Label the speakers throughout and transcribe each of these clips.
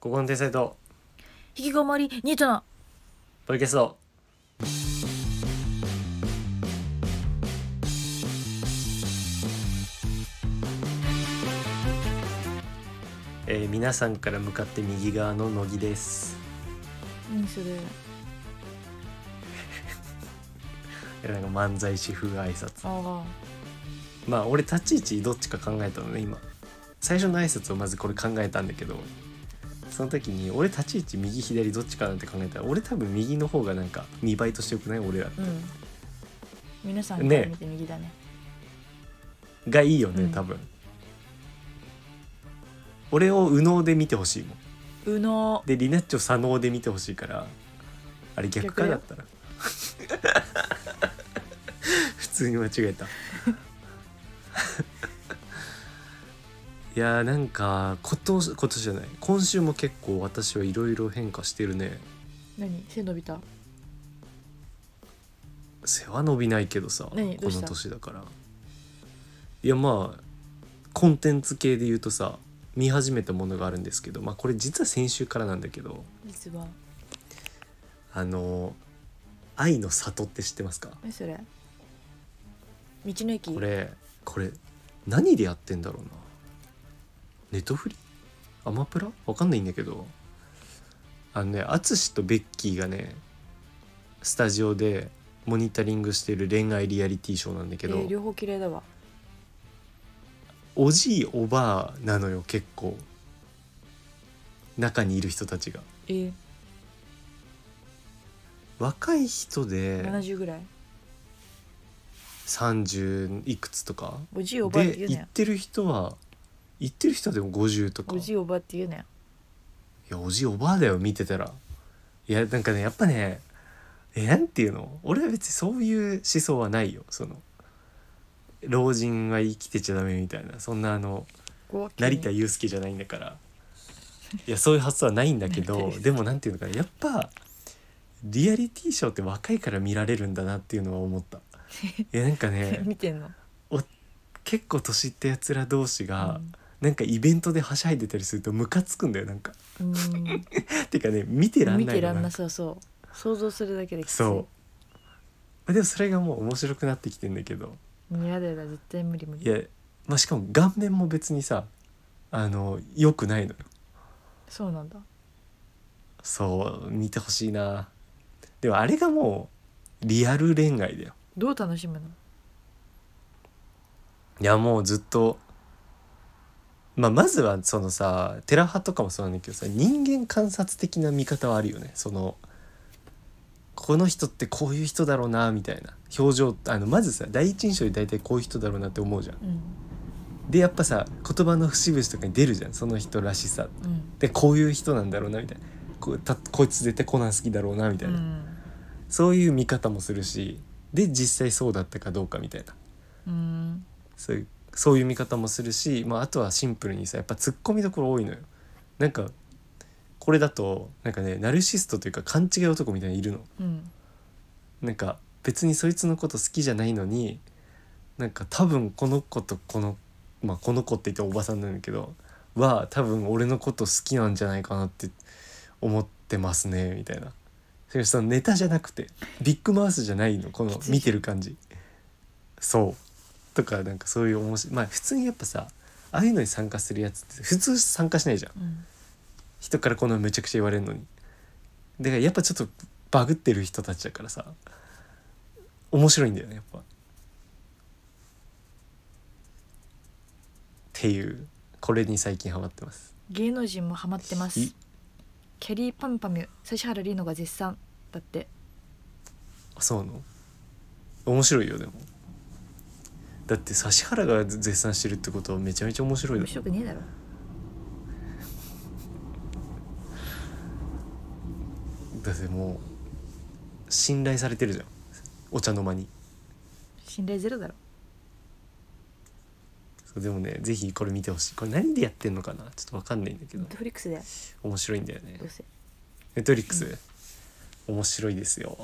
Speaker 1: ここの天才と
Speaker 2: 引きこもりニートの
Speaker 1: ポイキャストえー、皆さんから向かって右側の乃木です
Speaker 2: 何それ
Speaker 1: えなんか漫才師風挨拶
Speaker 2: あ
Speaker 1: まあ俺立ち位置どっちか考えたのね今最初の挨拶をまずこれ考えたんだけどその時に俺立ち位置右左どっちかなんて考えたら俺多分右の方がなんか見栄えとしてよくない俺ら
Speaker 2: あうん皆さん
Speaker 1: ね
Speaker 2: から見て右だね
Speaker 1: がいいよね、
Speaker 2: うん
Speaker 1: 多分俺を右脳で見てほしいもん
Speaker 2: 右脳
Speaker 1: でリナッチョ左脳で見てほしいからあれ逆
Speaker 2: 逆だ
Speaker 1: かだ
Speaker 2: よ
Speaker 1: ったら 普通に間違えた いやーなんか今年今年じゃない今週も結構私はいろいろ変化してるね
Speaker 2: 何背伸びた
Speaker 1: 背は伸びないけどさこ
Speaker 2: 何どうし
Speaker 1: の
Speaker 2: た
Speaker 1: 年だからいやまあコンテンツ系で言うとさ見始めたものがあるんですけどまあこれ実は先週からなんだけど
Speaker 2: 実は
Speaker 1: あの「愛の里」って知ってますか
Speaker 2: 何それ道の駅
Speaker 1: これこれ何でやってんだろうなネットフリアマプラわかんないんだけどあのね淳とベッキーがねスタジオでモニタリングしてる恋愛リアリティショーなんだけど、
Speaker 2: えー両方綺麗だわ
Speaker 1: おじいおばあなのよ結構中にいる人たちが
Speaker 2: えー、
Speaker 1: 若い人で
Speaker 2: 70ぐらい
Speaker 1: 30いくつとか
Speaker 2: おじいおばあって
Speaker 1: で
Speaker 2: 言う
Speaker 1: 行
Speaker 2: ね
Speaker 1: ってる人は行ってる人はでも50とか
Speaker 2: おじいおばあって言うね
Speaker 1: いやおじいおばあだよ見てたらいやなんかねやっぱねえなんていうの俺は別にそういう思想はないよその老人は生きてちゃダメみたいなそんなあの
Speaker 2: こう
Speaker 1: 成田悠介じゃないんだからいやそういう発想はないんだけ
Speaker 2: 成田
Speaker 1: ど
Speaker 2: 悠介
Speaker 1: でもなんていうのかなやっぱリアリティショーって若いから見られるんだなっていうのは思 った。いやなんかね
Speaker 2: 見てんの
Speaker 1: 結構年いったやつら同士が、
Speaker 2: うん
Speaker 1: なんかイベントではしゃいでたりするとムカつくんだよなんか。
Speaker 2: うん
Speaker 1: てかね見てらん
Speaker 2: 見
Speaker 1: な
Speaker 2: て
Speaker 1: い
Speaker 2: ら
Speaker 1: の
Speaker 2: ん
Speaker 1: な
Speaker 2: なん
Speaker 1: か
Speaker 2: さそう想像するだけできつい
Speaker 1: そうまあでもそれがもう面白くなってきてんだけど
Speaker 2: 嫌だよだ絶対無理無
Speaker 1: い
Speaker 2: 理
Speaker 1: や、まあ、しかも顔面も別にさあの良くないのよ
Speaker 2: そうなんだ
Speaker 1: そう見てほしいなでもあれがもうリアル恋愛だよ
Speaker 2: どう楽しむの
Speaker 1: いやもうずっとまあまずはそのさテラ派とかもそうなんだけどさ人間観察的な見方はあるよねそのこの人ってこういう人だろうなみたいな表情あのまずさ第一印象で大体こういう人だろうなって思うじゃん
Speaker 2: うん
Speaker 1: でやっぱさ言葉の節々とかに出るじゃんその人らしさ
Speaker 2: うん
Speaker 1: でこういう人なんだろうなみたいなこうたこいつ絶対コナン好きだろうなみた
Speaker 2: う
Speaker 1: いな、
Speaker 2: ん
Speaker 1: そういう見方もするしで実際そうだったかどうかみたいな
Speaker 2: うん
Speaker 1: そういうそういう見方もするし、まあ、あとはシンプルにさやっぱツッコミどころ多いのよなんかこれだとなんかねナルシストというか勘違い男みたいにいるの
Speaker 2: うん
Speaker 1: なんか別にそいつのこと好きじゃないのになんか多分この子とこのまあこの子って言っておばさんなんだけどは多分俺のこと好きなんじゃないかなって思ってますねみたいなそれそのネタじゃなくてビッグマウスじゃないのこの
Speaker 2: きつい
Speaker 1: 見てる感じそうとかなんかそういう面白いまあ普通にやっぱさああいうのに参加するやつって普通参加しないじゃん
Speaker 2: うん
Speaker 1: 人からこんなめちゃくちゃ言われるのにだからやっぱちょっとバグってる人たちだからさ面白いんだよねやっぱっていうこれに最近ハマってます
Speaker 2: 芸能人もハマってます
Speaker 1: い
Speaker 2: キャリーパミュパミュ指原莉乃が絶賛だって
Speaker 1: あそうなの面白いよでもだって指原が絶賛してるってことはめちゃめちゃ面白いだ
Speaker 2: 面
Speaker 1: ろ
Speaker 2: 白くねえだろ
Speaker 1: だってもう信頼されてるじゃんお茶の間に
Speaker 2: 信頼ゼロだろ
Speaker 1: そうでもねぜひこれ見てほしいこれ何でやってんのかなちょっとわかんないんだけ
Speaker 2: ネ
Speaker 1: ど
Speaker 2: ットフリックスで
Speaker 1: 面白いんだよね
Speaker 2: どうせ
Speaker 1: ネットフリックス面白いですよ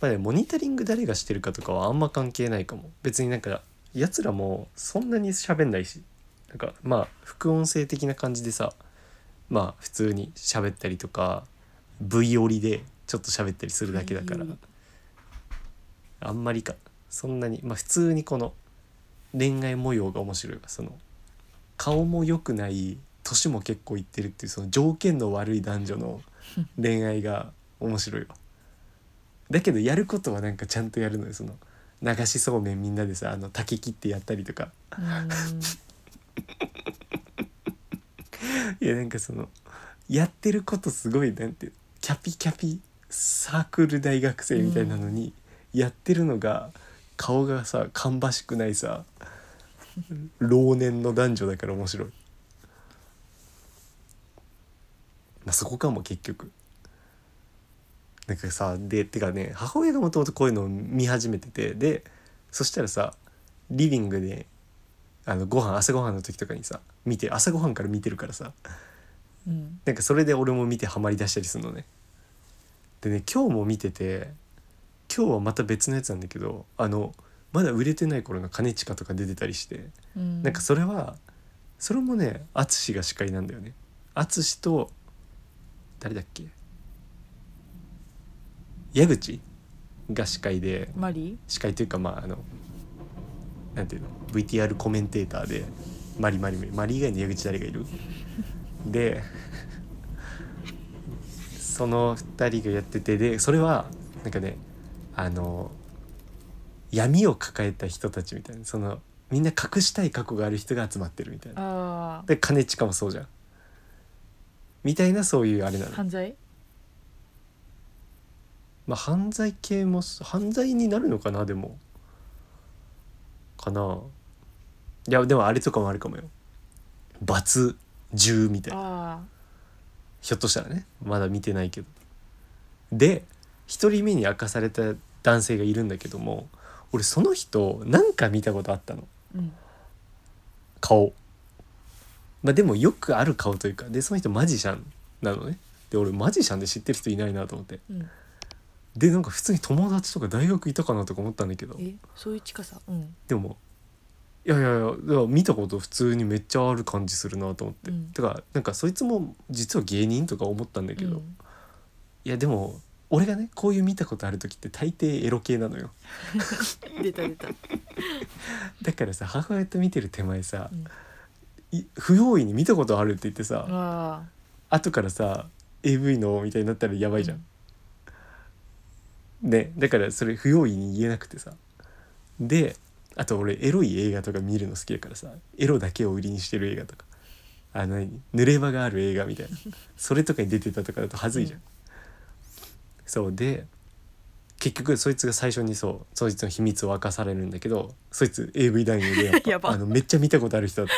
Speaker 1: まあねモニタリング誰がしてるかとかはあんま関係ないかも別になんかやつらもそんなに喋んないしなんかまあ副音声的な感じでさまあ普通に喋ったりとか V 折りでちょっと喋ったりするだけだから、
Speaker 2: はい
Speaker 1: あんまりかそんなにまあ普通にこの恋愛模様が面白いわその顔も良くない年も結構いってるっていうその条件の悪い男女の恋愛が面白いわだけどやることはなんかちゃんとやるのよその流しそうめんみんなでさあの竹切ってやったりとか
Speaker 2: うーん
Speaker 1: いやなんかそのやってることすごいなんてキャピキャピサークル大学生みたいなのに、やってるのが顔がさ芳しくないさ老年の男女だから面白い、まあ、そこかも結局なんかさでてかね母親がもともとこういうのを見始めててでそしたらさリビングであのご飯朝ご飯の時とかにさ見て朝ご飯から見てるからさ
Speaker 2: うん
Speaker 1: なんかそれで俺も見てハマりだしたりするのねでね今日も見てて今日はまた別のやつなんだけどあのまだ売れてない頃の兼近とか出てたりして
Speaker 2: うん
Speaker 1: なんかそれはそれもね淳が司会なんだよね淳と誰だっけ矢口が司会で
Speaker 2: マリ
Speaker 1: 司会というかまああのなんていうの VTR コメンテーターでマリマリマリマリ以外に矢口誰がいるでその2人がやっててでそれはなんかねあの闇を抱えた人たちみたいなそのみんな隠したい過去がある人が集まってるみたいな
Speaker 2: あ
Speaker 1: で兼近もそうじゃんみたいなそういうあれな
Speaker 2: あ
Speaker 1: の
Speaker 2: 犯罪
Speaker 1: まあ犯罪系もす犯罪になるのかなでもかないやでもあれとかもあるかもよ罰10みたいな
Speaker 2: あ
Speaker 1: ひょっとしたらねまだ見てないけどで1人目に明かされた男性がいるんだけども俺その人なんか見たことあったの
Speaker 2: あうん
Speaker 1: 顔まあでもよくある顔というかでその人マジシャンなのねで俺マジシャンで知ってる人いないなと思って
Speaker 2: うん
Speaker 1: でなんか普通に友達とか大学いたかなとか思ったんだけど
Speaker 2: えそういう近さうん
Speaker 1: でもいやいやいやでも見たこと普通にめっちゃある感じするなと思って、
Speaker 2: うん
Speaker 1: てかなんかそいつも実は芸人とか思ったんだけど、
Speaker 2: うん
Speaker 1: いやでも俺がねこういう見たことある時って大抵エロ系なのよ
Speaker 2: 出た出た
Speaker 1: だからさ母親と見てる手前さ、
Speaker 2: うん
Speaker 1: い不用意に見たことあるって言ってさ、
Speaker 2: ああ
Speaker 1: 後からさ AV のみたいになったらやばいじゃん、ねだからそれ不用意に言えなくてさであと俺エロい映画とか見るの好きだからさエロだけを売りにしてる映画とかあの何濡れ場がある映画みたい なそれとかに出てたとかだと恥ずいじゃん、
Speaker 2: うん
Speaker 1: そうで結局そいつが最初にそうそいつの秘密を明かされるんだけどそいつ AV 男優でやっ ぱ
Speaker 2: やば
Speaker 1: あのめっちゃ見たことある人だっ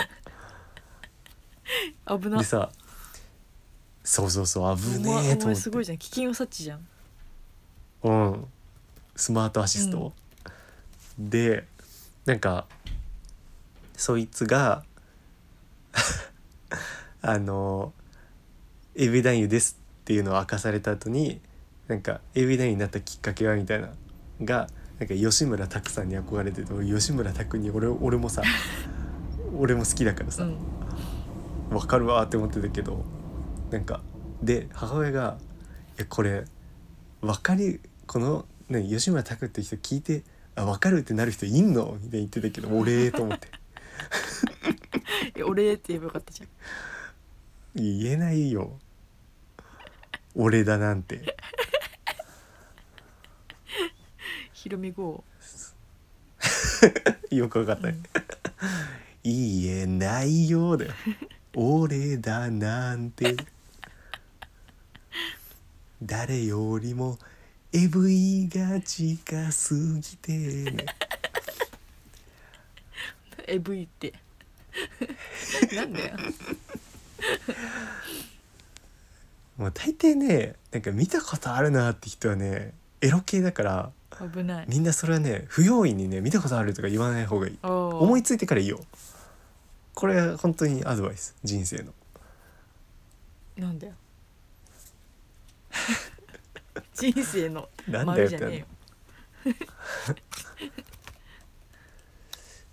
Speaker 1: た
Speaker 2: 危な
Speaker 1: でさそうそうそう危
Speaker 2: お
Speaker 1: ね
Speaker 2: 前
Speaker 1: え
Speaker 2: お
Speaker 1: と思
Speaker 2: 前
Speaker 1: って
Speaker 2: すごいじゃん危険を察知じゃん
Speaker 1: うん、スマートアシスト、でなんかそいつが あの「エビ男優です」っていうのを明かされた後になんかエビ男優になったきっかけはみたいながなんか吉村拓さんに憧れてて俺吉村拓に俺俺も さ俺も好きだから
Speaker 2: う
Speaker 1: さ、
Speaker 2: ん
Speaker 1: わかるわーって思ってたけどなんかで母親が「いやこれわかりこの、ね、吉村拓って人聞いてあわかるってなる人いんの?」みたいに言ってたけど「俺」と思って
Speaker 2: え俺って言えばよかったじゃん
Speaker 1: 「言えないよ俺だなんて
Speaker 2: ひろみ号」
Speaker 1: よくわかったね 「言えないよ」だよ「俺だなんて」誰よりも AV が近すぎて、ね
Speaker 2: エブイって なんだよ
Speaker 1: もう大抵ねなんか見たことあるなって人はねエロ系だから
Speaker 2: 危ない
Speaker 1: みんなそれはね不用意にね見たことあるとか言わない方がいい
Speaker 2: 思
Speaker 1: 思いついてからいいよこれは本当にアドバイス人生の
Speaker 2: なん だよ人生の
Speaker 1: なんだ
Speaker 2: 丸
Speaker 1: よ
Speaker 2: じゃ
Speaker 1: って
Speaker 2: ねえよ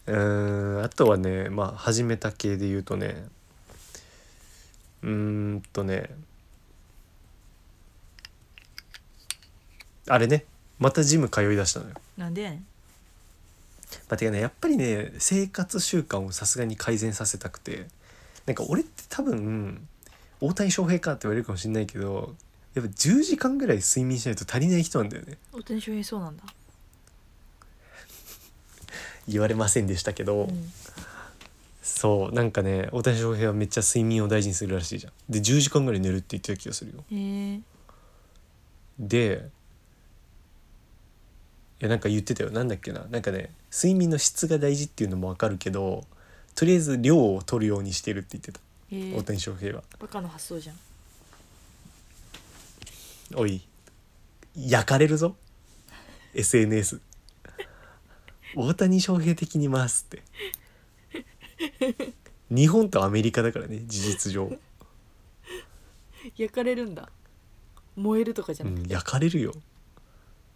Speaker 1: うーんあとはねまあ始めた系で言うとねうーんとねあれねまたジム通いだしたのよ。
Speaker 3: なんでやねん
Speaker 1: まあ、てかねやっぱりね生活習慣をさすがに改善させたくてなんか俺って多分大谷翔平かって言われるかもしれないけどやっぱ10時間ぐらい睡眠しないと足りない人なんだよね
Speaker 3: 大谷翔平そうなんだ、
Speaker 1: 言われませんでしたけど、
Speaker 3: うん、
Speaker 1: そうなんかね大谷翔平はめっちゃ睡眠を大事にするらしいじゃんで10時間ぐらい寝るって言ってた気がするよ
Speaker 3: へえ
Speaker 1: でいやなんか言ってたよなんだっけななんかね睡眠の質が大事っていうのもわかるけどとりあえず量を取るようにしてるって言ってた
Speaker 3: へ
Speaker 1: 大
Speaker 3: え
Speaker 1: 谷翔平は
Speaker 3: バカの発想じゃん
Speaker 1: おい焼かれるぞ SNS 大谷翔平的に回すって日本とアメリカだからね事実上、
Speaker 3: 焼かれるんだ燃えるとかじゃ
Speaker 1: う
Speaker 3: なくて、
Speaker 1: ん、焼かれるよ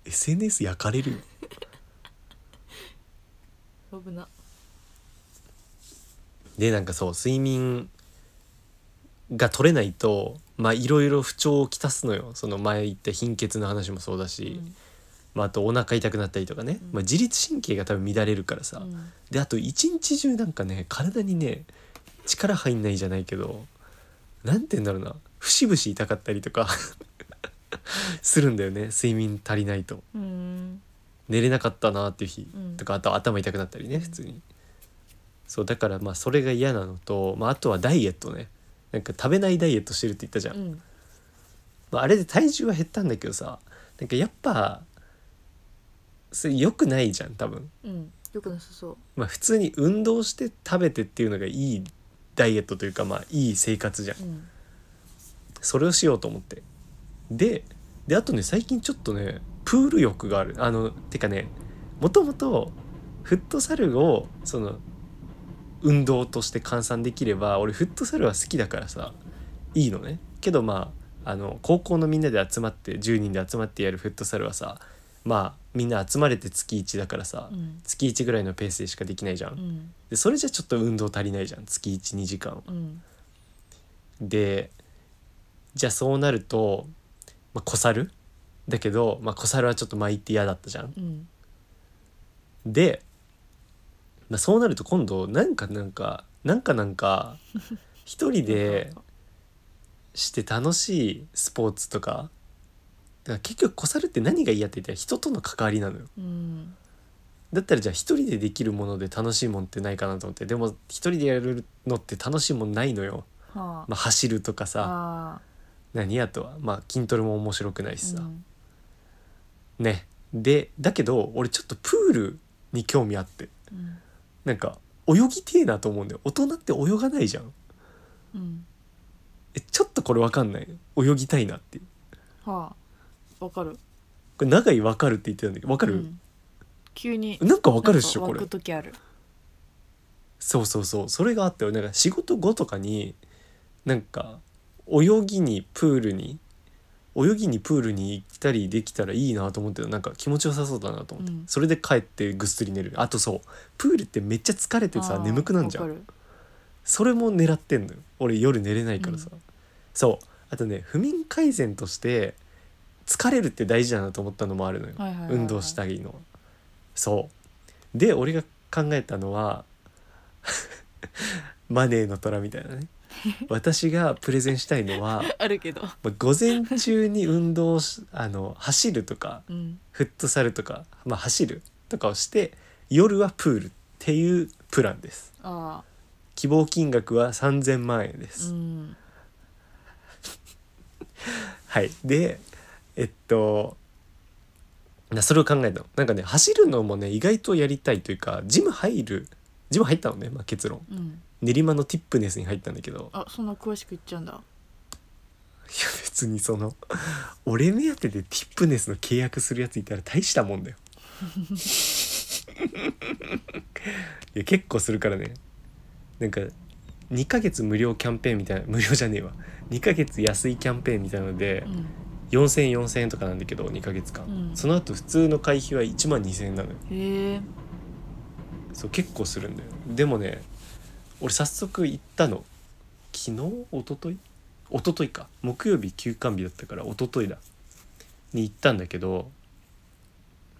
Speaker 1: SNS 焼かれるよ
Speaker 3: 危な
Speaker 1: でなんかそう睡眠が取れないとまあいろいろ不調をきたすのよその前言った貧血の話もそうだ
Speaker 3: う
Speaker 1: し、
Speaker 3: ん
Speaker 1: まあ、あとお腹痛くなったりとかね、
Speaker 3: うん
Speaker 1: まあ、自律神経が多分乱れるからさ、
Speaker 3: うん
Speaker 1: であと一日中なんかね体にね力入んないじゃないけどなんて言うんだろうな節々痛かったりとか するんだよね睡眠足りないと
Speaker 3: うん
Speaker 1: 寝れなかったなっていう日
Speaker 3: うん
Speaker 1: とか、あと頭痛くなったりね普通に、そうだからまあそれが嫌なのと、まあ、あとはダイエットねなんか食べないダイエットしてるって言ったじゃん、
Speaker 3: うん
Speaker 1: まあ、あれで体重は減ったんだけどさなんかやっぱそれ良くないじゃん多分
Speaker 3: うんよくなさそう
Speaker 1: まあ、普通に運動して食べてっていうのがいいダイエットというかまあいい生活じゃん
Speaker 3: うん
Speaker 1: それをしようと思ってでであとね最近ちょっとねプール欲があるあのてかねもともとフットサルをその運動として換算できれば俺フットサルは好きだからさいいのねけどまああの高校のみんなで集まって10人で集まってやるフットサルはさまあみんな集まれて月1だからさ、
Speaker 3: うん
Speaker 1: 月1ぐらいのペースでしかできないじゃん
Speaker 3: う、ん
Speaker 1: でそれじゃちょっと運動足りないじゃん月12時間は
Speaker 3: うん
Speaker 1: でじゃあそうなると、まあ、小猿だけど、まあ、小猿はちょっと巻いて嫌だったじゃん
Speaker 3: うん
Speaker 1: で、まあ、そうなると今度なんかなんかなんかなんか一人でして楽しいスポーツとかだから結局小猿って何が嫌って言ったら人との関わりなのよ
Speaker 3: うん
Speaker 1: だったらじゃあ一人でできるもので楽しいもんってないかなと思ってでも一人でやるのって楽しいもんないのよ、
Speaker 3: は
Speaker 1: まあ、走るとか
Speaker 3: あ
Speaker 1: さ
Speaker 3: あ
Speaker 1: 何やとは、まあ、筋トレも面白くないし
Speaker 3: ー
Speaker 1: さ、
Speaker 3: うん
Speaker 1: ねでだけど俺ちょっとプールに興味あって
Speaker 3: うん
Speaker 1: なんか泳ぎてえなと思うんだよ大人って泳がないじゃん
Speaker 3: うん
Speaker 1: えちょっとこれ分かんない泳ぎたいなっていう
Speaker 3: はあわかる
Speaker 1: これ長い分かるって言ってたんだけど分か
Speaker 3: う
Speaker 1: る、
Speaker 3: ん急に
Speaker 1: なんか分かるっしょ
Speaker 3: なん
Speaker 1: こ
Speaker 3: 湧
Speaker 1: れ
Speaker 3: く時ある
Speaker 1: そうそうそうそれがあったよなんか仕事後とかになんか泳ぎにプールに泳ぎにプールに行ったりできたらいいなと思ってたなんか気持ちよさそうだなと思って、
Speaker 3: うん
Speaker 1: それで帰ってぐっすり寝るあとそうプールってめっちゃ疲れて
Speaker 3: あ
Speaker 1: さ
Speaker 3: ー
Speaker 1: 眠くなんじゃ
Speaker 3: わ
Speaker 1: ん
Speaker 3: かる
Speaker 1: それも狙ってんのよ俺夜寝れないからさ、
Speaker 3: う
Speaker 1: そうあとね不眠改善として疲れるって大事だなと思ったのもあるのよ、
Speaker 3: はいはいはいはい
Speaker 1: 運動したいのはそうで俺が考えたのは マネーの虎みたい なね私がプレゼンしたいのは、
Speaker 3: あるけど
Speaker 1: まあ午前中に運動をしあの走るとか
Speaker 3: うん
Speaker 1: フットサルとか、まあ、走るとかをして夜はプールっていうプランです
Speaker 3: あ
Speaker 1: 希望金額は3000万円で
Speaker 3: あ
Speaker 1: す、
Speaker 3: うん
Speaker 1: はいでえっとなそれを考えたのなんかね走るのもね意外とやりたいというかジム入るジム入ったのね、まあ、結論
Speaker 3: うん
Speaker 1: 練馬のティップネスに入ったんだけどいや
Speaker 3: あそんな詳しく言っちゃうんだ
Speaker 1: 別にその俺目当てでティップネスの契約するやついたら大したもんだよ いや結構するからねなんか2ヶ月無料キャンペーンみたいな無料じゃねえわ2ヶ月安いキャンペーンみたいなので、
Speaker 3: うん
Speaker 1: 4,000 4,000円とかなんだけど2ヶ月間、
Speaker 3: うん
Speaker 1: その後普通の会費は1万2,000円なのよ
Speaker 3: へえ
Speaker 1: そう結構するんだよでもね俺早速行ったの昨日一昨日一昨日か木曜日休館日だったから一昨日だに行ったんだけど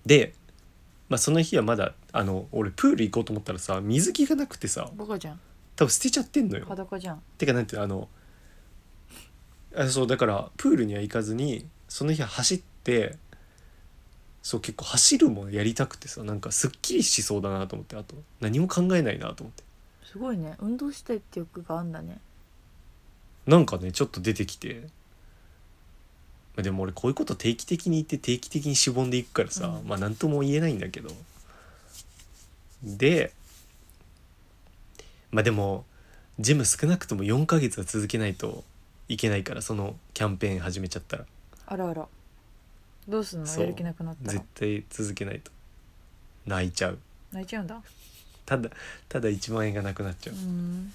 Speaker 1: で、まあ、その日はまだあの俺プール行こうと思ったらさ水着がなくてさ
Speaker 2: バカじゃん
Speaker 1: 多分捨てちゃってんのよ
Speaker 2: 裸じゃん
Speaker 1: てかなんていうのあのあそうだからプールには行かずにその日は走ってそう結構走るもんやりたくてさなんかすっきりしそうだなと思ってあと何も考えないなと思って
Speaker 2: すごいね運動したいって欲があんだね
Speaker 1: なんかねちょっと出てきて、まあ、でも俺こういうこと定期的に言って定期的にしぼんでいくからさ、
Speaker 2: うん
Speaker 1: まあ何とも言えないんだけどでまあでもジム少なくとも4ヶ月は続けないといけないからそのキャンペーン始めちゃったら
Speaker 2: あらあらどうすんの
Speaker 1: そう
Speaker 2: やる気なくなった
Speaker 1: 絶
Speaker 2: ら
Speaker 1: 対続けないと泣いちゃう
Speaker 2: 泣いちゃうんだ
Speaker 1: ただただ1万円がなくなっちゃ
Speaker 2: う
Speaker 1: う、
Speaker 2: ーん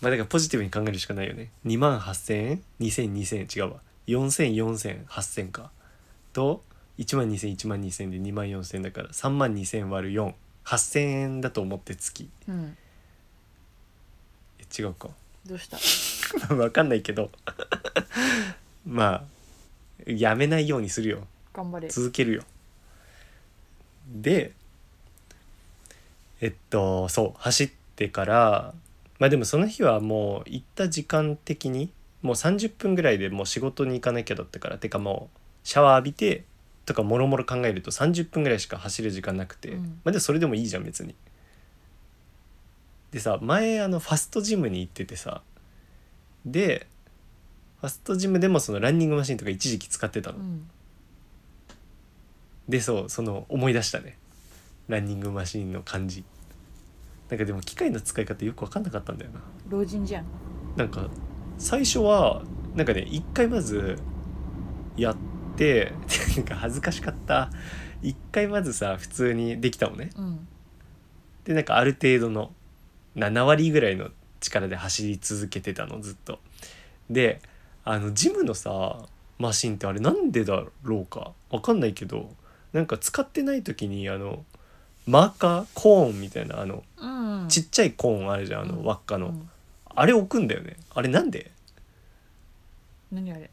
Speaker 1: まあだからポジティブに考えるしかないよね2万8000円20002000違うわ400040008000かと1万20001万2000で2万4000だから3万2000割る48000円だと思って月
Speaker 2: うん
Speaker 1: え違うか
Speaker 2: どうした
Speaker 1: わかんないけど まあやめないようにするよ
Speaker 2: 頑張れ
Speaker 1: 続けるよでえっとそう走ってからまあでもその日はもう行った時間的にもう30分ぐらいでもう仕事に行かなきゃだったからてかもうシャワー浴びてとかもろもろ考えると30分ぐらいしか走る時間なくて、
Speaker 2: うん
Speaker 1: まあでもそれでもいいじゃん別に。でさ前あのファストジムに行っててさでファストジムでもそのランニングマシンとか一時期使ってたの
Speaker 2: う。ん
Speaker 1: でそうその思い出したねランニングマシンの感じなんかでも機械の使い方よく分かんなかったんだよな
Speaker 2: 老人じゃん
Speaker 1: なんか最初はなんかね一回まずやって なんか恥ずかしかった一回まずさ普通にできたのね
Speaker 2: うん
Speaker 1: でなんかある程度の7割ぐらいの力で走り続けてたのずっとであのジムのさマシンってあれなんでだろうかわかんないけどなんか使ってない時にあのマーカーコーンみたいなあの
Speaker 2: うんうん
Speaker 1: ちっちゃいコーンあるじゃんあ
Speaker 2: う
Speaker 1: の
Speaker 2: ん
Speaker 1: 輪っか
Speaker 2: う
Speaker 1: の
Speaker 2: ん
Speaker 1: あれ置くんだよねあれなんで
Speaker 2: 何あれ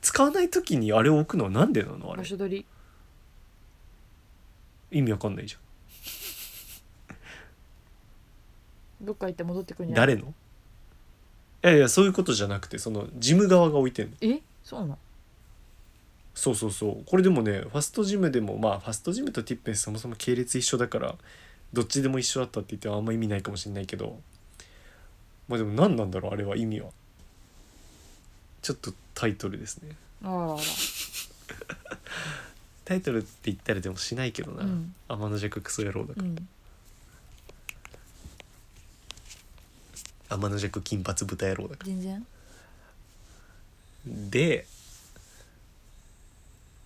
Speaker 1: 使わない時にあれを置くのはなんでなのあれ
Speaker 2: 場所取り
Speaker 1: 意味わかんないじゃ
Speaker 2: どっか行って戻ってくるん
Speaker 1: ん
Speaker 2: じゃない
Speaker 1: 誰のいやいやそういうことじゃなくてそのジム側が置いてんの
Speaker 2: えそうなの
Speaker 1: そうそうそうこれでもねファストジムでもまあファストジムとティッペンそもそも系列一緒だからどっちでも一緒だったって言ってもあんま意味ないかもしれないけどまあでも何なんだろうあれは意味はちょっとタイトルですね
Speaker 2: あらあ
Speaker 1: タイトルって言ったりでもしないけどな、
Speaker 2: うん、
Speaker 1: 天の弱クソ野郎だから
Speaker 2: うん、
Speaker 1: ら、天の弱金髪豚野郎だから
Speaker 2: 全然
Speaker 1: で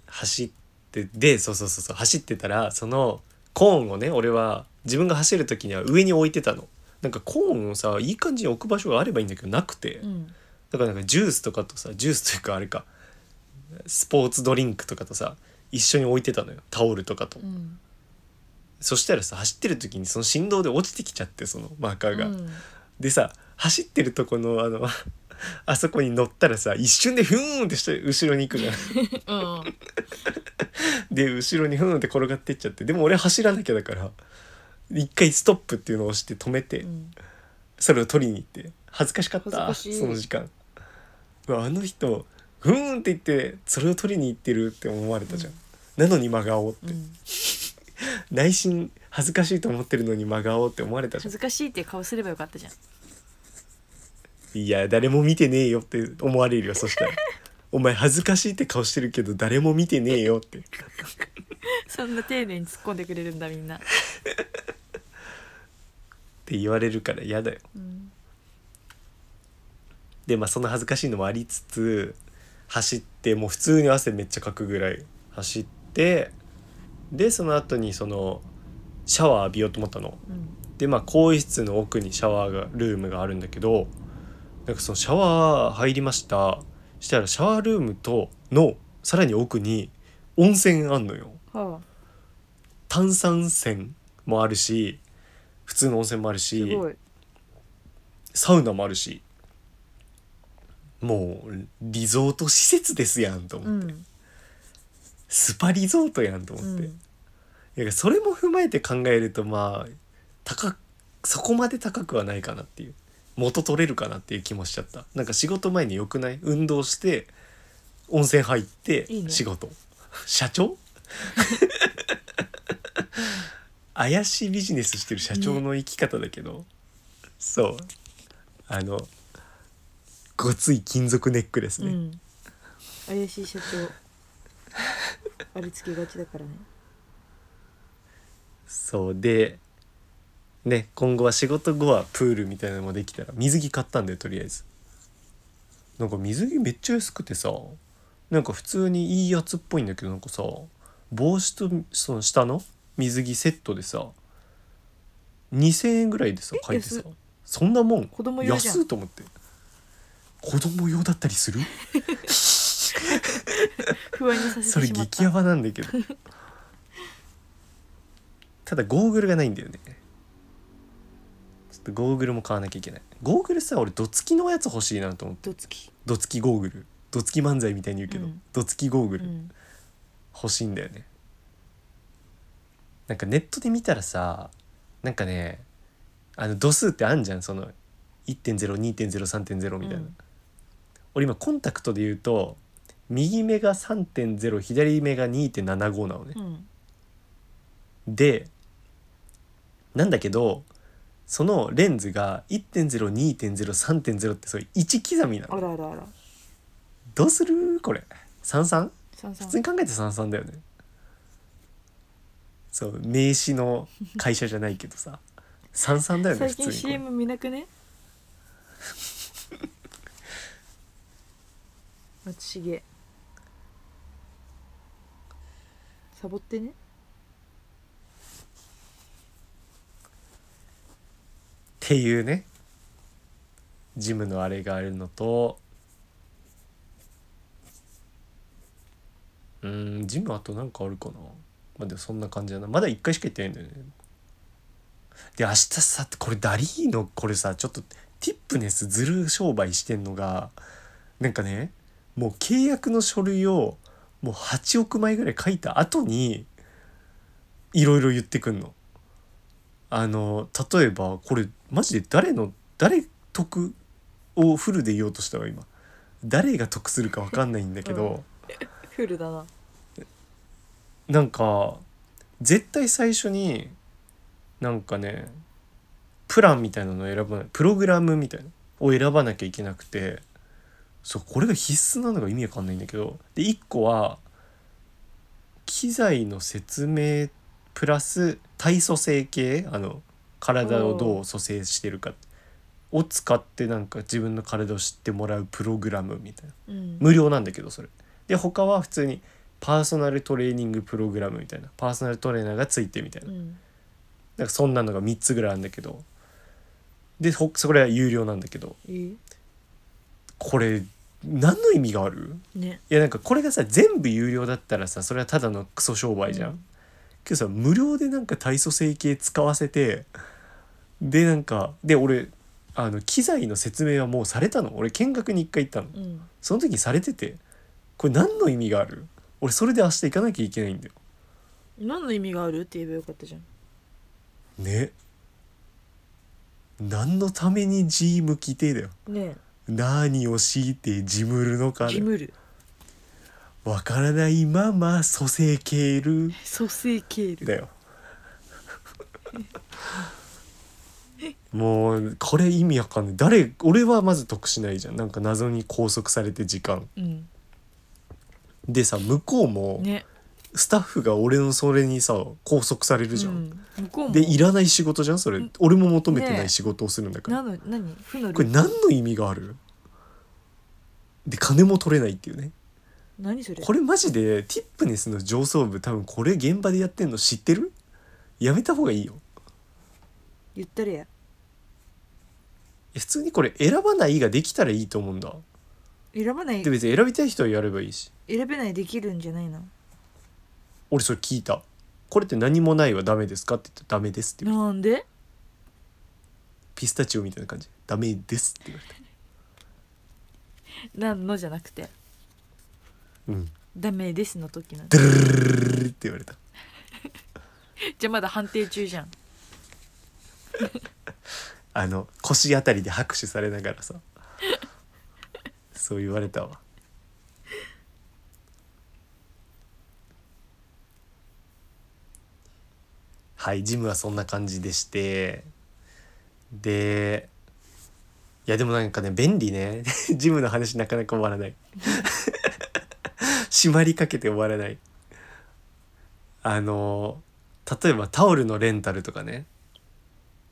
Speaker 1: 走ってでそうそうそうそう走ってたらそのコーンをね俺は自分が走る時には上に置いてたのなんかコーンをさいい感じに置く場所があればいいんだけどなくて、
Speaker 2: うん
Speaker 1: だからなんかジュースとかとさジュースというかあれかスポーツドリンクとかとさ一緒に置いてたのよタオルとかと、
Speaker 2: うん
Speaker 1: そしたらさ走ってる時にその振動で落ちてきちゃってそのマーカーが、
Speaker 2: うん
Speaker 1: でさ走ってるとこのあのあそこに乗ったらさ一瞬でフーンってして後ろに行くじゃん
Speaker 2: うん
Speaker 1: で後ろにふんって転がってっちゃってでも俺走らなきゃだから一回ストップっていうのを押して止めて、
Speaker 2: うん
Speaker 1: それを取りに行って恥ずかしかった
Speaker 2: 恥ずかしい
Speaker 1: その時間うわあの人ふーんって言ってそれを取りに行ってるって思われたじゃん、なのに真顔って、
Speaker 2: うん
Speaker 1: 内心恥ずかしいと思ってるのに真顔って思われたじゃ
Speaker 2: 恥ずかしいっていう顔すればよか ったじゃん
Speaker 1: んいや誰も見てねえよって思われるよそし たらお前恥ずかしいって顔してるけど誰も見てねえよって
Speaker 2: そんな丁寧に突っ込んでくれるんだみんな、
Speaker 1: って言われるから嫌だよ
Speaker 2: うん、
Speaker 1: でまあその恥ずかしいのもありつつ走ってもう普通に汗めっちゃかくぐらい走ってでその後にそのシャワー浴びようと思ったの。
Speaker 2: うん
Speaker 1: でまあ更衣室の奥にシャワーがルームがあるんだけどなんかそのシャワー入りましたしたらシャワールームとのさらに奥に温泉あんのよ。
Speaker 2: はあ
Speaker 1: 炭酸泉もあるし普通の温泉もある
Speaker 2: す
Speaker 1: し
Speaker 2: ごい
Speaker 1: サウナもあるしもうリゾート施設ですやんと思
Speaker 2: う
Speaker 1: って、
Speaker 2: ん
Speaker 1: スパリゾートやんと思
Speaker 2: う
Speaker 1: っ
Speaker 2: ん
Speaker 1: て、いやそれも踏まえて考えるとまあ高くそこまで高くはないかなっていう元取れるかなっていう気もしちゃったなんか仕事前に良くない運動して温泉入って
Speaker 3: いいね
Speaker 1: 仕事社長怪しいビジネスしてる社長の生き方だけど、そうあのごつい金属ネックレス
Speaker 3: う
Speaker 1: ね、
Speaker 3: ん怪しい社長ありつけがちだからね
Speaker 1: そうでね今後は仕事後はプールみたいなのもできたら水着買ったんでとりあえずなんか水着めっちゃ安くてさなんか普通にいいやつっぽいんだけどなんかさ帽子とその下の水着セットでさ2,000円ぐらいでさ
Speaker 3: え
Speaker 1: 買えてさ
Speaker 3: 安っ
Speaker 1: そんなもん
Speaker 3: 子供用じゃん
Speaker 1: 安いと思って子供用だったりする
Speaker 3: 不安にさせ
Speaker 1: そ
Speaker 3: て
Speaker 1: れ
Speaker 3: しまっ
Speaker 1: 激
Speaker 3: た
Speaker 1: ヤバなんだけど ただゴーグルがないんだよねちょっとゴーグルも買わなきゃいけないゴーグルさ俺ドツキのやつ欲しいなと思って
Speaker 3: どつき
Speaker 1: ドツキゴーグルドツキ漫才みたいに言うけど、
Speaker 3: うん
Speaker 1: ドツキゴーグ
Speaker 3: う
Speaker 1: ル
Speaker 3: ん
Speaker 1: 欲しいんだよね、なんかネットで見たらさなんかねあの度数ってあんじゃんその1.02.03.0みたいな、
Speaker 3: うん
Speaker 1: 俺今コンタクトで言うと右目が3.0左目が2.75なのね
Speaker 3: う、ん
Speaker 1: でなんだけどそのレンズが1.02.03.0ってそう1刻みな
Speaker 3: あ
Speaker 1: の
Speaker 3: らあらあら
Speaker 1: どうするこれ 33?
Speaker 3: さん
Speaker 1: 普
Speaker 3: さん
Speaker 1: 通に考えて三々だよねそう名刺の会社じゃないけどさ三々だよね
Speaker 3: 最
Speaker 1: 普通
Speaker 3: 近
Speaker 1: にこれ
Speaker 3: CM 見な くね松重サボってね
Speaker 1: っていうねジムのあれがあるのとうーんジムあとなんかあるかなまあでもそんな感じだなまだ1回しか行ってないんだよねで明日さこれダリーのこれさちょっとティップネスずる商売してんのがなんかねもう契約の書類をもう8億枚ぐらい書いた後にいろいろ言ってくんの。あの例えばこれマジで誰の誰得をフルで言おうとしたわ今誰が得するか分かんないんだけど、
Speaker 3: フルだな
Speaker 1: なんか絶対最初になんかねプランみたいなのを選ばないプログラムみたいなを選ばなきゃいけなくてそうこれが必須なのが意味わかんないんだけどで1個は機材の説明プラス体組成系あの体をどう蘇生してるかを使ってなんか自分の体を知ってもらうプログラムみたいな。
Speaker 3: うん
Speaker 1: 無料なんだけどそれで他は普通にパーソナルトレーニングプログラムみたいなパーソナルトレーナーがついてみたいな,、
Speaker 3: うん
Speaker 1: なんかそんなのが3つぐらいあるんだけどでほそれは有料なんだけど
Speaker 3: いい
Speaker 1: これ何の意味がある
Speaker 3: ね
Speaker 1: いやなんかこれがさ全部有料だったらさそれはただのクソ商売じゃん、
Speaker 3: うん
Speaker 1: けどさ無料でなんか体組成系使わせてでなんかで俺あの機材の説明はもうされたの俺見学に1回行ったの
Speaker 3: うん
Speaker 1: その時にされててこれ何の意味がある俺それで明日行かなきゃいけないんだよ
Speaker 3: 何の意味があるって言えばよかったじゃん
Speaker 1: ね何のために G ム規定だよ
Speaker 3: ね
Speaker 1: 何を強いてジムるの
Speaker 3: え
Speaker 1: か
Speaker 3: ジムル
Speaker 1: わからないまま蘇生ケール
Speaker 3: 蘇生ケール
Speaker 1: だよもうこれ意味わかんない誰俺はまず得しないじゃんなんか謎に拘束されて時間
Speaker 3: うん
Speaker 1: でさ向こうも
Speaker 3: ね
Speaker 1: スタッフが俺のそれにさ拘束されるじゃ
Speaker 3: うんん向こうも
Speaker 1: でいらない仕事じゃんそれ
Speaker 3: ん
Speaker 1: 俺も求めてな
Speaker 3: ねえ
Speaker 1: い仕事をするんだから、
Speaker 3: なの何負の
Speaker 1: これ
Speaker 3: ル
Speaker 1: 何の意味があるで金も取れないっていうね
Speaker 3: 何それ
Speaker 1: これマジでティップネスの上層部多分これ現場でやってんの知ってるやめた方がいいよ
Speaker 3: 言ったれや
Speaker 1: え普通にこれ選ばないができたらいいと思うんだ
Speaker 3: 選ばない
Speaker 1: で別に選びたい人はやればいいし
Speaker 3: 選べないできるんじゃないの
Speaker 1: 俺それ聞いたこれって何もないはダメですか?」って言って「ダメです」って言われ
Speaker 3: なんで
Speaker 1: たピスタチオみたいな感じ「ダメです」って言われた
Speaker 3: なんのじゃなくて
Speaker 1: うん
Speaker 3: ダメですの時な
Speaker 1: 「
Speaker 3: ん
Speaker 1: ド
Speaker 3: で
Speaker 1: ゥルルルルルルって言われた
Speaker 3: じゃあまだ判定中じゃん
Speaker 1: あの腰あたりで拍手されながらさ そう言われたわはいジムはそんな感じでしてでいやでもなんかね便利ね ジムの話なかなか終わらない 締まりかけて終わらないあの例えばタオルのレンタルとかね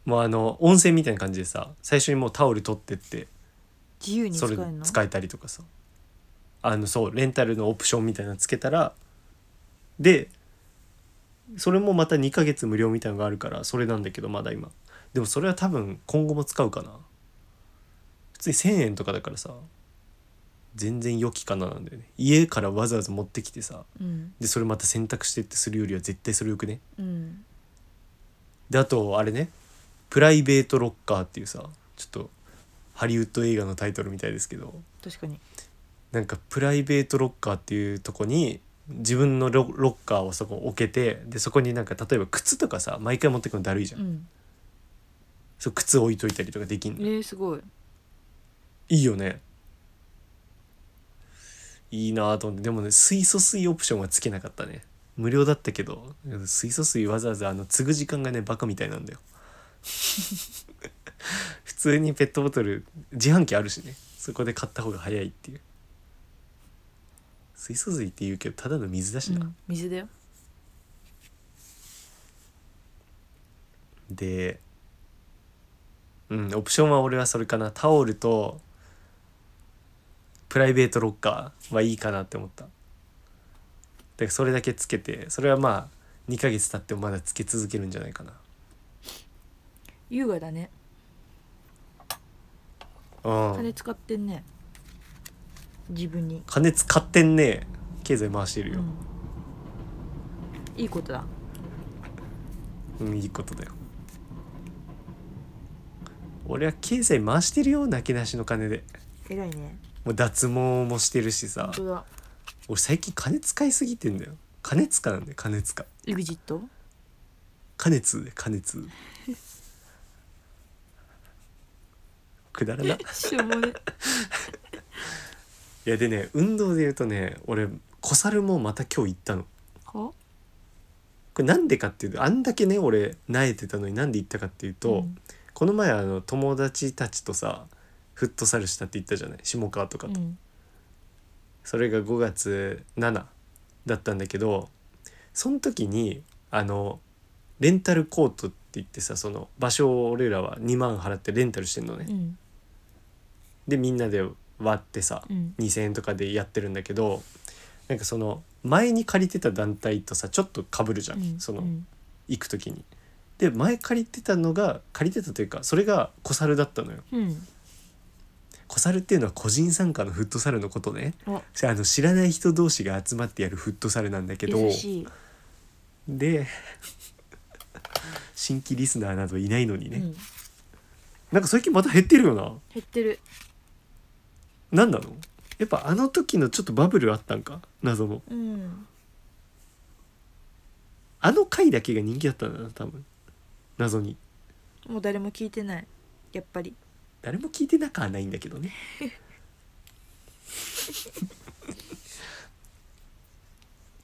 Speaker 1: もうあの温泉みたいな感じでさ最初にもうタオル取ってって
Speaker 3: 自由に使
Speaker 1: それ
Speaker 3: えるの
Speaker 1: 使えたりとかさあのそうレンタルのオプションみたいなのつけたらでそれもまた2ヶ月無料みたいなのがあるからそれなんだけどまだ今でもそれは多分今後も使うかな普通に1,000円とかだからさ全然良きかななんだよね家からわざわざ持ってきてさ
Speaker 3: うん
Speaker 1: でそれまた洗濯してってするよりは絶対それよくね
Speaker 3: うん
Speaker 1: であとあれね「プライベートロッカー」っていうさちょっとハリウッド映画のタイトルみたいですけど
Speaker 3: 確かに
Speaker 1: なんかプライベートロッカーっていうとこに自分のロロッカーをそこ置けてでそこになんか例えば靴とかさ毎回持ってくのだるいじゃん、
Speaker 3: うん
Speaker 1: そう靴置いといたりとかできん
Speaker 3: え
Speaker 1: のい
Speaker 3: ー、すごい
Speaker 1: いよねいいなと思ってでもね水素水オプションはつけなかったね無料だったけど水素水わざわざあの継ぐ時間がねバカみたいなんだよ 普通にペットボトル自販機あるしねそこで買った方が早いっていう水素水って言うけどただの水だしな、
Speaker 3: うん水だよ
Speaker 1: でうんオプションは俺はそれかなタオルとプライベートロッカーはいいかなって思ったでそれだけつけてそれはまあ2ヶ月経ってもまだつけ続けるんじゃないかな
Speaker 3: 優雅だね
Speaker 1: う
Speaker 3: 金
Speaker 1: ん
Speaker 3: 使ってんね自分に、
Speaker 1: 金使ってんね経済回してる
Speaker 3: う
Speaker 1: よ、
Speaker 3: ん、いいことだ
Speaker 1: うん、いいことだよ俺は経済回してるよなけなしの金で
Speaker 3: 偉いね
Speaker 1: もう脱毛もしてるし
Speaker 3: 本
Speaker 1: さ
Speaker 3: 当だ
Speaker 1: 俺最近金使いすぎてんだよ金使なんだよ金使
Speaker 3: エグジット
Speaker 1: 加熱で加熱くだらない
Speaker 3: しょうもね
Speaker 1: やでね運動で言うとね俺小猿もまた今日行ったのこ
Speaker 3: は
Speaker 1: れなんでかっていうとあんだけね俺慣れてたのになんで行ったかっていうと、
Speaker 3: うん
Speaker 1: この前あの友達たちとさフットサルしたって言ったじゃない下川とか
Speaker 3: う
Speaker 1: と、
Speaker 3: ん
Speaker 1: それが5月7だったんだけどその時にあのレンタルコートって言ってさその場所を俺らは2万払ってレンタルしてんのね
Speaker 3: う、ん
Speaker 1: でみんなで割ってさ、
Speaker 3: うん
Speaker 1: 2,000円とかでやってるんだけどなんかその前に借りてた団体とさちょっとかぶるじゃん、
Speaker 3: うん
Speaker 1: そうの
Speaker 3: ん
Speaker 1: 行く時に。で前借りてたのが借りてたというかそれが小猿だったのよ。
Speaker 3: うん
Speaker 1: 小猿っていうのは個人参加のフットサルのことね
Speaker 3: あ
Speaker 1: あの知らない人同士が集まってやるフットサルなんだけど
Speaker 3: 優しい、
Speaker 1: で 新規リスナーなどいないのにね、
Speaker 3: うん、
Speaker 1: なんか最近また減ってるよな
Speaker 3: 減ってる
Speaker 1: 何なのやっぱあの時のちょっとバブルあったんか謎の
Speaker 3: うん
Speaker 1: あの回だけが人気だったんだな多分謎に
Speaker 3: もう誰も聞いてないやっぱり
Speaker 1: 誰も聞いてなくはないんだけど ね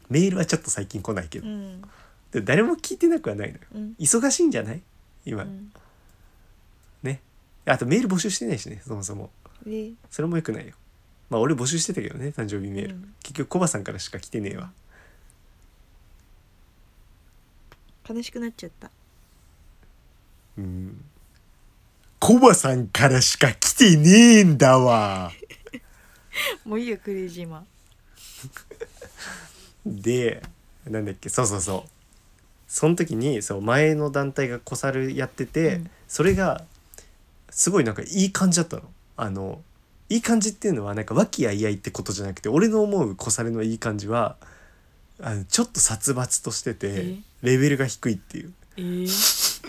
Speaker 1: メールはちょっと最近来ないけ
Speaker 3: う
Speaker 1: ど、
Speaker 3: ん
Speaker 1: で誰も聞いてなくはないのよ
Speaker 3: うん
Speaker 1: 忙しいんじゃない今、
Speaker 3: うん
Speaker 1: ねあとメール募集してないしねそもそも
Speaker 3: で
Speaker 1: それもよくないよまあ俺募集してたけどね誕生日メール、
Speaker 3: うん
Speaker 1: 結局コバさんからしか来てねえわ
Speaker 3: 悲しくなっちゃった
Speaker 1: うんコバさんからしか来てねえんだわ
Speaker 3: もういいよクレイジーマン
Speaker 1: でなんだっけそうそうそうその時にそう前の団体が小猿やってて、
Speaker 3: うん
Speaker 1: それがすごいなんかいい感じだったのあのいい感じっていうのはなんか和気あいあいってことじゃなくて俺の思う小猿のいい感じはあのちょっと殺伐としてて
Speaker 3: え
Speaker 1: レベルが低いっていう
Speaker 3: えー、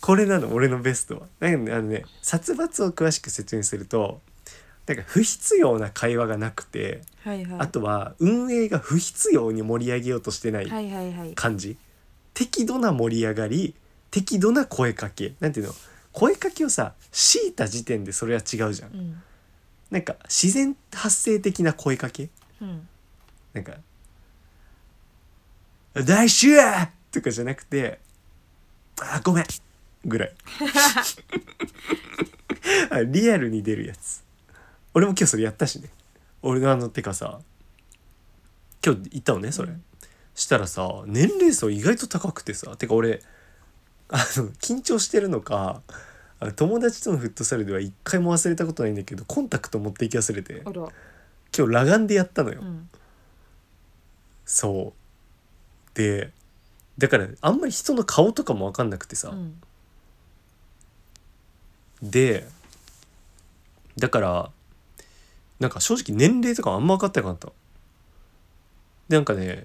Speaker 1: これなの俺のベストはなんかねあのね殺伐を詳しく説明するとなんか不必要な会話がなくて
Speaker 3: はいはい
Speaker 1: あとは運営が不必要に盛り上げようとしてない
Speaker 3: はいはいはい
Speaker 1: 感じ、適度な盛り上がり適度な声かけなんていうの声かけをさ強いた時点でそれは違うじゃん、
Speaker 2: うん
Speaker 1: なんか自然発生的な声かけ
Speaker 2: うん
Speaker 1: なんか「大衆!」とかじゃなくて「あーごめん!」ぐらい あリアルに出るやつ俺も今日それやったしね俺のあのてかさ今日行ったのねそれ、
Speaker 2: うん
Speaker 1: したらさ年齢層意外と高くてさてか俺あの緊張してるのかあの友達とのフットサルでは一回も忘れたことないんだけどコンタクト持っていき忘れて
Speaker 2: あら
Speaker 1: 今日裸眼でやったのよ、
Speaker 2: うん
Speaker 1: そうでだからあんまり人の顔とかも分かんなくてさ、
Speaker 2: うん
Speaker 1: でだからなんか正直年齢とかあんま分かってなかったでなんかね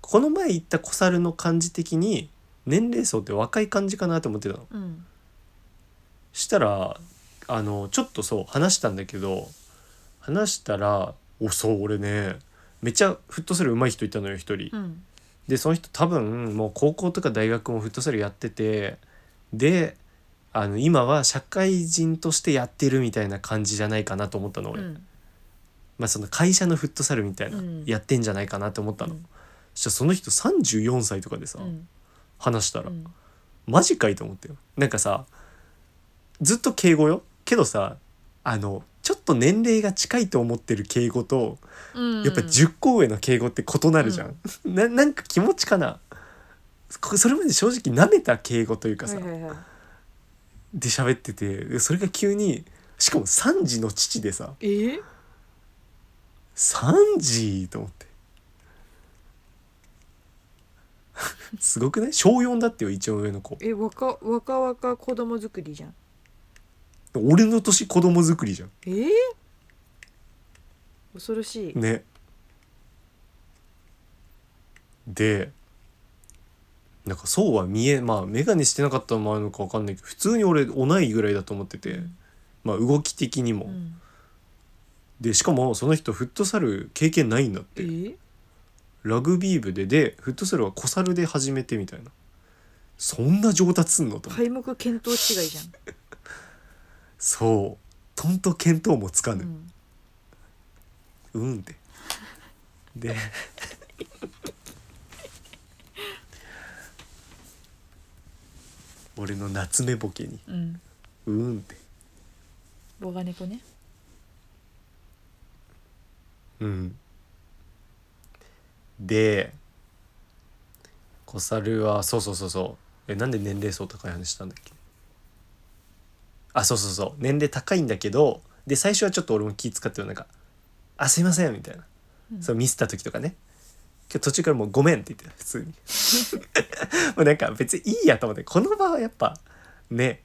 Speaker 1: この前行った小猿の感じ的に年齢層って若い感じかなと思ってたの
Speaker 2: うん
Speaker 1: したらあのちょっとそう話したんだけど話したら「おそう俺ねめっちゃフットサル上手い人いたのよ一人」
Speaker 2: うん
Speaker 1: でその人多分もう高校とか大学もフットサルやっててであの今は社会人としてやってるみたいな感じじゃないかなと思ったの
Speaker 2: う
Speaker 1: 俺、
Speaker 2: ん
Speaker 1: まあ、その会社のフットサルみたいな、
Speaker 2: うん
Speaker 1: やってんじゃないかなと思ったの、
Speaker 2: うん
Speaker 1: そしたらその人34歳とかでさ、
Speaker 2: うん
Speaker 1: 話したら、
Speaker 2: うん
Speaker 1: マジかいと思ったよなんかさずっと敬語よけどさあのちょっと年齢が近いと思ってる敬語と
Speaker 2: うん
Speaker 1: やっぱ10個上の敬語って異なるじゃん、ななんか気持ちかなこそれまで正直なめた敬語というかさ、
Speaker 3: はいはいはい
Speaker 1: で喋っててそれが急にしかも3時の父でさ
Speaker 3: えー、
Speaker 1: 3時と思って すごくない小4だってよ一応上の子
Speaker 3: え若若々子供作りじゃん
Speaker 1: 俺の年子供作りじゃん
Speaker 3: えー、恐ろしい、
Speaker 1: ねでなんかそうは見えまあ眼鏡してなかったのもあるのか分かんないけど普通に俺同いぐらいだと思ってて、
Speaker 2: うん
Speaker 1: まあ動き的にも、
Speaker 2: うん
Speaker 1: でしかもその人フットサル経験ないんだっ
Speaker 3: え
Speaker 1: て、
Speaker 3: ー、
Speaker 1: ラグビー部ででフットサルは小猿で始めてみたいなそんな上達すんのと思って、
Speaker 3: 開目見当違いじゃ
Speaker 1: そうとんと見当もつか
Speaker 3: ん、
Speaker 1: ぬ、
Speaker 3: うん、
Speaker 1: うんってで俺の夏目ボケに
Speaker 2: うん
Speaker 1: うんって
Speaker 2: ボガネコね
Speaker 1: うんで小猿はそうそうそうそうえなんで年齢層高い話したんだっけあそうそうそう年齢高いんだけどで最初はちょっと俺も気使ってるなんか「あすいません」みたいな、
Speaker 2: うん
Speaker 1: そうミスった時とかね今日途中からもう「ごめん」って言ってた普通に もうなんか別にいいやと思ってこの場はやっぱね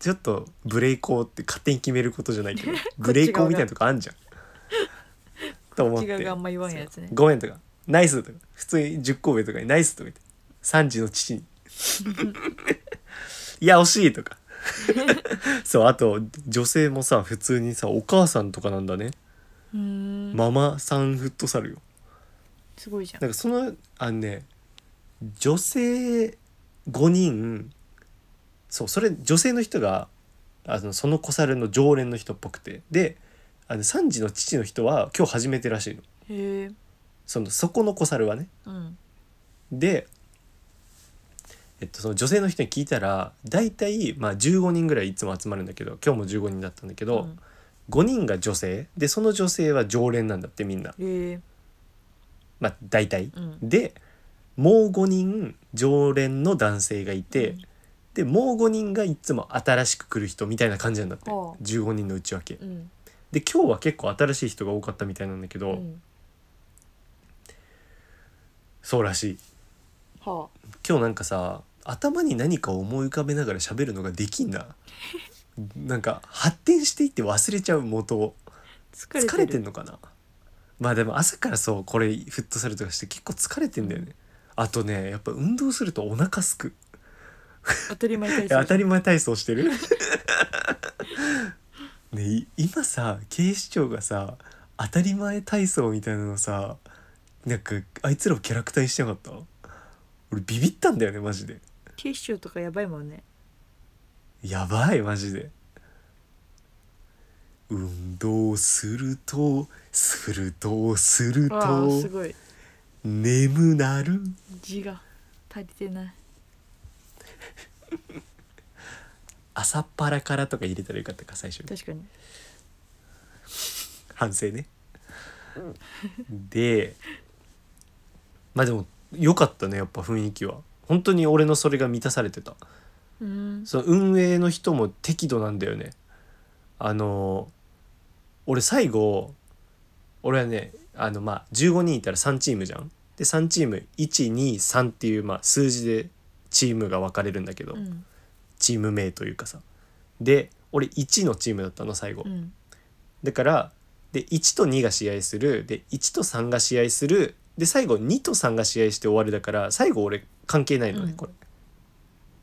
Speaker 1: ちょっとブレイクをって勝手に決めることじゃないけ どブレイクをみたいなとこあんじゃんと思っ
Speaker 3: 違
Speaker 1: て
Speaker 3: うがあんま言わんやつね
Speaker 1: ごめんとか、ナイスとか、普通に10個上とかにナイスとか言って、3時の父に。 いや、惜しい とか。そう、あと、女性もさ、普通にさ、お母さんとかなんだね。
Speaker 2: うーん
Speaker 1: ママさんフットサルよ。
Speaker 3: すごいじゃん
Speaker 1: なんかその、あのね、女性5人、そう、それ、女性の人が、あのその小猿の常連の人っぽくて。で、あの3時の父の人は今日初めてらしいの。
Speaker 3: へえ
Speaker 1: その、そこの小猿はね。
Speaker 2: うん
Speaker 1: で、えっと、その女性の人に聞いたら大体、まあ、15人ぐらいいつも集まるんだけど今日も15人だったんだけど、
Speaker 2: うん
Speaker 1: 5人が女性でその女性は常連なんだってみんな、
Speaker 3: へえ
Speaker 1: まあ、大体。
Speaker 2: うん
Speaker 1: でもう5人常連の男性がいて、
Speaker 2: うん
Speaker 1: でもう5人がいつも新しく来る人みたいな感じなんだって、
Speaker 2: はあ
Speaker 1: 15人の内訳。
Speaker 2: うん
Speaker 1: で今日は結構新しい人が多かったみたいなんだけど、
Speaker 2: うん
Speaker 1: そうらしい。
Speaker 3: はあ
Speaker 1: 今日なんかさ頭に何かを思い浮かべながら喋るのができ んななんか発展していって忘れちゃう元を
Speaker 3: 疲れて
Speaker 1: 疲
Speaker 3: る
Speaker 1: れてんのかなまあでも朝からそうこれフットサルとかして結構疲れてんだよねあとねやっぱ運動するとお腹すく
Speaker 3: 当たり前体
Speaker 1: え
Speaker 3: 操
Speaker 1: 当たり前体操して るねい今さ警視庁がさ当たり前体操みたいなのさなんかあいつらをキャラクターにしてなかった俺ビビったんだよねマジで
Speaker 3: 警視庁とかやばいもんね
Speaker 1: やばいマジで運動するとするとする
Speaker 3: わあ
Speaker 1: と
Speaker 3: すごい
Speaker 1: 眠なる
Speaker 3: 字が足りてない
Speaker 1: 朝っぱらからとか入れたらよかったか最初に
Speaker 3: 確かに
Speaker 1: 反省ね、でまあでも良かったねやっぱ雰囲気は本当に俺のそれが満たされてた
Speaker 3: うん
Speaker 1: その運営の人も適度なんだよねあの俺最後俺はねあのまあ15人いたら3チームじゃんで3チーム123っていうまあ数字でチームが分かれるんだけど、
Speaker 3: うん
Speaker 1: チーム名というかさで俺1のチームだったの最後、
Speaker 3: うん
Speaker 1: だからで1と2が試合するで1と3が試合するで最後2と3が試合して終わるだから最後俺関係ないのね、
Speaker 3: うん
Speaker 1: これ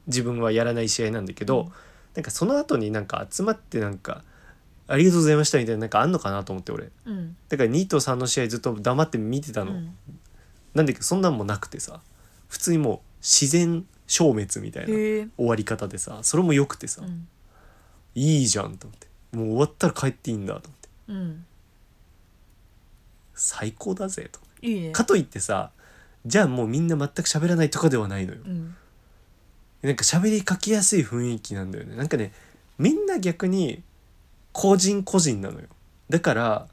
Speaker 1: 自分はやらない試合なんだけど、
Speaker 3: うん
Speaker 1: なんかその後になんか集まってなんか「ありがとうございました」みたいななんかあんのかなと思って俺
Speaker 3: うん
Speaker 1: だから2と3の試合ずっと黙って見てたの、
Speaker 3: うん
Speaker 1: なんだけどそんなんもなくてさ普通にもう自然消滅みたいな
Speaker 3: へえ
Speaker 1: 終わり方でさそれも良くてさ、
Speaker 3: うん
Speaker 1: いいじゃんと思ってもう終わったら帰っていいんだと思って
Speaker 3: うん
Speaker 1: 最高だぜと。
Speaker 3: いいね
Speaker 1: かといってさじゃあもうみんな全く喋らないとかではないのよ
Speaker 3: うん
Speaker 1: なんか喋りかけやすい雰囲気なんだよねなんかねみんな逆に個人個人なのよだから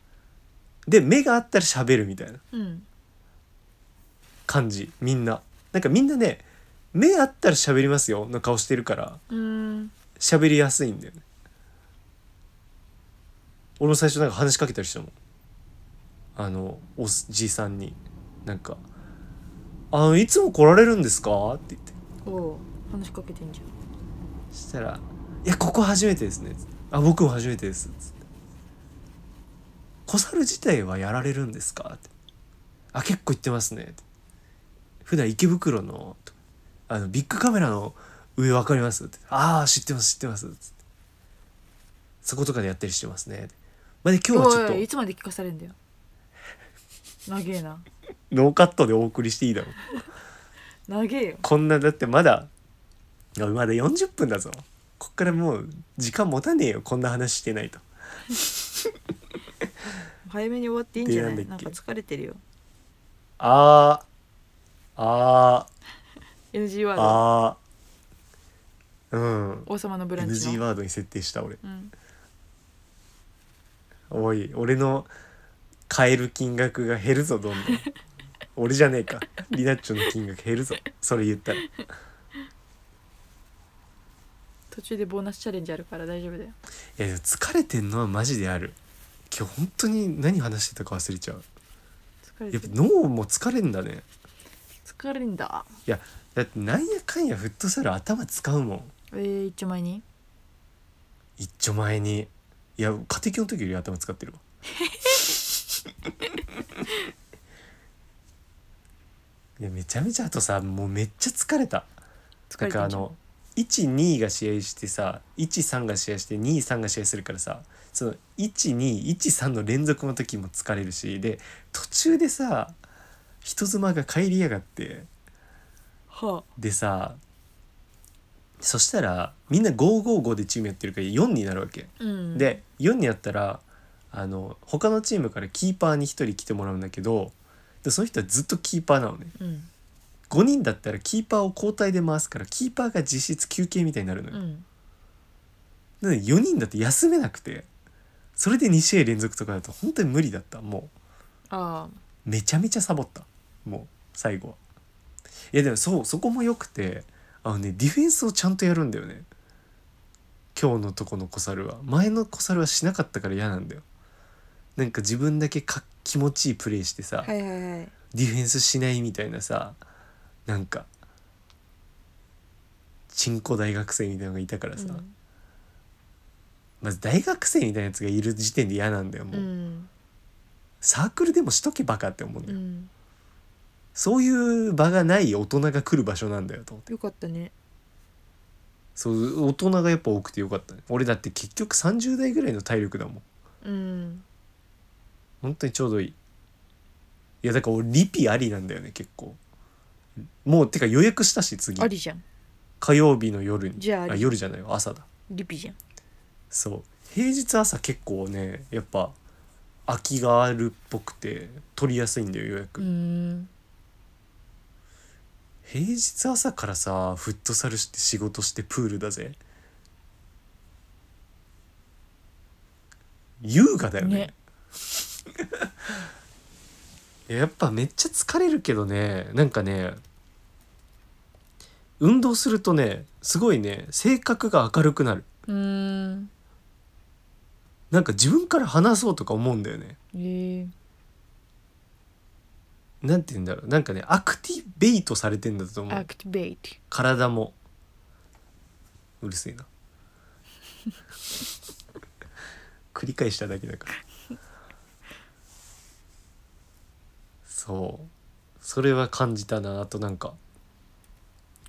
Speaker 1: で目があったら喋るみたいな
Speaker 3: うん
Speaker 1: 感じみんななんかみんなね目あったら喋りますよの顔してるから
Speaker 3: うん
Speaker 1: 喋りやすいんだよね俺も最初なんか話しかけたりしたもんあのおじいさんになんか「あのいつも来られるんですか?」って言って
Speaker 3: おおう話しかけてんじゃん
Speaker 1: そしたら「いやここ初めてですね」あ僕も初めてです」つって「小猿自体はやられるんですか?」って「あ結構行ってますね」普段池袋のあのビッグカメラの上わかります?」って「ああ知ってます知ってます」つってそことかでやったりしてますね」まあ、で今日はちょっ
Speaker 3: おいおいい
Speaker 1: と
Speaker 3: つまで聞かされるんだよ長えな
Speaker 1: ノーカットでお送りしていいだろう
Speaker 3: 長えよ
Speaker 1: こんなだってまだいやまだ40分だぞこっからもう時間持たねえよこんな話してないと
Speaker 3: 早めに終わっていいんじゃない
Speaker 1: でな
Speaker 3: なんん
Speaker 1: だ
Speaker 3: か
Speaker 1: っけ
Speaker 3: 疲れてるよ
Speaker 1: あーあ
Speaker 3: NG
Speaker 1: ー
Speaker 3: ワード
Speaker 1: あーうん
Speaker 3: 王様のブランチ
Speaker 1: NG
Speaker 3: の
Speaker 1: ワードに設定した俺
Speaker 3: うん
Speaker 1: おい俺の買える金額が減るぞどんどん 俺じゃねえかリナッチョの金額減るぞそれ言ったら
Speaker 3: 途中でボーナスチャレンジあるから大丈夫だよ
Speaker 1: いやでも疲れてんのはマジである今日本当に何話してたか忘れちゃう
Speaker 3: 疲
Speaker 1: や
Speaker 3: れ
Speaker 1: ってぱ
Speaker 3: る
Speaker 1: 脳も疲れんだね
Speaker 3: 疲れんだ
Speaker 1: いやだってなんやかんやフットサル頭使うもん
Speaker 3: えー、一丁前に
Speaker 1: 一丁前にいや家庭教の時より頭使 ってるわいやめちゃめちゃあとさもうめっちゃ疲れた
Speaker 3: 疲
Speaker 1: なん
Speaker 3: れて
Speaker 1: かあ
Speaker 3: んじゃん
Speaker 1: の12が試合してさ13が試合して23が試合するからさその1213の連続の時も疲れるしで途中でさ人妻が帰りやがって
Speaker 3: は
Speaker 1: でさそしたらみんな555でチームやってるから4になるわけ。
Speaker 3: あうん
Speaker 1: で4になったらあの他のチームからキーパーに1人来てもらうんだけどでその人はずっとキーパーなのね
Speaker 3: うん
Speaker 1: 5人だったらキーパーを交代で回すからキーパーが実質休憩みたいになるの
Speaker 3: う
Speaker 1: よ、
Speaker 3: ん
Speaker 1: なので4人だって休めなくてそれで2試合連続とかだと本当に無理だったも
Speaker 3: ああ
Speaker 1: うめちゃめちゃサボったもう最後はいやでもそうそこも良くてあのねディフェンスをちゃんとやるんだよね今日のとこの小猿は前の小猿はしなかったから嫌なんだよなんか自分だけか気持ちいいプレーしてさ、
Speaker 3: はいはいはい
Speaker 1: ディフェンスしないみたいなさなんかチンコ大学生みたいなのがいたからさ、
Speaker 3: うん
Speaker 1: まず大学生みたいなやつがいる時点で嫌なんだよも
Speaker 3: う
Speaker 1: う、
Speaker 3: ん
Speaker 1: サークルでもしとけバカって思うんだ
Speaker 3: う
Speaker 1: よ、
Speaker 3: ん
Speaker 1: そういう場がない大人が来る場所なんだよと思って
Speaker 3: よかったね
Speaker 1: そう大人がやっぱ多くてよかったね俺だって結局30代ぐらいの体力だもん
Speaker 3: うん
Speaker 1: 本当にちょうどいいいやだから俺リピありなんだよね結構もうてか予約したし次
Speaker 3: ありじゃん
Speaker 1: 火曜日の夜に
Speaker 3: じゃああり
Speaker 1: 夜じゃないわ朝だ
Speaker 3: リピじゃん
Speaker 1: そう平日朝結構ねやっぱ空きがあるっぽくて取りやすいんだよ予約、
Speaker 3: うん
Speaker 1: 平日朝からさフットサルして仕事してプールだぜ優雅だよね
Speaker 3: ね
Speaker 1: いややっぱめっちゃ疲れるけどねなんかね運動するとねすごいね性格が明るくなる
Speaker 3: うん
Speaker 1: なんか自分から話そうとか思うんだよね
Speaker 3: えー、
Speaker 1: なんて言うんだろうなんかねアクティベイトされてんだと思
Speaker 3: ア
Speaker 1: う
Speaker 3: クティベイト
Speaker 1: 体もうるせえな繰り返しただけだからそうそれは感じたなあとなんか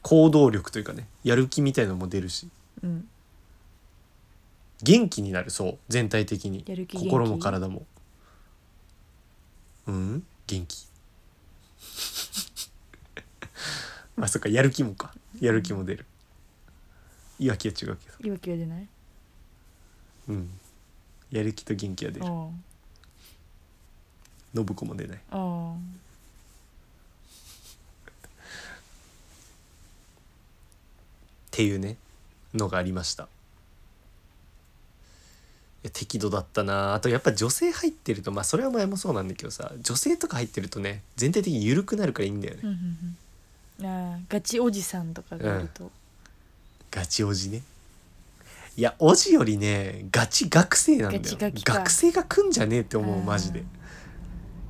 Speaker 1: 行動力というかねやる気みたいのも出るし
Speaker 3: うん
Speaker 1: 元気になるそう全体的に
Speaker 3: やる気元気
Speaker 1: 心も体もうん元 気まあそっかやる気もかやる気も出るいわきは違うけど
Speaker 3: いわきは出ない
Speaker 1: うんやる気と元気は出る
Speaker 3: あ
Speaker 1: 信子も出ない
Speaker 3: ああ
Speaker 1: っていうねのがありましたいや適度だったなあとやっぱ女性入ってるとまあそれは前もそうなんだけどさ女性とか入ってるとね全体的に緩くなるからいいんだよね
Speaker 3: うんうんうんああガチおじさんとかがいると、
Speaker 1: ガチおじねいやおじよりねガチ学生なんだよ
Speaker 3: ガチガキか
Speaker 1: 学生が来んじゃねえって思う
Speaker 3: うん
Speaker 1: マジで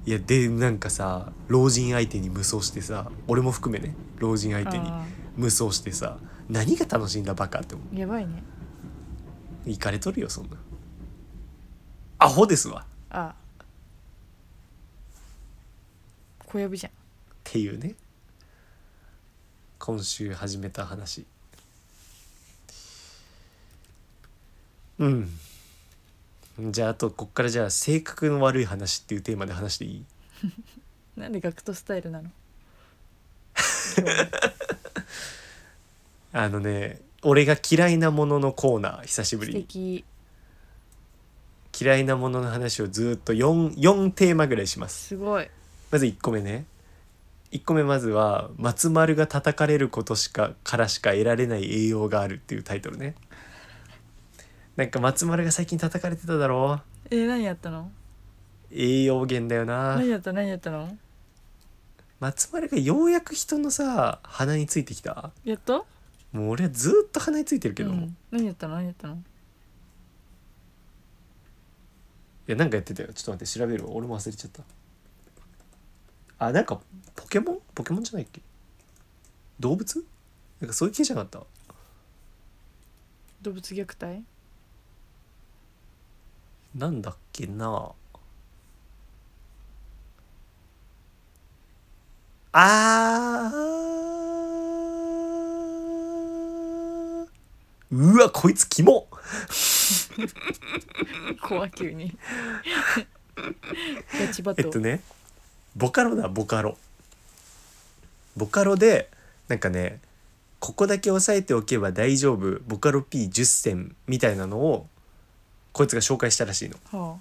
Speaker 1: いやでなんかさ老人相手に無双してさ俺も含めね老人相手に
Speaker 3: あ
Speaker 1: 無双してさ何が楽しいんだバカって思う
Speaker 3: あやばいね
Speaker 1: 行かれとるよそんなアホですわ
Speaker 3: ああ小籔じゃん
Speaker 1: っていうね今週始めた話うんじゃああとこっからじゃあ性格の悪い話っていうテーマで話していい
Speaker 3: なんでガクトスタイルなの
Speaker 1: あのね俺が嫌いなもののコーナー久しぶ
Speaker 3: 素
Speaker 1: りに
Speaker 3: 敵
Speaker 1: 嫌いなものの話をずっと 4, 4テーマぐらいします
Speaker 3: すごい
Speaker 1: まず1個目ね1個目まずは「松丸が叩かれることしかからしか得られない栄養がある」っていうタイトルねなんか松丸が最近叩かれてただろ
Speaker 3: えー、何やったの
Speaker 1: 栄養源だよな
Speaker 3: 何やった何やったの
Speaker 1: 松丸がようやく人のさ鼻についてきた
Speaker 3: やった
Speaker 1: もう俺はずっと鼻についてるけど、
Speaker 3: う
Speaker 1: い
Speaker 3: ん、何やったの何やったの
Speaker 1: やなんかやってたよちょっと待って調べるわ俺も忘れちゃったあなんかポケモンポケモンじゃないっけ動物なんかそういう系じゃなかった
Speaker 3: 動物虐待
Speaker 1: なんだっけなあーうわこいつキモ
Speaker 3: 怖急に ガチバ
Speaker 1: え
Speaker 3: ト
Speaker 1: っ
Speaker 3: ル、
Speaker 1: とねボカロだボカロボカロでなんかねここだけ押さえておけば大丈夫ボカロ P10 選みたいなのをこいつが紹介したらしいの。
Speaker 3: は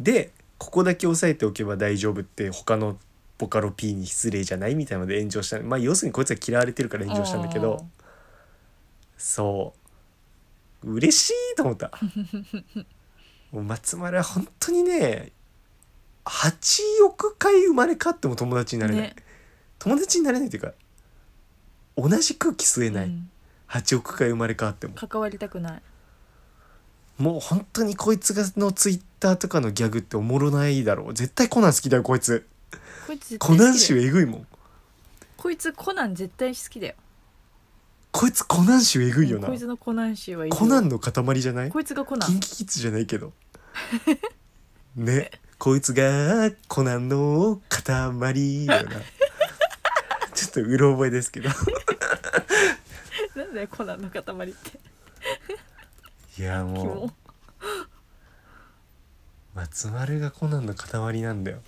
Speaker 1: でここだけ押さえておけば大丈夫って他のボカロ P に失礼じゃないみたいなので炎上したまあ要するにこいつは嫌われてるから
Speaker 3: あ、
Speaker 1: 炎上したんだけどそう嬉しいと思った もう松丸は本当にね8億回生まれ変わっても友達になれない、
Speaker 3: ね
Speaker 1: 友達になれないというか同じ空気吸え
Speaker 3: うん
Speaker 1: ない、8億回生まれ変わっても
Speaker 3: 関わりたくない
Speaker 1: もう本当にこいつがのツイッターとかのギャグっておもろないだろう絶対コナン好きだよこいつ
Speaker 3: こいつ絶
Speaker 1: コ
Speaker 3: 対好き
Speaker 1: ナン
Speaker 3: だ
Speaker 1: 臭
Speaker 3: よ
Speaker 1: えぐいもん
Speaker 3: こいつコナン絶対好きだよ
Speaker 1: こいつコナン臭えぐいよな
Speaker 3: こいつのコナン氏はいるよ
Speaker 1: コナンの塊じゃない
Speaker 3: こいつがコナ
Speaker 1: キン
Speaker 3: ン
Speaker 1: キキッズじゃないけど ねこいつがコナンの塊だよな ちょっとうろ覚えですけど
Speaker 3: なんだよコナンの塊って
Speaker 1: いや
Speaker 3: キ
Speaker 1: も
Speaker 3: モ
Speaker 1: う松丸がコナンの塊なんだよ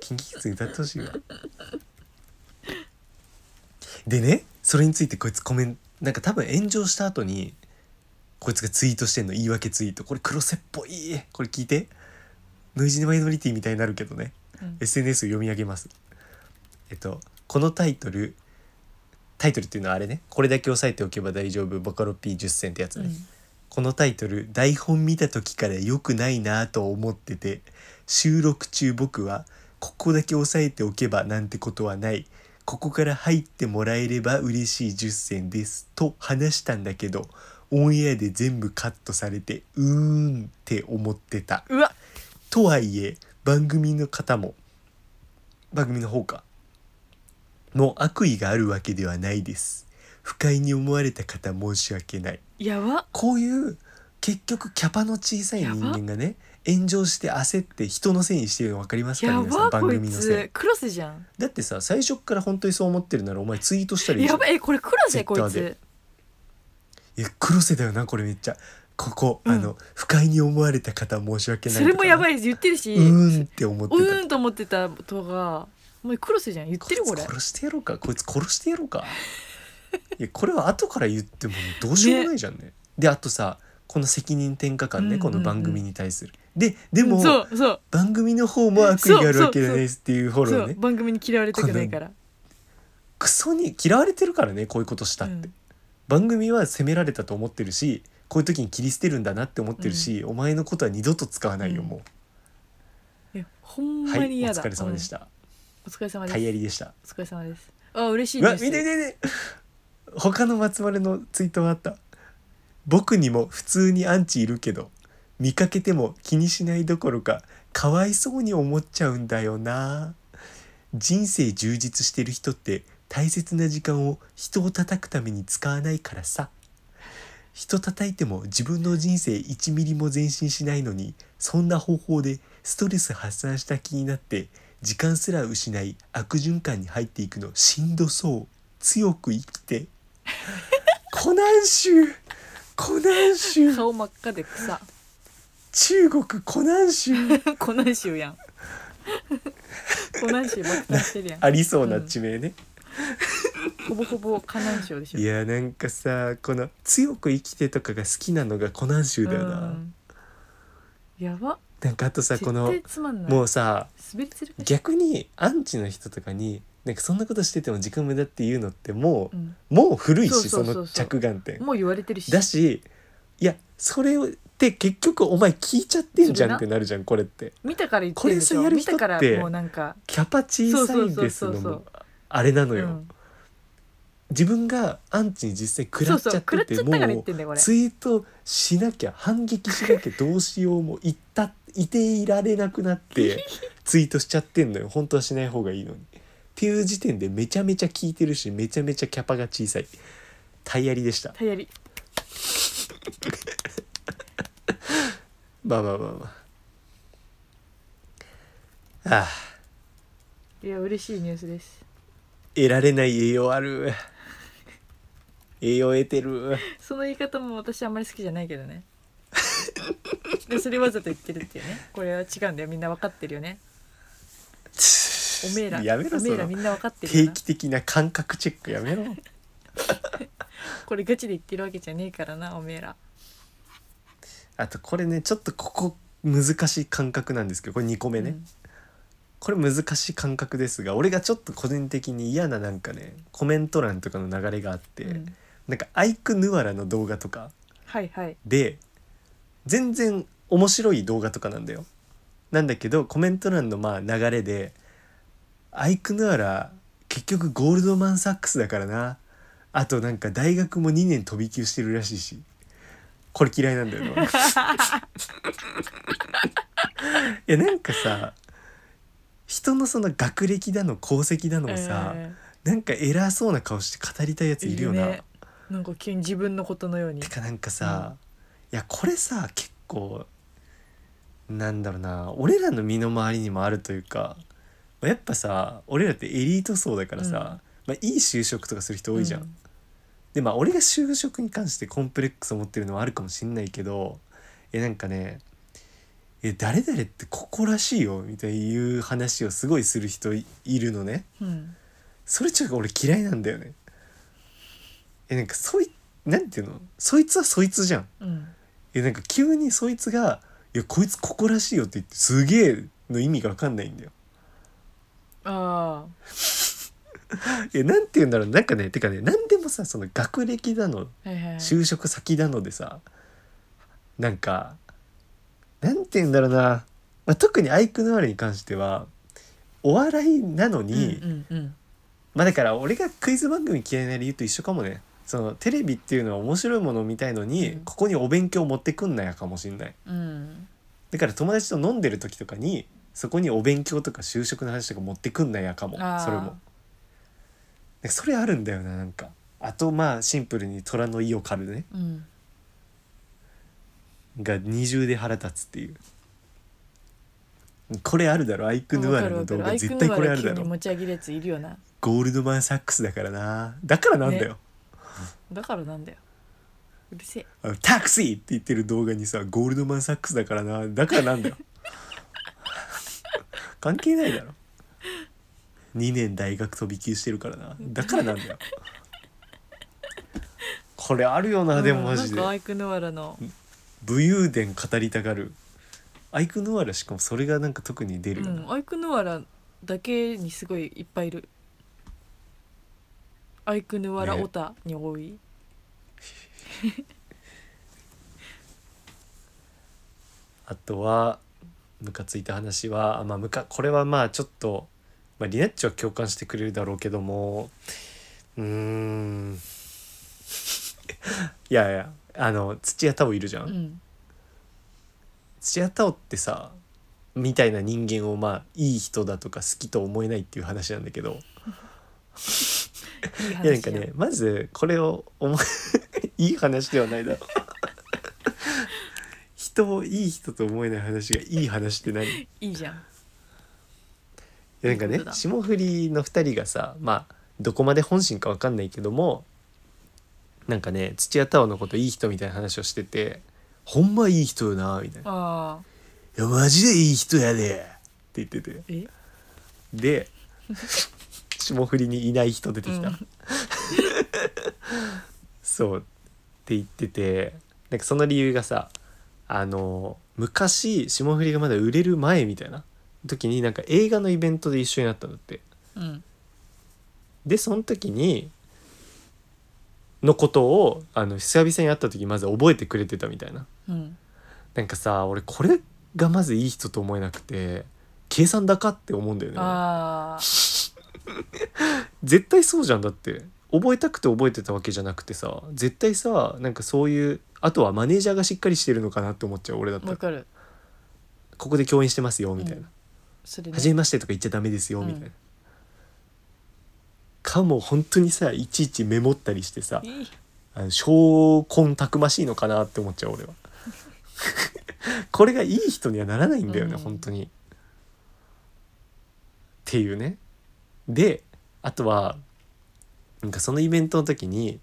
Speaker 1: キンキキッズ歌ってほしいわでねそれについてこいつコメントなんか多分炎上した後にこいつがツイートしてんの言い訳ツイートこれ黒瀬っぽいこれ聞いてノイジーマイノリティみたいになるけどね
Speaker 3: うん
Speaker 1: SNS 読み上げますえっとこのタイトルタイトルっていうのはあれねこれだけ押さえておけば大丈夫ボカロ P10 選ってやつ
Speaker 3: う
Speaker 1: ね、
Speaker 3: ん
Speaker 1: このタイトル台本見た時から良くないなぁと思ってて収録中僕はここだけ押さえておけばなんてことはないここから入ってもらえれば嬉しい10選ですと話したんだけどオンエアで全部カットされてうーんって思ってた
Speaker 3: うわ
Speaker 1: とはいえ番組の方も番組の方かの悪意があるわけではないです不快に思われた方申し訳ない
Speaker 3: やば
Speaker 1: こういう結局キャパの小さい人間がね炎上して焦って人のせいにしてるの分かりますか
Speaker 3: や
Speaker 1: 皆さん
Speaker 3: ば
Speaker 1: 番
Speaker 3: こい
Speaker 1: 組のせ
Speaker 3: つ
Speaker 1: い
Speaker 3: クロスじゃん
Speaker 1: だってさ最初っから本当にそう思ってるならお前ツイートしたらいいじゃ
Speaker 3: や
Speaker 1: ん
Speaker 3: ばえこれクロスやこい
Speaker 1: Twitter
Speaker 3: つ
Speaker 1: でいや黒瀬だよなこれめっちゃここ、
Speaker 3: うん
Speaker 1: あの不快に思われた方申し訳ない
Speaker 3: それもやば
Speaker 1: い
Speaker 3: い言ってるし
Speaker 1: うーんって思って
Speaker 3: う
Speaker 1: た
Speaker 3: ーんと思ってたとがもうクロスじゃん言ってるこれ
Speaker 1: いつ殺してやろうかこいつ殺してやろうかいやこれは後から言ってもどうしようもないじゃんねであとさこの責任転嫁感ね、
Speaker 3: うんうんうん
Speaker 1: この番組に対するででも、
Speaker 3: そうそう
Speaker 1: 番組の方も悪意があるわけじゃないですっていうフォ
Speaker 3: そ
Speaker 1: ロー
Speaker 3: う
Speaker 1: ね
Speaker 3: 番組に嫌われたくないから
Speaker 1: クソに嫌われてるからねこういうことしたって、
Speaker 3: うん
Speaker 1: 番組は責められたと思ってるしこういう時に切り捨てるんだなって思ってるし、お前のことは二度と使わないよも
Speaker 3: いやほ
Speaker 1: う、
Speaker 3: んま
Speaker 1: はいお
Speaker 3: に嫌だ、、
Speaker 1: 疲れ様でしたた、
Speaker 3: お疲れ様で
Speaker 1: タ
Speaker 3: す
Speaker 1: イヤリでした
Speaker 3: お疲れ様ですあ嬉しいうニュ
Speaker 1: わ
Speaker 3: ー
Speaker 1: 見
Speaker 3: ス
Speaker 1: て見て見て 他の松丸のツイートがあった僕にも普通にアンチいるけど見かけても気にしないどころかかわいそうに思っちゃうんだよな人生充実してる人って大切な時間を人を叩くために使わないからさ人叩いても自分の人生1ミリも前進しないのにそんな方法でストレス発散した気になって時間すら失い悪循環に入っていくのしんどそう強く生きてコナン州コナン州
Speaker 3: 顔真っ赤で 草
Speaker 1: 中国コナン州
Speaker 3: コナン臭やんコナン臭爆誕してるやん
Speaker 1: ありそうな地名ね、
Speaker 3: ほぼほぼコナン臭でしょ
Speaker 1: いやなんかさこの「強く生きて」とかが好きなのがコナン州だよな、
Speaker 3: うんやば
Speaker 1: なんかあとさ
Speaker 3: 絶
Speaker 1: この
Speaker 3: 対つまんない
Speaker 1: もうさ
Speaker 3: 滑り散るか
Speaker 1: 逆にアンチの人とかになんかそんなことしてても時間無駄っていうのってもう、
Speaker 3: うん
Speaker 1: もう古いし
Speaker 3: そうそうそうそう
Speaker 1: の着眼点
Speaker 3: もう言われてるし
Speaker 1: だしいやそれをって結局お前聞いちゃってんじゃんってなるじゃんこれって
Speaker 3: 見たから言ってるでし
Speaker 1: これさや
Speaker 3: ょ
Speaker 1: る
Speaker 3: 見
Speaker 1: 人って
Speaker 3: たからもうなんか
Speaker 1: キャパ小さいんです
Speaker 3: そうそうそ
Speaker 1: の
Speaker 3: うそう
Speaker 1: もあれなのよ、
Speaker 3: うん
Speaker 1: 自分がアンチに実際食ら
Speaker 3: そ
Speaker 1: っ
Speaker 3: う
Speaker 1: ちゃ
Speaker 3: そう
Speaker 1: っ
Speaker 3: 食ら
Speaker 1: て
Speaker 3: っ
Speaker 1: て
Speaker 3: ちゃったから言ってんだよ
Speaker 1: もう
Speaker 3: これ
Speaker 1: ツイートしなきゃ反撃しなきゃどうしようもいった いていられなくな ってツイートしちゃってんのよ本当はしない方がいいのに。っていう時点でめちゃめちゃ聞いてるしめちゃめちゃキャパが小さいタイヤリでした
Speaker 3: タイヤリ
Speaker 1: まあまあまあまあああ
Speaker 3: いや嬉しいニュースです
Speaker 1: 得られない栄養あ る栄養得てる
Speaker 3: その言い方も私あんまり好きじゃないけどねでそれわざと言ってるっていうねこれは違うんだよみんな分かってるよねおめえら
Speaker 1: やめろ
Speaker 3: お
Speaker 1: そ
Speaker 3: めえらみ
Speaker 1: の
Speaker 3: んな分かってる
Speaker 1: 定
Speaker 3: よな
Speaker 1: 期的な感覚チェックやめろ
Speaker 3: これガチで言ってるわけじゃねえからなおめえら
Speaker 1: あとこれねちょっとここ難しい感覚なんですけどこれ2個目ね、
Speaker 3: うん
Speaker 1: これ難しい感覚ですが俺がちょっと個人的に嫌ななんかねコメント欄とかの流れがあって、
Speaker 3: うん
Speaker 1: なんかアイクヌアラの動画とか
Speaker 3: はいはい
Speaker 1: で全然面白い動画とかなんだよなんだけどコメント欄のまあ流れで「アイクヌアラ結局ゴールドマン・サックスだからな」あとなんか大学も2年飛び級してるらしいしこれ嫌いなんだよ ないやなんかさ人のその学歴だの功績だのをさ、
Speaker 3: え
Speaker 1: なんか偉そうな顔して語りたいやつ
Speaker 3: ー
Speaker 1: いるよな。
Speaker 3: ねなんか急に自分のことのように
Speaker 1: てかなんかさ、いやこれさ結構なんだろうな俺らの身の回りにもあるというかまあやっぱさ俺らってエリート層だからさ、まあ、いい就職とかする人多いじゃん、
Speaker 3: うん
Speaker 1: でまあ俺が就職に関してコンプレックスを持ってるのはあるかもしんないけどえなんかねえ誰々ってここらしいよみたいないう話をすごいする人いいるのね
Speaker 3: うん
Speaker 1: それちょっと俺嫌いなんだよねえなんかそいなんていうのそいつはそいつじゃん
Speaker 3: うん
Speaker 1: えなんか急にそいつが「いやこいつここらしいよ」って言って「すげえ」の意味が分かんないんだよ。
Speaker 3: あ
Speaker 1: えなんて言うんだろうなんかねてかね何でもさその学歴だの
Speaker 3: あはいはいはい
Speaker 1: 就職先だのでさなんかなんて言うんだろうな、まあ、特にアイクノアレに関してはお笑いなのに、
Speaker 3: うんうんうん
Speaker 1: まあだから俺がクイズ番組嫌いな理由と一緒かもねそのテレビっていうのは面白いものを見たいのに、
Speaker 3: うん
Speaker 1: ここにお勉強持ってくんなやかもしんない
Speaker 3: うん
Speaker 1: だから友達と飲んでる時とかにそこにお勉強とか就職の話とか持ってくんなやかも
Speaker 3: あー
Speaker 1: それもなんかそれあるんだよななんかあとまあシンプルに虎の意を狩るね
Speaker 3: うん
Speaker 1: が二重で腹立つっていうこれあるだろアイク・ヌアラの動画絶対これあるだ
Speaker 3: アイクヌアラ急に
Speaker 1: ろ
Speaker 3: 持ち上げるやついるよな
Speaker 1: ゴールドマン・サックスだからなだからなんだよ、
Speaker 3: だからなんだようるせえ
Speaker 1: あのタクシーって言ってる動画にさゴールドマン・サックスだからなだからなんだよ 関係ないだろ2年大学飛び級してるからなだからなんだよこれあるよなでも
Speaker 3: うん
Speaker 1: マジで
Speaker 3: なんかアイクヌアラの
Speaker 1: 武勇伝語りたがるアイクノアラしかもそれがなんか特に出る
Speaker 3: う
Speaker 1: よな、
Speaker 3: んアイクヌアラだけにすごいいっぱいいるアイクヌアラ
Speaker 1: ね
Speaker 3: オタに多い、
Speaker 1: あとはムカついた話はあまあムカこれはまあちょっと、まあ、リナッチは共感してくれるだろうけどもうーん いやいやあの土屋太鳳いるじゃん、
Speaker 3: うん
Speaker 1: 土屋太鳳ってさみたいな人間をまあいい人だとか好きと思えないっていう話なんだけど
Speaker 3: いい
Speaker 1: いやなん
Speaker 3: 話
Speaker 1: か
Speaker 3: じゃん
Speaker 1: ねまずこれを思 いいい話ではないだろう 人をいい人と思えない話がいい話って何
Speaker 3: いいじゃん
Speaker 1: いやなんか
Speaker 3: いい
Speaker 1: ね
Speaker 3: ことだ
Speaker 1: 霜降りの2人がさまあどこまで本心か分かんないけどもなんかね土屋太鳳のこといい人みたいな話をしてて「ほんまいい人よな」みたいな「
Speaker 3: ああ
Speaker 1: いやマジでいい人やで」って言ってて
Speaker 3: え
Speaker 1: で 霜降りにいない人出てきた、
Speaker 3: うん
Speaker 1: そうって言っててなんかその理由がさあの昔霜降りがまだ売れる前みたいな時になんか映画のイベントで一緒になったんだって
Speaker 3: うん
Speaker 1: でその時にのことをあの久々に会った時まず覚えてくれてたみたいな
Speaker 3: うん
Speaker 1: なんかさ俺これがまずいい人と思えなくて計算高って思うんだよね俺
Speaker 3: ああ
Speaker 1: 絶対そうじゃんだって覚えたくて覚えてたわけじゃなくてさ絶対さなんかそういうあとはマネージャーがしっかりしてるのかなって思っちゃう俺だった
Speaker 3: わ
Speaker 1: ら
Speaker 3: かる
Speaker 1: ここで共演してますよみたいな、
Speaker 3: うんそれね
Speaker 1: 初めましてとか言っちゃダメですよ
Speaker 3: うん
Speaker 1: みたいな、かも本当にさいちいちメモったりしてさ
Speaker 3: いい
Speaker 1: あの証拠たくましいのかなって思っちゃう俺は これがいい人にはならないんだよね、
Speaker 3: うん
Speaker 1: 本当にっていうねであとはなんかそのイベントの時に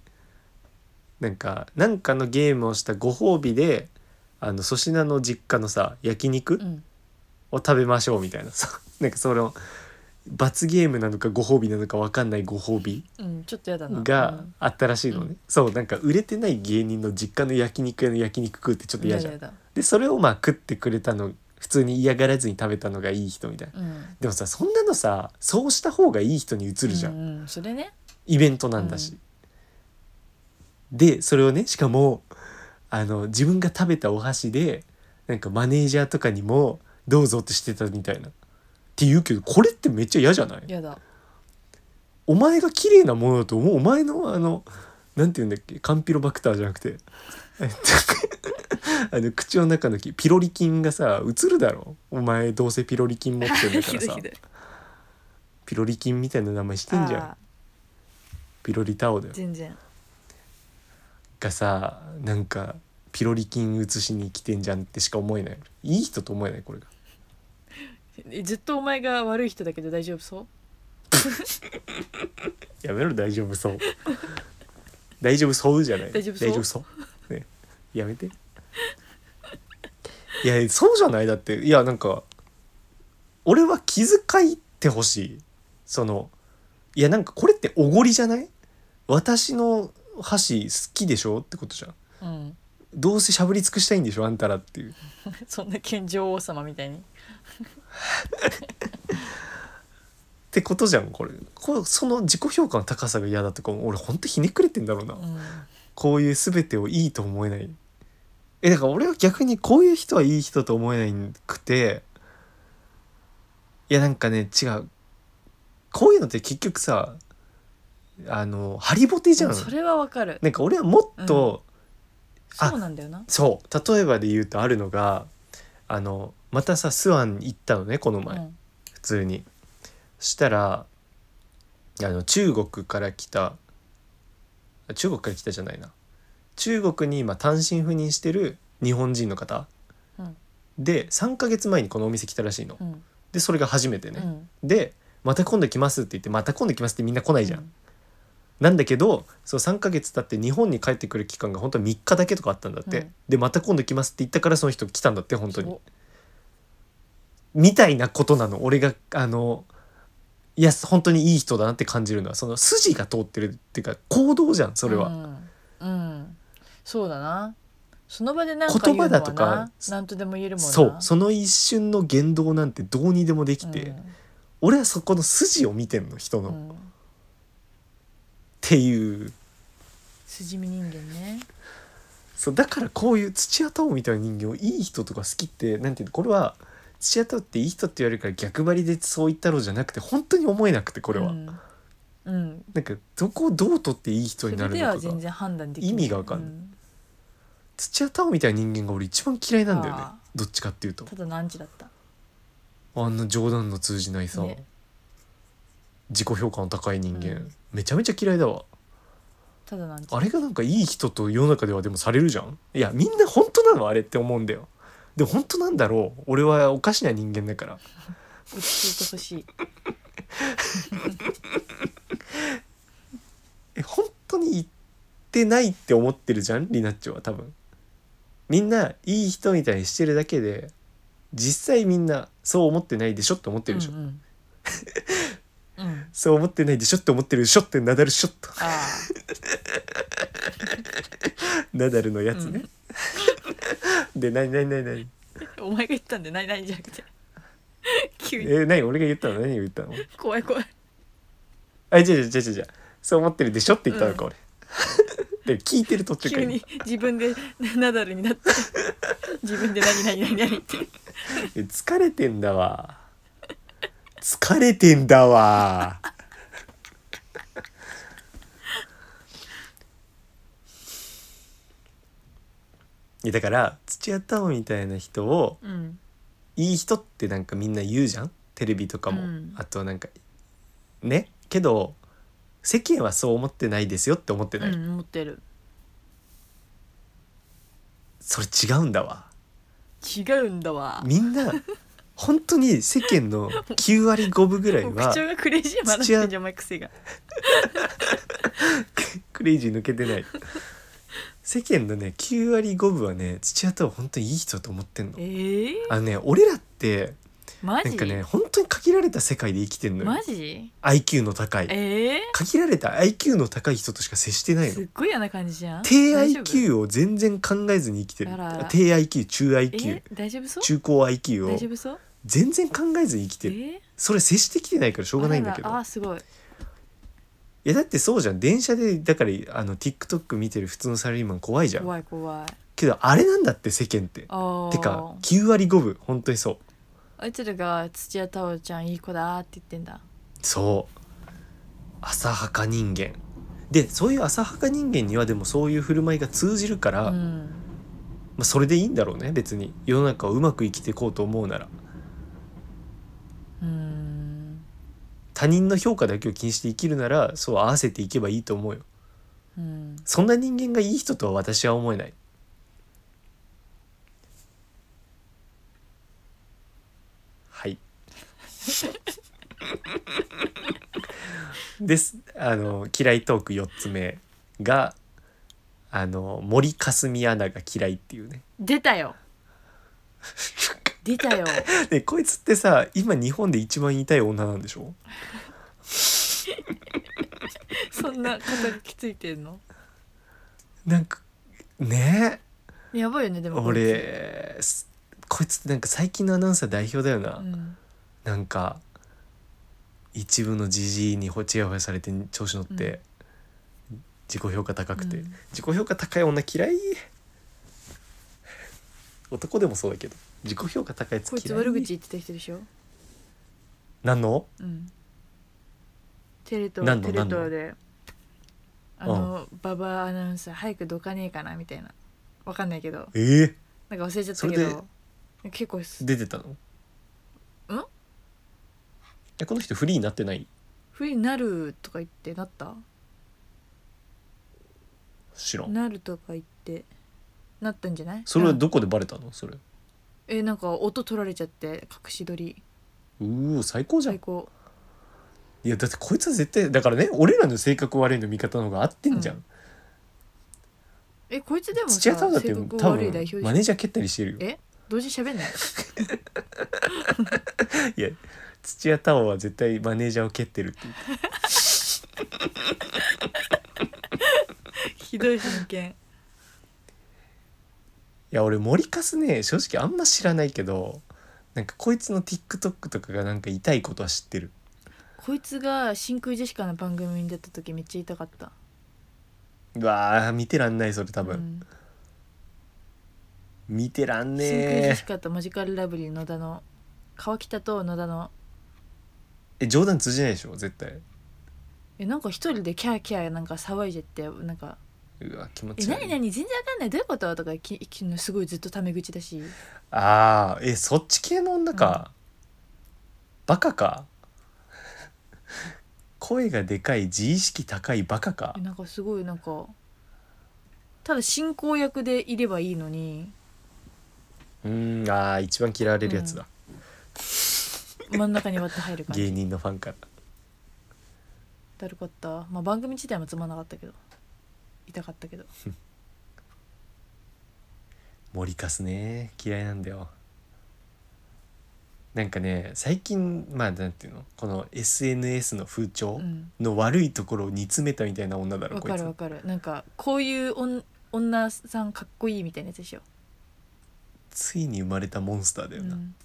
Speaker 1: なんかなんかのゲームをしたご褒美であの粗品の実家のさ焼肉
Speaker 3: うん
Speaker 1: を食べましょうみたいなさ、 なんかその罰ゲームなのかご褒美なのか分かんないご褒美
Speaker 3: うんちょっとやだな
Speaker 1: があったらしいのね、
Speaker 3: うん
Speaker 1: そうなんか売れてない芸人の実家の焼肉屋の焼肉食うってちょ
Speaker 3: う
Speaker 1: っと
Speaker 3: ん
Speaker 1: 嫌じゃん
Speaker 3: やだや
Speaker 1: でそれをまあ食ってくれたの普通に嫌がらずに食べたのがいい人みたいな、
Speaker 3: だうん
Speaker 1: でもさそんなのさそうした方がいい人に映るじゃん、
Speaker 3: うんうんそれね
Speaker 1: イベントなんだし、でそれをねしかもあの自分が食べたお箸でなんかマネージャーとかにもどうぞってしてたみたいなって言うけどこれってめっちゃ嫌じゃない
Speaker 3: やだ
Speaker 1: お前が綺麗なものだと思うお前のあのなんて言うんだっけカンピロバクターじゃなくて えっとあの口の中のピロリ菌がさ映るだろお前どうせピロリ菌持ってんだか
Speaker 3: ひ
Speaker 1: ら
Speaker 3: ど
Speaker 1: さ
Speaker 3: いひどい
Speaker 1: ピロリ菌みたいな名前してんじゃん
Speaker 3: あ
Speaker 1: ピロリタオだよ
Speaker 3: ー全然
Speaker 1: がさなんか「ピロリ菌移しに来てんじゃんってしか思えないいい人と思えないこれが
Speaker 3: えずっとお前が悪い人だけど大丈夫そう
Speaker 1: やめろ大丈夫そう大丈夫そうじゃない
Speaker 3: 大丈夫そう
Speaker 1: うねやめていやそうじゃないだっていやなんか俺は気遣いってほしいそのいやなんかこれっておごりじゃない私の箸好きでしょってことじゃん
Speaker 3: うん
Speaker 1: どうせしゃぶり尽くしたいんでしょあんたらっていう
Speaker 3: そんな健常王様みたいに
Speaker 1: ってことじゃんこれこうその自己評価の高さが嫌だとか俺ほんとひねくれてんだろうな、
Speaker 3: うん
Speaker 1: こういう全てをいいと思えないえだから俺は逆にこういう人はいい人と思えないくていやなんかね違うこういうのって結局さあのハリボテじゃん
Speaker 3: それはわかる
Speaker 1: なんか俺はもっと、あ
Speaker 3: そうなんだよな
Speaker 1: そう例えばで言うとあるのがあのまたさスワン行ったのねこの前、
Speaker 3: うん
Speaker 1: 普通にそしたらあの中国から来たあ中国から来たじゃないな中国に今単身赴任してる日本人の方
Speaker 3: うん
Speaker 1: で3ヶ月前にこのお店来たらしいの
Speaker 3: うん
Speaker 1: でそれが初めて
Speaker 3: う
Speaker 1: ね、
Speaker 3: ん
Speaker 1: で「また今度来ます」って言って「また今度来ます」ってみんな来ないじゃん、なんだけどそう3ヶ月経って日本に帰ってくる期間が本当は3日だけとかあったんだって、
Speaker 3: うん
Speaker 1: で「また今度来ます」って言ったからその人来たんだって本当に
Speaker 3: そう
Speaker 1: みたいなことなの俺があのいや本当にいい人だなって感じるのはその筋が通ってるっていうか行動じゃんそれは、
Speaker 3: うん、うんそうだなその場でなんか言う
Speaker 1: 言葉
Speaker 3: のはな
Speaker 1: だとか
Speaker 3: なんとでも言えるもんな
Speaker 1: そうその一瞬の言動なんてどうにでもできて、俺はそこの筋を見てんの人
Speaker 3: う
Speaker 1: の、
Speaker 3: ん
Speaker 1: っ
Speaker 3: うん
Speaker 1: ていう
Speaker 3: 筋見人間ね
Speaker 1: そうだからこういう土屋太鳳みたいな人形いい人とか好きってなんていうのこれは土屋太鳳っていい人って言われるから逆張りでそう言ったろうじゃなくて本当に思えなくてこれは、
Speaker 3: うん、うん、
Speaker 1: なんかどこをどうとっていい人
Speaker 3: そ
Speaker 1: にな
Speaker 3: れ
Speaker 1: る
Speaker 3: で
Speaker 1: の
Speaker 3: は
Speaker 1: か
Speaker 3: 全
Speaker 1: が
Speaker 3: 然判断できない
Speaker 1: 意味がわかんない
Speaker 3: うん
Speaker 1: 土屋太鳳みたいな人間が俺一番嫌いなんだよね
Speaker 3: あ
Speaker 1: どっちかっていうと
Speaker 3: ただ何時だった
Speaker 1: あんな冗談の通じないさ、
Speaker 3: ね
Speaker 1: 自己評価の高い人間、
Speaker 3: うん
Speaker 1: めちゃめちゃ嫌いだわ
Speaker 3: ただ何時
Speaker 1: あれがなんかいい人と世の中ではでもされるじゃんいやみんな本当なのあれって思うんだよでも本当なんだろう俺はおかしな人間だから
Speaker 3: うっついてほしい
Speaker 1: え本当に言ってないって思ってるじゃんリナッチョは多分みんないい人みたいにしてるだけで実際みんなそう思ってないでしょって思ってるでしょ、
Speaker 3: うんうん、うん、
Speaker 1: そう思ってないでしょって思ってるでしょってナダルショット
Speaker 3: ああ
Speaker 1: ナダルのやつね、 で何何何何
Speaker 3: お前が言ったんでないないじゃな くて急に
Speaker 1: え何俺が言ったの何を言ったの
Speaker 3: 怖い怖い
Speaker 1: あじゃじゃじゃじゃそう思ってるでしょって言ったのか、俺で聞いてる途中か
Speaker 3: 急
Speaker 1: ら
Speaker 3: に自分でナダルになって自分で何何何何って
Speaker 1: え疲れてんだわ疲れてんだ わいやだから土屋太鳳みたいな人を
Speaker 3: うん
Speaker 1: いい人ってなんかみんな言うじゃんテレビとかも、
Speaker 3: うん
Speaker 1: あとなんかねけど世間はそう思ってないですよって思ってない、
Speaker 3: うん持ってる
Speaker 1: それ違うんだわ
Speaker 3: 違うんだわ
Speaker 1: みんな本当に世間の9割5分ぐらい
Speaker 3: もう
Speaker 1: は
Speaker 3: 口調がクレイジーマン
Speaker 1: 土屋
Speaker 3: なんじゃんお前癖が
Speaker 1: クレイジー抜けてない世間のね9割5分はね土屋太鳳本当にいい人だと思ってんの
Speaker 3: えー、
Speaker 1: あのね俺らって
Speaker 3: マ
Speaker 1: なん
Speaker 3: ジ
Speaker 1: かね本当に限られた世界で生きてんのよ
Speaker 3: マジ
Speaker 1: IQ の高い
Speaker 3: え
Speaker 1: 限られた IQ の高い人としか接してな
Speaker 3: ー、
Speaker 1: い
Speaker 3: す
Speaker 1: の
Speaker 3: っごい嫌な感じじゃん
Speaker 1: 低
Speaker 3: 大丈夫
Speaker 1: IQ を全然考えずに生きてる
Speaker 3: あらあら
Speaker 1: 低 IQ 中
Speaker 3: え
Speaker 1: IQ
Speaker 3: 大丈夫そう
Speaker 1: 中高 IQ
Speaker 3: 大丈
Speaker 1: を
Speaker 3: 夫そう
Speaker 1: 全然考えずに生き
Speaker 3: え
Speaker 1: てる
Speaker 3: ー、
Speaker 1: それ接してきてないからしょうがないんだけど
Speaker 3: あららあーすごい
Speaker 1: いやだってそうじゃん電車でだからあの TikTok 見てる普通のサラリーマン怖いじゃん
Speaker 3: 怖い怖い
Speaker 1: けどあれなんだって世間って
Speaker 3: ああ
Speaker 1: てか9割5分本当にそう
Speaker 3: あいつらが土屋太鳳ちゃんいい子だーって言ってんだ
Speaker 1: そう浅はか人間でそういう浅はか人間にはでもそういう振る舞いが通じるから、
Speaker 3: う
Speaker 1: ま
Speaker 3: ん
Speaker 1: あ、それでいいんだろうね別に世の中をうまく生きていこうと思うなら
Speaker 3: うーん
Speaker 1: 他人の評価だけを気にして生きるならそう合わせていけばいいと思うよ
Speaker 3: うん
Speaker 1: そんな人間がいい人とは私は思えない ですあの嫌いトーク4つ目があの森かすみアナが嫌いっていうね
Speaker 3: 出たよ出たよ
Speaker 1: でこいつってさ今日本で一番言いたい女なんでしょ
Speaker 3: そんな肩書きついてんの
Speaker 1: なんかね
Speaker 3: やばいよねで
Speaker 1: え
Speaker 3: もこいつ
Speaker 1: 俺すこいつってなんか最近のアナウンサー代表だよな、
Speaker 3: うん
Speaker 1: なんか一部のじじいにほちやほやされて調子乗って、自己評価高くて、
Speaker 3: うん
Speaker 1: 自己評価高い女嫌い男でもそうだけど自己評価高いやつ
Speaker 3: こいつ
Speaker 1: 嫌い
Speaker 3: 悪口言ってた人でしょ
Speaker 1: なんの
Speaker 3: うんテレ東
Speaker 1: 何の
Speaker 3: テレ東であ
Speaker 1: 何の
Speaker 3: のババアアナウンサー早くどかねえかなみたいなわかんないけど
Speaker 1: ええ
Speaker 3: なんか忘れちゃったけ
Speaker 1: そ
Speaker 3: ど結構す
Speaker 1: 出てたの
Speaker 3: ん
Speaker 1: えこの人フリーになってない
Speaker 3: 不利になるとか言ってなった
Speaker 1: 知らん
Speaker 3: なるとか言ってなったんじゃない
Speaker 1: それは
Speaker 3: なん
Speaker 1: どこでバレたのそれ
Speaker 3: えなんか音取られちゃって隠し撮り
Speaker 1: うお最高じゃん
Speaker 3: 最高
Speaker 1: いやだってこいつは絶対だからね俺らの性格悪いの味方の方が合ってんじゃん、
Speaker 3: うえこいつでも
Speaker 1: 土屋太
Speaker 3: さ
Speaker 1: 鳳だって
Speaker 3: 性格
Speaker 1: 多
Speaker 3: 悪い代表
Speaker 1: 分マ
Speaker 3: で
Speaker 1: ネ
Speaker 3: し
Speaker 1: ージャー蹴ったりしてるよ
Speaker 3: ょえ同時に喋んない
Speaker 1: いや土屋太鳳は絶対マネージャーを蹴ってるって言って
Speaker 3: ひどい偏見
Speaker 1: いや俺森かすね正直あんま知らないけどなんかこいつの TikTok とかがなんか痛いことは知ってる
Speaker 3: こいつが真空ジェシカの番組に出た時めっちゃ痛かった
Speaker 1: うわー見てらんないそれ多
Speaker 3: う
Speaker 1: 分、
Speaker 3: ん
Speaker 1: 見てらんね
Speaker 3: 真空ジェシ
Speaker 1: え
Speaker 3: カとマジカルラブリー野田の川北と野田の
Speaker 1: え冗談通じないでしょ絶対
Speaker 3: えなんか一人でキャーキャーなんか騒いじゃってなんか
Speaker 1: うわ気持
Speaker 3: 「え
Speaker 1: ち悪
Speaker 3: 何
Speaker 1: い
Speaker 3: 何全然わかんないどういうこと?」とかききすごいずっとタメ口だし
Speaker 1: あーえそっち系の女か、バカか 声がでかい自意識高いバカか
Speaker 3: えなんかすごいなんかただ進行役でいればいいのに
Speaker 1: うーんあー一番嫌われるやつだ、
Speaker 3: 真ん中に割って入る感
Speaker 1: 芸
Speaker 3: じ
Speaker 1: 人のファンから
Speaker 3: だるかった、まあ、番組自体もつまんなかったけど痛かったけど
Speaker 1: 森かすね嫌いなんだよなんかね最近まあなんていうのこの SNS の風
Speaker 3: う
Speaker 1: 潮
Speaker 3: ん
Speaker 1: の悪いところを煮詰めたみたいな女だろ、
Speaker 3: わ
Speaker 1: こい
Speaker 3: かるわ
Speaker 1: つ
Speaker 3: かるなんかこういうおん女さんかっこいいみたいなやつでしょ、
Speaker 1: ついに生まれたモンスターだ
Speaker 3: う
Speaker 1: よな、
Speaker 3: ん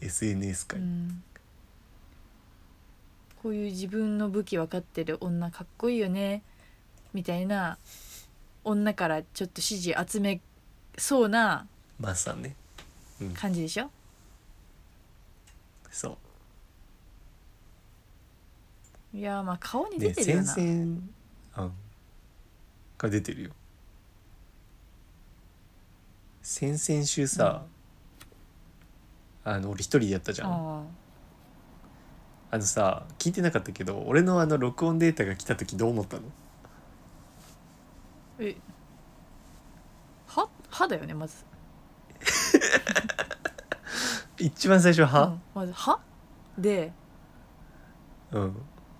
Speaker 1: SNS
Speaker 3: う
Speaker 1: 界、
Speaker 3: ん、こういう自分の武器分かってる女かっこいいよねみたいな女からちょっと支持集めそうな
Speaker 1: マスさんね
Speaker 3: 感じでしょ
Speaker 1: そう
Speaker 3: いやーまあ顔に出
Speaker 1: で
Speaker 3: てるよ
Speaker 1: 先
Speaker 3: な、
Speaker 1: 々うんが出てるよ先々週さ、あの俺一人でやったじゃん、
Speaker 3: あ
Speaker 1: あのさ聞いてなかったけど俺のあの録音データが来た時どう思ったの
Speaker 3: ーえは歯だよねまず、
Speaker 1: 一番最初
Speaker 3: う
Speaker 1: は
Speaker 3: んまず歯で
Speaker 1: うん、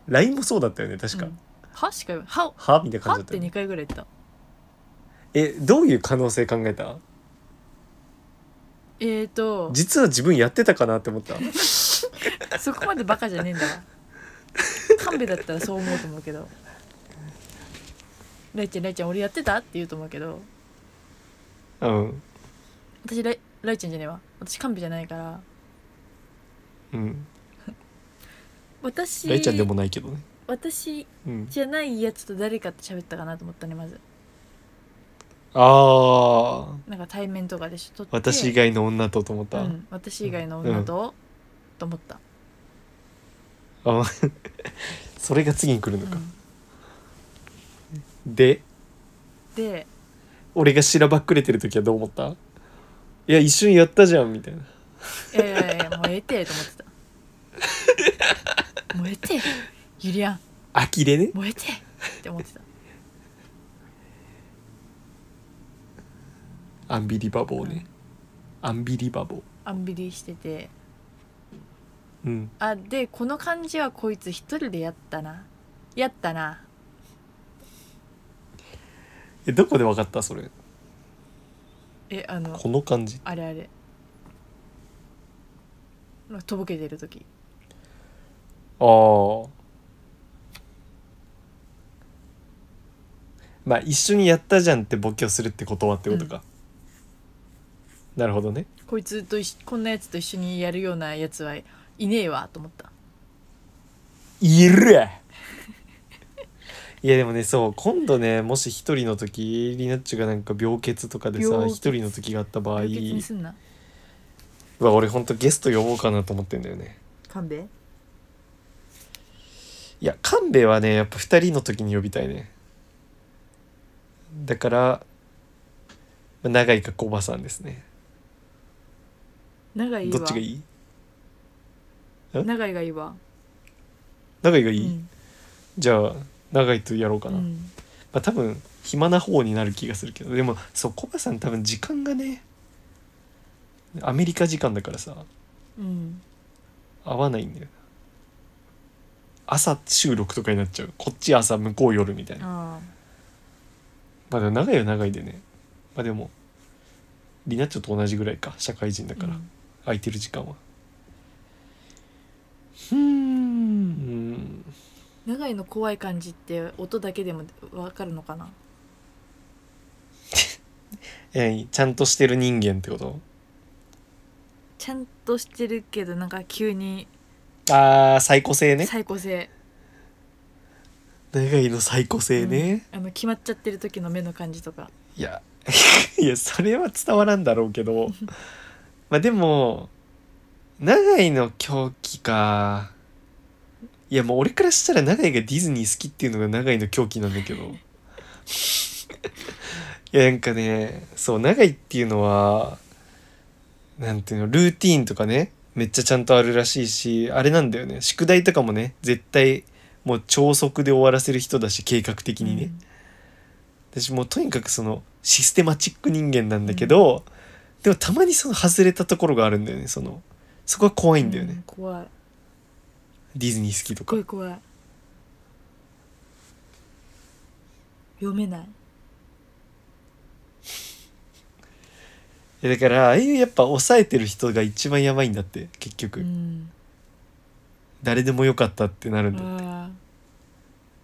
Speaker 1: LINE もそうだったよね確か、
Speaker 3: うん歯しか言わ歯
Speaker 1: はみたいな感じだっ
Speaker 3: 歯っ
Speaker 1: た
Speaker 3: て
Speaker 1: よね
Speaker 3: 2回ぐらい言った
Speaker 1: えどういう可能性考えた
Speaker 3: えーと
Speaker 1: 実は自分やってたかなって思った
Speaker 3: そこまでバカじゃねえんだわ神戸だったらそう思うと思うけど「ライちゃんライちゃん俺やってた?」って言うと思うけど
Speaker 1: うん
Speaker 3: 私ライライちゃんじゃねえわ私神戸じゃないから
Speaker 1: うん
Speaker 3: 私
Speaker 1: ライちゃんでもないけどね
Speaker 3: 私
Speaker 1: うん
Speaker 3: じゃないやつと誰かと喋ったかなと思ったねまず
Speaker 1: ああ
Speaker 3: なんか対面とかでしょ撮って
Speaker 1: 私以外の女とと思った、
Speaker 3: うん、私以外の女と、と思った、
Speaker 1: あそれが次に来るの
Speaker 3: う
Speaker 1: か、
Speaker 3: ん
Speaker 1: で
Speaker 3: で
Speaker 1: 俺がしらばっくれてる時はどう思ったいや一瞬やったじゃんみたいない
Speaker 3: やいやいやもうええてと思ってたもうええてゆりやん
Speaker 1: 呆れね
Speaker 3: もうええてって思ってた
Speaker 1: アンビリバボーね、アンビリバボー
Speaker 3: アンビリしてて
Speaker 1: うん
Speaker 3: あでこの感じはこいつ一人でやったなやったな
Speaker 1: えどこで分かったそれ
Speaker 3: えあの
Speaker 1: この感じ
Speaker 3: あれあれとぼけてる時
Speaker 1: ああまあ一緒にやったじゃんってボケをするってことはってことか、なるほどね
Speaker 3: こいつと一緒こんなやつと一緒にやるようなやつはいねえわと思った
Speaker 1: いる いやでもねそう今度ねもし一人の時リナッチョがなんか病欠とかでさ
Speaker 3: 病欠
Speaker 1: 一人の時があった場合
Speaker 3: 病欠にすんな
Speaker 1: うわ俺ほんとゲスト呼ぼうかなと思ってんだよね
Speaker 3: 勘弁
Speaker 1: いや勘兵衛はねやっぱ二人の時に呼びたいねだからまあ長井かコバさんですね
Speaker 3: 長いいわ
Speaker 1: どっちがいい
Speaker 3: 長いがいいわ
Speaker 1: 長井がい
Speaker 3: い
Speaker 1: い、じゃあ長井とやろうか
Speaker 3: う
Speaker 1: な、ま
Speaker 3: ん
Speaker 1: あ多分暇な方になる気がするけどでもそうコバさん多分時間がねアメリカ時間だからさ
Speaker 3: うん
Speaker 1: 合わないんだよな朝収録とかになっちゃうこっち朝向こう夜みたいな
Speaker 3: あ
Speaker 1: まだ長いは長いでねまあでもリナッチョと同じぐらいか社会人だ
Speaker 3: あ
Speaker 1: から、空いてる時間はうーん
Speaker 3: 長いの怖い感じって音だけでもわかるのかな
Speaker 1: えちゃんとしてる人間ってこと
Speaker 3: ちゃんとしてるけどなんか急に
Speaker 1: あー最高性ね
Speaker 3: 最高性、
Speaker 1: 長いの最高性ね、
Speaker 3: あの決まっちゃってる時の目の感じとか
Speaker 1: いや いやそれは伝わらんだろうけどまあでも長井の狂気かいやもう俺からしたら長井がディズニー好きっていうのが長井の狂気なんだけどいやなんかねそう長井っていうのはなんていうのルーティーンとかねめっちゃちゃんとあるらしいしあれなんだよね宿題とかもね絶対もう超速で終わらせる人だし計画的にね、私もうとにかくそのシステマチック人間なんだけど、でもたまにその外れたところがあるんだよねそのそこが怖
Speaker 3: う
Speaker 1: いんだよね、
Speaker 3: う怖い
Speaker 1: ディズニー好きと
Speaker 3: すご
Speaker 1: か
Speaker 3: い怖い読めな
Speaker 1: い
Speaker 3: い
Speaker 1: やだからああいうやっぱ抑えてる人が一番やばいんだって結局、
Speaker 3: うん
Speaker 1: 誰でもよかったってなるんだよ
Speaker 3: あ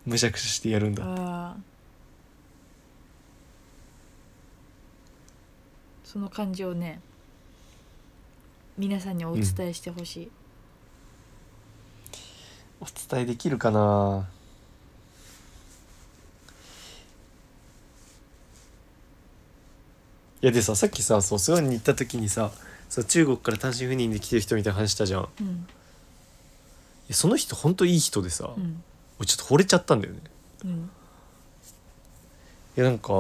Speaker 1: むしゃくしゃしてやるん
Speaker 3: ー
Speaker 1: だ
Speaker 3: あーその感じをね皆さんにお伝えしてほしい、
Speaker 1: お伝えできるかないやでささっきさそうスワンに行った時にさそう中国から単身赴任で来てる人みたいな話したじゃんい
Speaker 3: うん
Speaker 1: やその人ほんといい人でさ、
Speaker 3: うん
Speaker 1: 俺ちょっと惚れちゃったんだよね
Speaker 3: うん
Speaker 1: いやなんか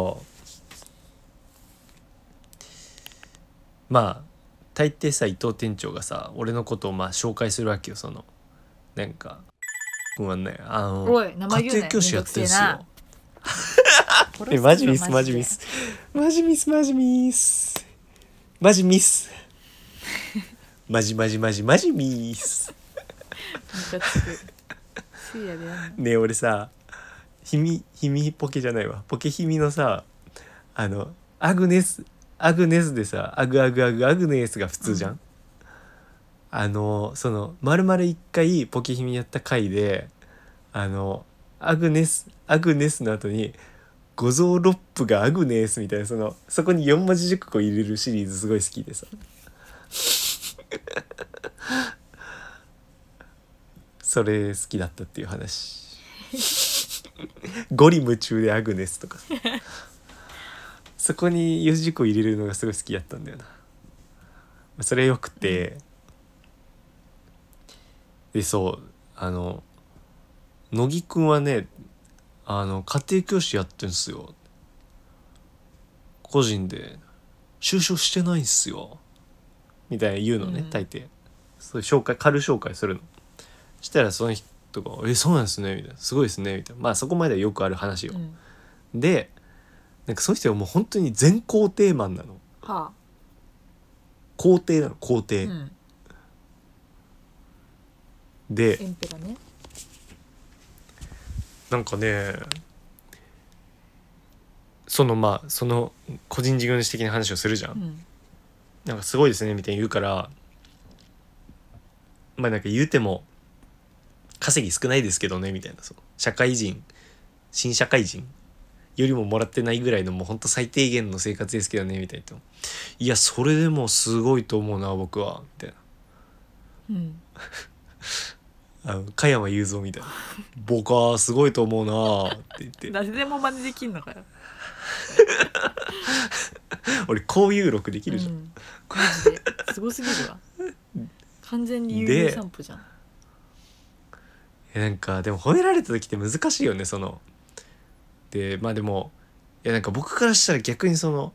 Speaker 1: まあ大抵さ伊藤店長がさ俺のことをまあ紹介するわけよそのなんかごめんねあの
Speaker 3: おい名前言うな
Speaker 1: 家
Speaker 3: よ
Speaker 1: 庭教師やってんす
Speaker 3: めんど
Speaker 1: よえマジミスマジミスマジミスマジミスマジミスマジマジ マジマジミス
Speaker 3: ムカつくせいやでやんの
Speaker 1: ねえ俺さひみひみポケじゃないわポケひみのさあのアグネスアグネスでさアグアグアグアグネスが普通じゃん、
Speaker 3: う
Speaker 1: あのその丸々一回ポケひみやった回であのアグネスアグネスの後に「五臓六腑がアグネス」みたいなそのそこに4文字熟語入れるシリーズすごい好きでさそれ好きだったっていう話。 ゴリ夢中でアグネスと かそこに四字熟語入れるのがすごい好きだったんだよなそれよくて、でそうあの乃木くんはねあの家庭教師やってんすよ個人で就職してないんすよみたいな言うのね、
Speaker 3: うん
Speaker 1: 大抵そういう紹介軽紹介するのしたらその人が「えそうなんですね」みたいな「すごいですね」みたいなまあそこまではよくある話よ、
Speaker 3: うん
Speaker 1: でなんかその人はもう本当に全肯定マンなの
Speaker 3: はあ
Speaker 1: 肯定なの肯定、
Speaker 3: うん
Speaker 1: で
Speaker 3: エンペラね
Speaker 1: なんかねそのまあその個人事業主的な話をするじゃん、
Speaker 3: うん
Speaker 1: なんかすごいですねみたいに言うからまあなんか言うても稼ぎ少ないですけどねみたいなそう社会人新社会人よりももらってないぐらいのもうほんと最低限の生活ですけどねみたいな言ってもいやそれでもすごいと思うな僕はみたいな
Speaker 3: うん
Speaker 1: あの加山雄三みたいな「僕はすごいと思うな」って言って
Speaker 3: 誰でも真似できんのかよ
Speaker 1: 俺こういう録できるじゃん、
Speaker 3: うん、マジですごすぎるわ完全に幽
Speaker 1: で
Speaker 3: 霊散歩じゃん
Speaker 1: えなんかでも褒められた時って難しいよねそのでまあでもいやなんか僕からしたら逆にその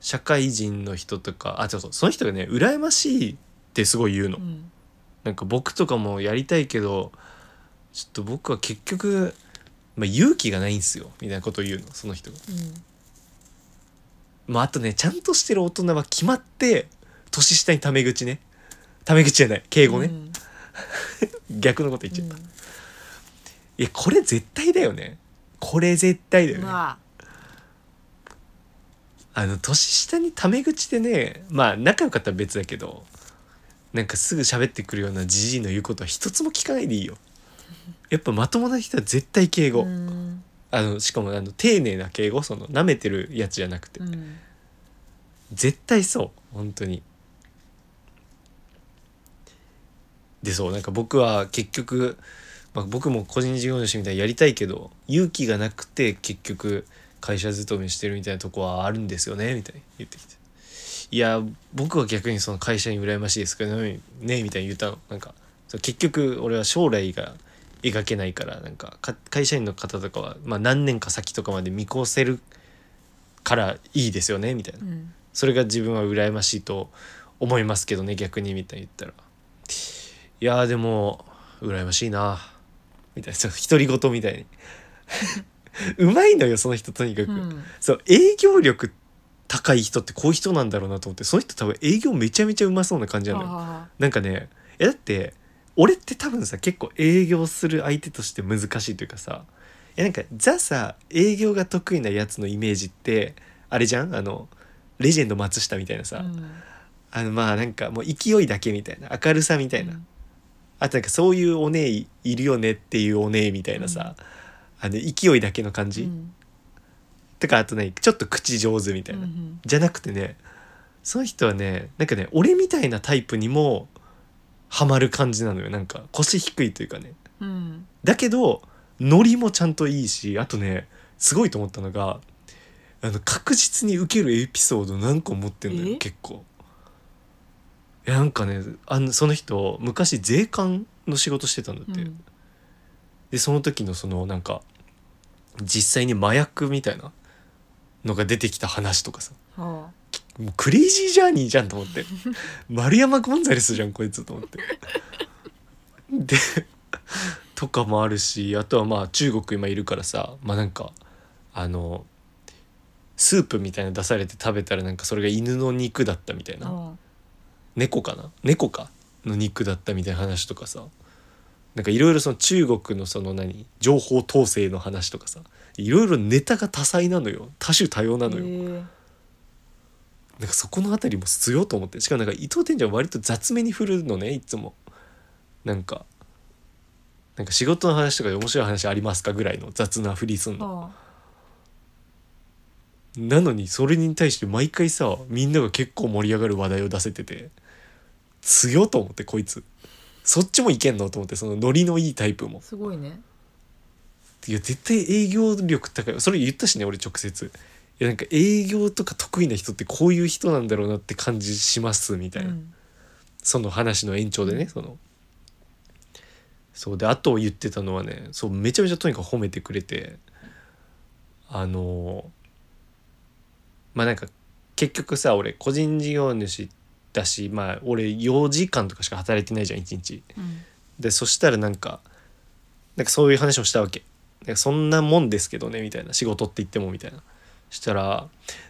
Speaker 1: 社会人の人とかあそうそうその人がね羨ましいってすごい言うの、
Speaker 3: うん
Speaker 1: なんか僕とかもやりたいけどちょっと僕は結局、まあ、勇気がないんすよみたいなことを言うのその人が。まあ、あとねちゃんとしてる大人は決まって年下にタメ口ねタメ口じゃない敬
Speaker 3: 英
Speaker 1: 語ね、
Speaker 3: うん
Speaker 1: 逆のこと言っちゃった、
Speaker 3: う
Speaker 1: いやこれ絶対だよねこれ絶対だよ
Speaker 3: ん
Speaker 1: ね、
Speaker 3: ま
Speaker 1: あの年下にタメ口でねまあ仲良かったら別だけどなんかすぐ喋ってくるようなじじいの言うことは一つも聞かないでいいよやっぱまともな人は絶対敬
Speaker 3: あ
Speaker 1: 語、
Speaker 3: うん
Speaker 1: あのしかもあの丁寧な敬語その舐めてるやつじゃなくて、
Speaker 3: うん
Speaker 1: 絶対そう本当にでそうなんか僕は結局、まあ、僕も個人事業主みたいにやりたいけど勇気がなくて結局会社勤めしてるみたいなとこはあるんですよねみたいに言ってきて「いや僕は逆にその会社に羨ましいですけどね」みたいに言ったのなんかそう結局俺は将来が描けないからなんかか会社員の方とかは、まあ、何年か先とかまで見越せるからいいですよねみたいな
Speaker 3: う。ん
Speaker 1: それが自分は羨ましいと思いますけどね逆にみたいに言ったら「いやーでも羨ましいな」みたいなその独り言みたいに うまいのよその人とにかく、
Speaker 3: うん
Speaker 1: そう営業力高い人ってこういう人なんだろうなと思ってその人多分営業めちゃめちゃうまそうな感じなのよ
Speaker 3: あ
Speaker 1: なんかねえだって俺って多分さ結構営業する相手として難しいというかさいやなんかザさ営業が得意なやつのイメージってあれじゃんあのレジェンド松下みたいな
Speaker 3: あ
Speaker 1: さ、
Speaker 3: うん
Speaker 1: あのまあなんかもう勢いだけみたいな明るさみたいな、
Speaker 3: うん
Speaker 1: あとなんかそういうお姉いいるよねっていうお姉みたいなさ、あの勢いだけの感じ、
Speaker 3: うん
Speaker 1: とかあとねちょっと口上手みたいな、
Speaker 3: うん
Speaker 1: じゃなくてねその人はねなんかね俺みたいなタイプにもハマる感じなのよなんか腰低いというかね
Speaker 3: うん
Speaker 1: だけどノリもちゃんといいしあとねすごいと思ったのがあの確実に受けるエピソード何個持ってんのよ
Speaker 3: え
Speaker 1: 結構いやなんかねあのその人昔税関の仕事してたんだって、
Speaker 3: うん
Speaker 1: でその時のそのなんか実際に麻薬みたいなのが出てきた話とかさ
Speaker 3: は
Speaker 1: もうクレイジージャーニーじゃんと思って 丸山ゴンザレスじゃんこいつと思ってでとかもあるしあとはまあ中国今いるからさまあなんかあのスープみたいなの出されて食べたらなんかそれが犬の肉だったみたい
Speaker 3: あ
Speaker 1: な、
Speaker 3: は
Speaker 1: 猫かな猫かの肉だったみたいな話とかさなんかいろいろその中国のその何情報統制の話とかさいろいろネタが多彩なのよ多種多様な
Speaker 3: あ
Speaker 1: のよ、
Speaker 3: へえ
Speaker 1: なんかそこの辺りも強いと思ってしかもなんか伊藤店長は割と雑めに振るのねいつもなんかなんか仕事の話とかで面白い話ありますかぐらいの雑な振りすんの
Speaker 3: は
Speaker 1: なのにそれに対して毎回さみんなが結構盛り上がる話題を出せてて強いと思ってこいつそっちもいけんのと思ってそのノリのいいタイプも
Speaker 3: あすごいね
Speaker 1: いや絶対営業力高いそれ言ったしね俺直接いやなんか営業とか得意な人ってこういう人なんだろうなって感じしますみたいな、
Speaker 3: うん
Speaker 1: その話の延長でねそのそうであと言ってたのはねそうめちゃめちゃとにかく褒めてくれてあのまあなんか結局さ俺個人事業主だしまあ俺4時間とかしか働いてないじゃん1日
Speaker 3: うん
Speaker 1: でそしたらなんかなんかそういう話をしたわけなんかそんなもんですけどねみたいな仕事って言ってもみたいなしたら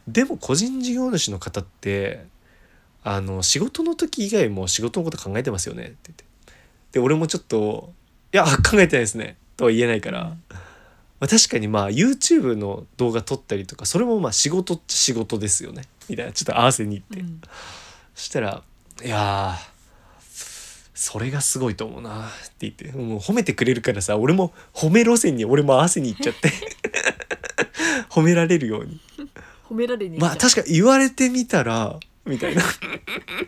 Speaker 1: でも個人事業主の方ってあの仕事の時以外も仕事のこと考えてますよねって言ってで俺もちょっといや考えてないですねとは言えないから、
Speaker 3: うん
Speaker 1: まあ、確かにまあ YouTube の動画撮ったりとかそれもまあ仕事っちゃ仕事ですよねみたいなちょっと合わせに行って、
Speaker 3: うん
Speaker 1: そしたら「いやーそれがすごいと思うな」って言ってもう褒めてくれるからさ俺も褒め路線に俺も合わせに行っちゃって 褒められるように
Speaker 3: 褒められに行
Speaker 1: ま
Speaker 3: っ
Speaker 1: あ
Speaker 3: ちゃう
Speaker 1: 確かに言われてみたらみたいな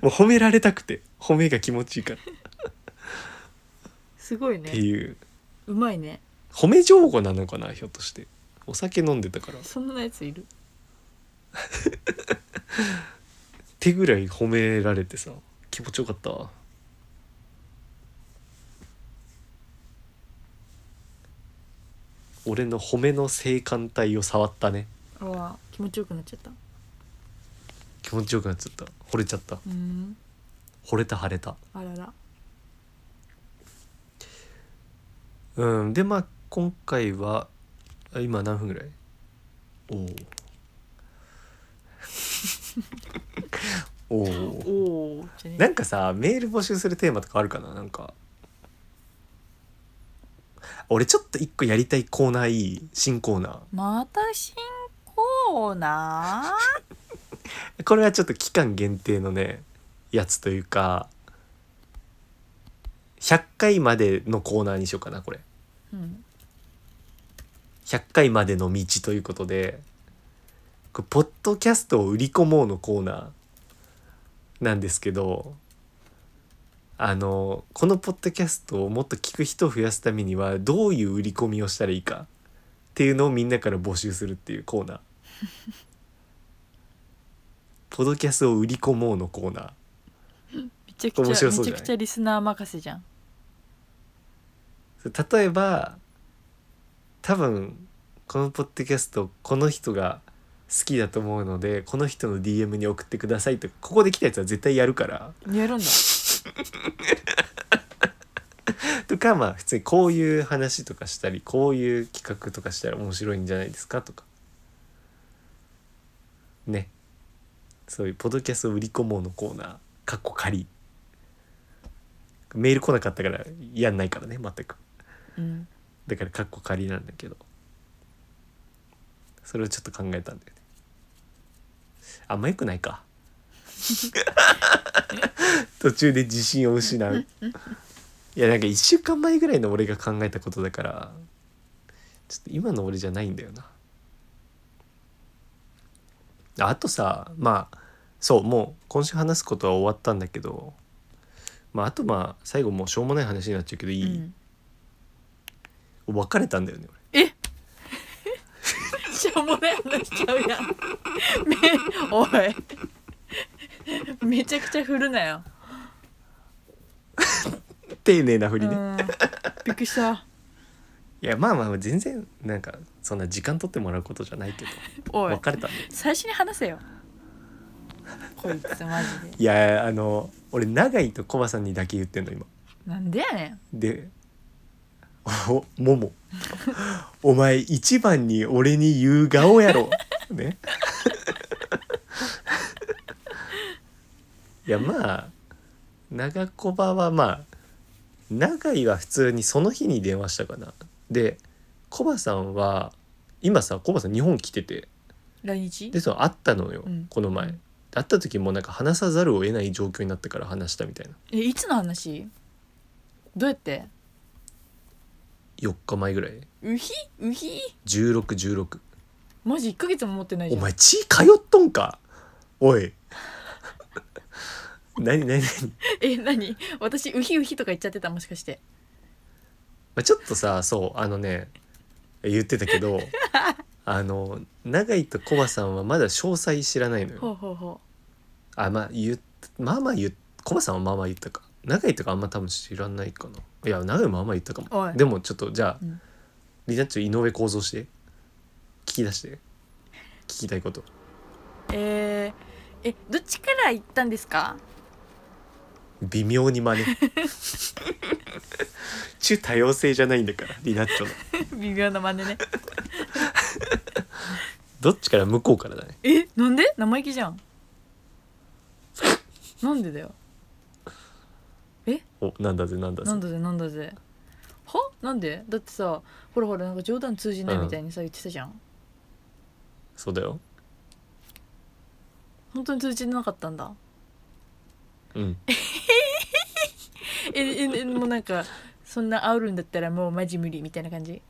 Speaker 1: もう褒められたくて褒めが気持ちいいからっ
Speaker 3: すごい
Speaker 1: て
Speaker 3: ね
Speaker 1: いう
Speaker 3: うまいね
Speaker 1: 褒め上手なのかなひょっとしてお酒飲んでたからっ
Speaker 3: そんなやついる
Speaker 1: てぐらい褒められてさ気持ちよかったわ俺の褒めの性感帯を触ったね
Speaker 3: うわ気持ちよくなっちゃった
Speaker 1: 気持ちよくなっちゃった惚れちゃった
Speaker 3: うん
Speaker 1: 惚れた腫れた
Speaker 3: あらら
Speaker 1: うんでまあ今回はあ今何分ぐらいおーおー
Speaker 3: おおじゃ
Speaker 1: な
Speaker 3: ね
Speaker 1: んかさメール募集するテーマとかあるかななんか俺ちょっと一個やりたいコーナーいい新コーナ
Speaker 3: また新コーナ
Speaker 1: ーこれはちょっと期間限定のねやつというか100回までのコーナーにしようかなこれ
Speaker 3: ー、うん、
Speaker 1: 100回までの道ということでこれポッドキャストを売り込もう」のコーナーなんですけどあのこのポッドキャストをもっと聞く人を増やすためにはどういう売り込みをしたらいいかっていうのをみんなから募集するっていうコーナー。ポドキャストを売り込もうのコーナー
Speaker 3: めちゃく
Speaker 1: 面
Speaker 3: ち
Speaker 1: 白
Speaker 3: ゃめ
Speaker 1: そう
Speaker 3: ち
Speaker 1: じゃ
Speaker 3: ゃ
Speaker 1: ない
Speaker 3: くちゃリスナー任せじゃん
Speaker 1: 例えば多分このポッドキャストこの人が好きだと思うのでこの人の DM に送ってくださいとかここで来たやつは絶対やるから
Speaker 3: やるんだ
Speaker 1: とかまあ普通にこういう話とかしたりこういう企画とかしたら面白いんじゃないですかとかねそういうポッドキャストを売り込もうのコーナーかっこ仮メール来なかったからやんないからね全く。
Speaker 3: うん
Speaker 1: だからカッコ仮なんだけどそれをちょっと考えたんだよねあんまよくないか途中で自信を失ういやなんか1週間前ぐらいの俺が考えたことだからちょっと今の俺じゃないんだよなああとさまあそうもう今週話すことは終わったんだけどまああとまあ最後もうしょうもない話になっちゃうけどいい、
Speaker 3: うん
Speaker 1: 別れたんだよね俺
Speaker 3: しょうもない話しちゃうやん。め、おい。めちゃくちゃ振るなよ。
Speaker 1: 丁寧なふ
Speaker 3: う
Speaker 1: りね、い
Speaker 3: ん。びっくりした。
Speaker 1: やまあまあ全然なんかそんな時間取ってもらうことじゃないけど
Speaker 3: おい。
Speaker 1: 別れたんで
Speaker 3: 最初に話せよ。こいつマジ
Speaker 1: い
Speaker 3: で。
Speaker 1: やあの俺永井とコバさんにだけ言ってんの今
Speaker 3: なんでやねん。
Speaker 1: でおももお前一番に俺に言う顔やろねいやまあ長コバはまあ長井は普通にその日に電話したかなでコバさんは今さコバさん日本来てて
Speaker 3: 来日
Speaker 1: で。その会ったのよ、
Speaker 3: うん
Speaker 1: この前
Speaker 3: うん
Speaker 1: 会った時もなんか話さざるを得ない状況になったから話したみたいな
Speaker 3: え、いつの話。どうやって。
Speaker 1: 4日前ぐらいう
Speaker 3: ひ、うひ。
Speaker 1: 1616
Speaker 3: マジ一ヶ月も持ってないじ
Speaker 1: お
Speaker 3: ゃん。
Speaker 1: 前血通っとんかおい 何何何、
Speaker 3: え、何。私、うひうひとか言っちゃってた、もしかして。
Speaker 1: まあ、ちょっとさそうあのね言ってたけど あの永井とコバさんはまだ詳細知らないの
Speaker 3: ほ
Speaker 1: よ
Speaker 3: うほうほ
Speaker 1: あまあ言っまあまあ言っコバさんはまあまあ言ったか永井とかあんま多分知らないかないや永井もあんま言ったか
Speaker 3: お
Speaker 1: も
Speaker 3: い
Speaker 1: でもちょっとじゃあ、
Speaker 3: うん
Speaker 1: リナッチョ井上構造して聞き出して聞きたいこと
Speaker 3: う。えー。え、どっちから行ったんですか。
Speaker 1: 微妙に真似中多様性じゃないんだからリナッチョの
Speaker 3: 微妙な真似ね。
Speaker 1: どっちから向こうからだね
Speaker 3: えなんで生意気じゃんなんでだよえ
Speaker 1: おなんだぜなんだぜ
Speaker 3: なんだぜなんだぜはなんでだってさほらほらなんか冗談通じないみたいにさ言ってたじゃん
Speaker 1: そうだよ
Speaker 3: 本当に通じなかったんだ
Speaker 1: うん
Speaker 3: えええもうなんかそんな煽るんだったらもうマジ無理みたいな感じ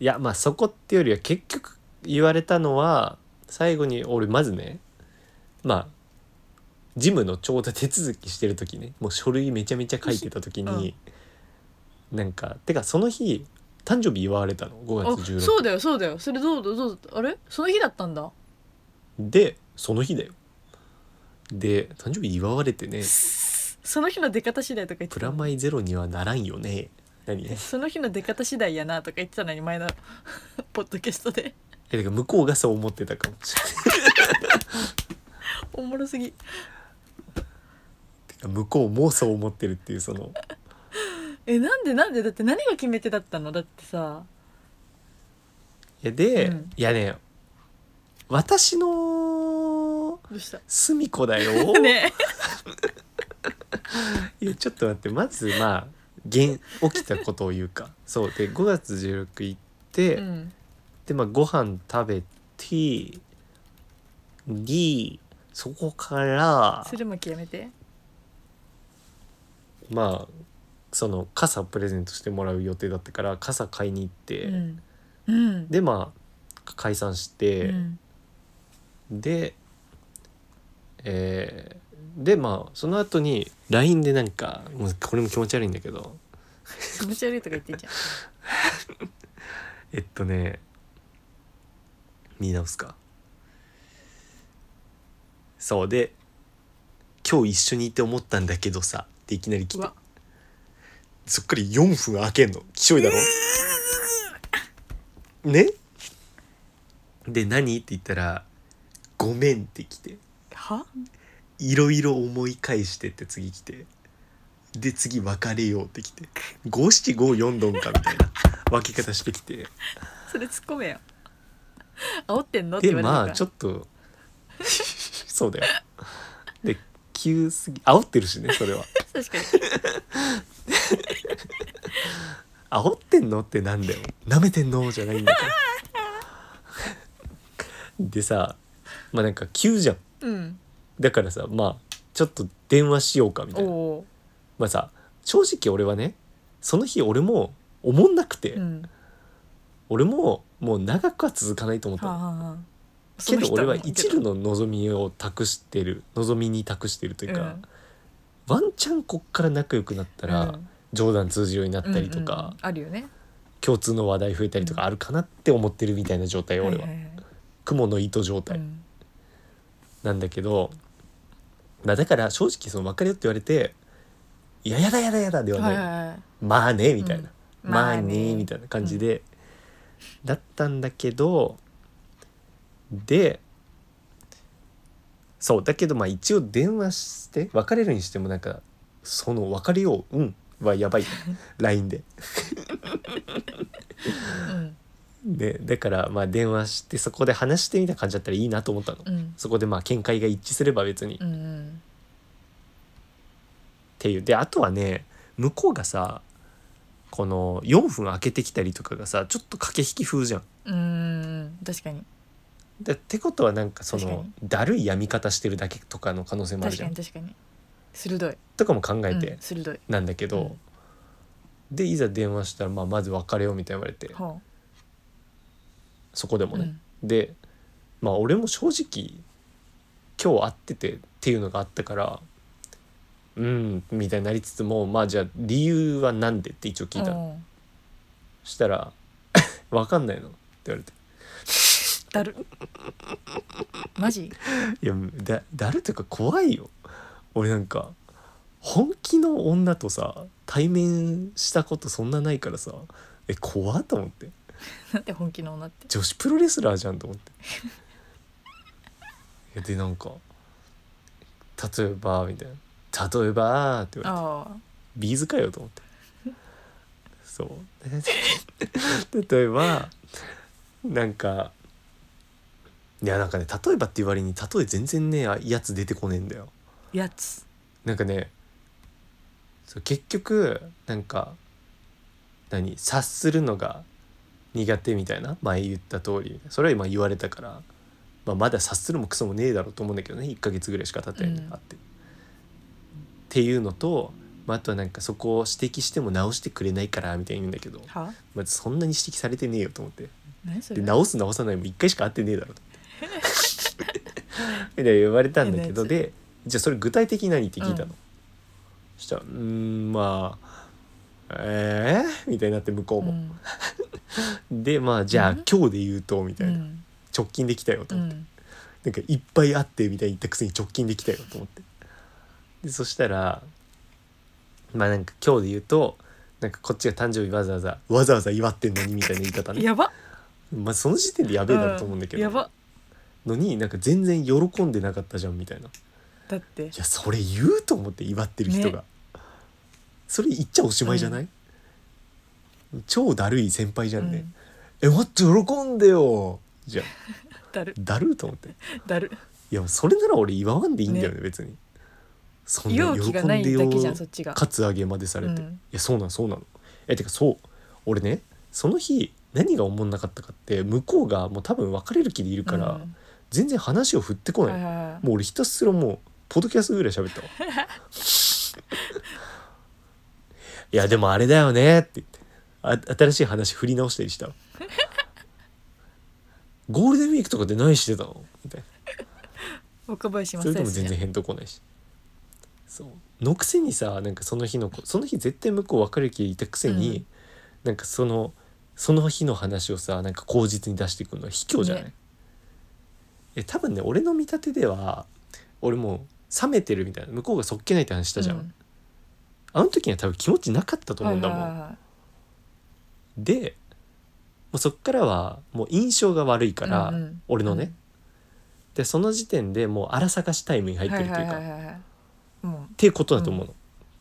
Speaker 1: いやまあそこってよりは結局言われたのは最後に俺まずねまあジムのちょうど手続きしてる時ねもう書類めちゃめちゃ書いてた時に、なんかてかその日誕生日祝われたの5
Speaker 3: あ
Speaker 1: 月16
Speaker 3: そうだよそうだよそれどうだどうだあれその日だったんだ
Speaker 1: でその日だよで誕生日祝われてね
Speaker 3: その日の出方次第とか言って
Speaker 1: プ
Speaker 3: た
Speaker 1: ラマイゼロにはならんよね何 え
Speaker 3: その日の出方次第やなとか言ってたのに前の ポッドキャストで
Speaker 1: てか向こうがそう思ってたかもしれない
Speaker 3: おもろすぎ
Speaker 1: てか向こうもそう思ってるっていうその
Speaker 3: えなんでなんでだって何が決め手だったのだってさ
Speaker 1: いやで、
Speaker 3: うん
Speaker 1: いやね私の
Speaker 3: どうした、
Speaker 1: すみこだよ
Speaker 3: ね
Speaker 1: いやちょっと待ってまずまあ現起きたことを言うかそうで5月16行って、
Speaker 3: うん
Speaker 1: でまあご飯食べてでそこから
Speaker 3: 鶴巻やめて
Speaker 1: まあその傘プレゼントしてもらう予定だったから傘買いに行って、
Speaker 3: うんうん
Speaker 1: でまあ解散して、
Speaker 3: うん
Speaker 1: でえーでまあその後に LINE でなんかもうこれも気持ち悪いんだけど
Speaker 3: 気持ち悪いとか言ってんじゃん
Speaker 1: えっとね見直すかそうで「今日一緒にいて思ったんだけどさ」っていきなり来
Speaker 3: う
Speaker 1: て
Speaker 3: わ
Speaker 1: そっから4分開けんのきしょいだろねで何って言ったら「ごめん」って来て
Speaker 3: はい
Speaker 1: ろいろ思い返してって次来てで次別れようって来て五七五四どんかみたいな分け方してきて
Speaker 3: それ突っ込めよ煽ってんのって
Speaker 1: で
Speaker 3: 言われるか
Speaker 1: ま
Speaker 3: ら、
Speaker 1: あちょっとそうだよで急すぎ煽ってるしねそれは
Speaker 3: 確かに
Speaker 1: 煽ってんのってなんだよ舐めてんのじゃないんだからでさまあなんか急じゃん
Speaker 3: うん
Speaker 1: だからさまあちょっと電話しようかみた
Speaker 3: お
Speaker 1: いな
Speaker 3: お
Speaker 1: まあさ正直俺はねその日俺も思んなくて、
Speaker 3: ーうんは
Speaker 1: 俺ももう長くは続かないと思っ
Speaker 3: あ、
Speaker 1: た
Speaker 3: は
Speaker 1: の
Speaker 3: あはあ、
Speaker 1: けど俺は一縷
Speaker 3: の
Speaker 1: の望みを託してる望みに託してるというか、ワンチャンこっから仲良くなったら、冗談通じるようになったりとか、
Speaker 3: うんうんうんあるよね
Speaker 1: 共通の話題増えたりとかあるかなって思ってるみたいな状態、俺は、
Speaker 3: いい
Speaker 1: 雲の糸状
Speaker 3: はい
Speaker 1: 態
Speaker 3: うん
Speaker 1: なんだけど、まあだから正直その別れよって言われて「いややだやだやだ」ではな、
Speaker 3: はいいはいはい
Speaker 1: まあねみたいな、
Speaker 3: う
Speaker 1: ま
Speaker 3: んま
Speaker 1: あ
Speaker 3: あ
Speaker 1: ね
Speaker 3: ね
Speaker 1: みたいな感じで、だったんだけどでそうだけどまあ一応電話して別れるにしてもなんかその別れよううんはや ばい LINE で
Speaker 3: うん
Speaker 1: でだからまあ電話してそこで話してみた感じだったらいいなと思ったの、
Speaker 3: うん
Speaker 1: そこでまあ見解が一致すれば別に、
Speaker 3: う
Speaker 1: っ
Speaker 3: んうん
Speaker 1: ていうであとはね向こうがさこの4分空けてきたりとかがさちょっと駆け引き風じゃん
Speaker 3: うん確かに
Speaker 1: だってことはなんかそ
Speaker 3: 確か
Speaker 1: のだるいやみ方してるだけとかの可能性もある
Speaker 3: 確
Speaker 1: じ
Speaker 3: か
Speaker 1: ゃん
Speaker 3: に確かに鋭い、
Speaker 1: とかも考え
Speaker 3: う
Speaker 1: て
Speaker 3: ん、鋭い
Speaker 1: なんだけど、でいざ電話したら、まあ、まず別れようみたいに言われて
Speaker 3: ほ
Speaker 1: そこでも
Speaker 3: う、
Speaker 1: ね、でまあ俺も正直今日会っててっていうのがあったからうんみたいになりつつもまあじゃあ理由はなんでって一応聞いたの、
Speaker 3: うん
Speaker 1: したら 「わかんないの」って言われて
Speaker 3: だる マ
Speaker 1: い
Speaker 3: ジ
Speaker 1: やだだるというか怖いよ俺なんか本気の女とさ対面したことそんなないからさえ怖っと思って
Speaker 3: なんて本気の女 って
Speaker 1: 女子プロレスラーじゃんと思って いやでなんか「例えば」みたいな「例えば」って言われて
Speaker 3: ああ
Speaker 1: 「ビーズかよ」と思ってそう 例えばなんかいやなんかね例えばっていう割に例え全然ねあやつ出てこねえんだよ
Speaker 3: やつ
Speaker 1: なんかねそう結局なんか何察するのが苦手みたいな前言った通りそれは今言われたから、まあ、まだ察するもクソもねえだろうと思うんだけどね1ヶ月ぐらいしか経ってないの
Speaker 3: うん
Speaker 1: あって。っていうのと、まあ、あとはなんかそこを指摘しても直してくれないからみたいに言うんだけど、
Speaker 3: は
Speaker 1: まあ、そんなに指摘されてねえよと思って
Speaker 3: 何そ
Speaker 1: で
Speaker 3: れ
Speaker 1: 直す直さないも1回しか会ってねえだ ろと思ってみたいな言われたんだけど
Speaker 3: 変な
Speaker 1: でじゃあそれ具体的に何って聞いた
Speaker 3: うん
Speaker 1: の、そしたら「うーんまあえー?」みたいになって向こう
Speaker 3: う
Speaker 1: も、
Speaker 3: ん
Speaker 1: でまあじゃあ、
Speaker 3: うん
Speaker 1: 今日で言うとみ
Speaker 3: う
Speaker 1: たいな、
Speaker 3: ん
Speaker 1: 直近できたよと
Speaker 3: う
Speaker 1: 思って、
Speaker 3: ん
Speaker 1: なんかいっぱい会ってみたいに言ったくせに直近できたよと思ってでそしたらまあなんか今日で言うとなんかこっちが誕生日わざわざわざわざ祝ってんのにみたいな言い方ね
Speaker 3: やば
Speaker 1: まあその時点でやべえなと思うんだけど、
Speaker 3: やば
Speaker 1: のになんか全然喜んでなかったじゃんみたいな「い
Speaker 3: だって
Speaker 1: やそれ言う?」と思って祝ってる人が、それ言っちゃおしまいじゃない、超だるい先輩じゃんね「え待って喜んでよ」じゃあ
Speaker 3: うんだる
Speaker 1: だるいと思って「
Speaker 3: だる
Speaker 1: いやそれなら俺祝わんでいいんだよね別に」そんな
Speaker 3: 容
Speaker 1: 喜
Speaker 3: 器がなん
Speaker 1: で
Speaker 3: い
Speaker 1: よ
Speaker 3: だけじゃんそっちが
Speaker 1: カツアゲまでされて、
Speaker 3: うん
Speaker 1: いやそうなんそうなのえてかそう俺ねその日何が思んなかったかって向こうがもう多分別れる気でいるから、
Speaker 3: うん
Speaker 1: 全然話を振ってこない、
Speaker 3: はいはいはい
Speaker 1: もう俺ひたすらもうポッドキャストぐらい喋ったわいやでもあれだよねって言ってあ新しい話振り直したりしたわゴールデンウィークとかで何してたのみたい
Speaker 3: 若林
Speaker 1: な
Speaker 3: 正
Speaker 1: それでも
Speaker 3: 義
Speaker 1: 全
Speaker 3: ね
Speaker 1: 然返答来ないしそうのくせにさなんかその日のこその日絶対向こう別れる気でいたくせに、
Speaker 3: うん
Speaker 1: なんかそのその日の話をさなんか口実に出してくるのは卑怯じゃない、
Speaker 3: ね
Speaker 1: え多分ね俺の見立てでは俺もう冷めてるみたいな向こうがそっけないって話したじゃん、
Speaker 3: うん
Speaker 1: あの時には多分気持ちなかったと思うんだもん、
Speaker 3: はいはいはいはい
Speaker 1: でもうそっからはもう印象が悪いから、
Speaker 3: うんうん
Speaker 1: 俺のね、
Speaker 3: うん
Speaker 1: でその時点でもう荒探しタイムに入ってるというか、
Speaker 3: はいはいはいはいはいも
Speaker 1: っていうことだと思うの、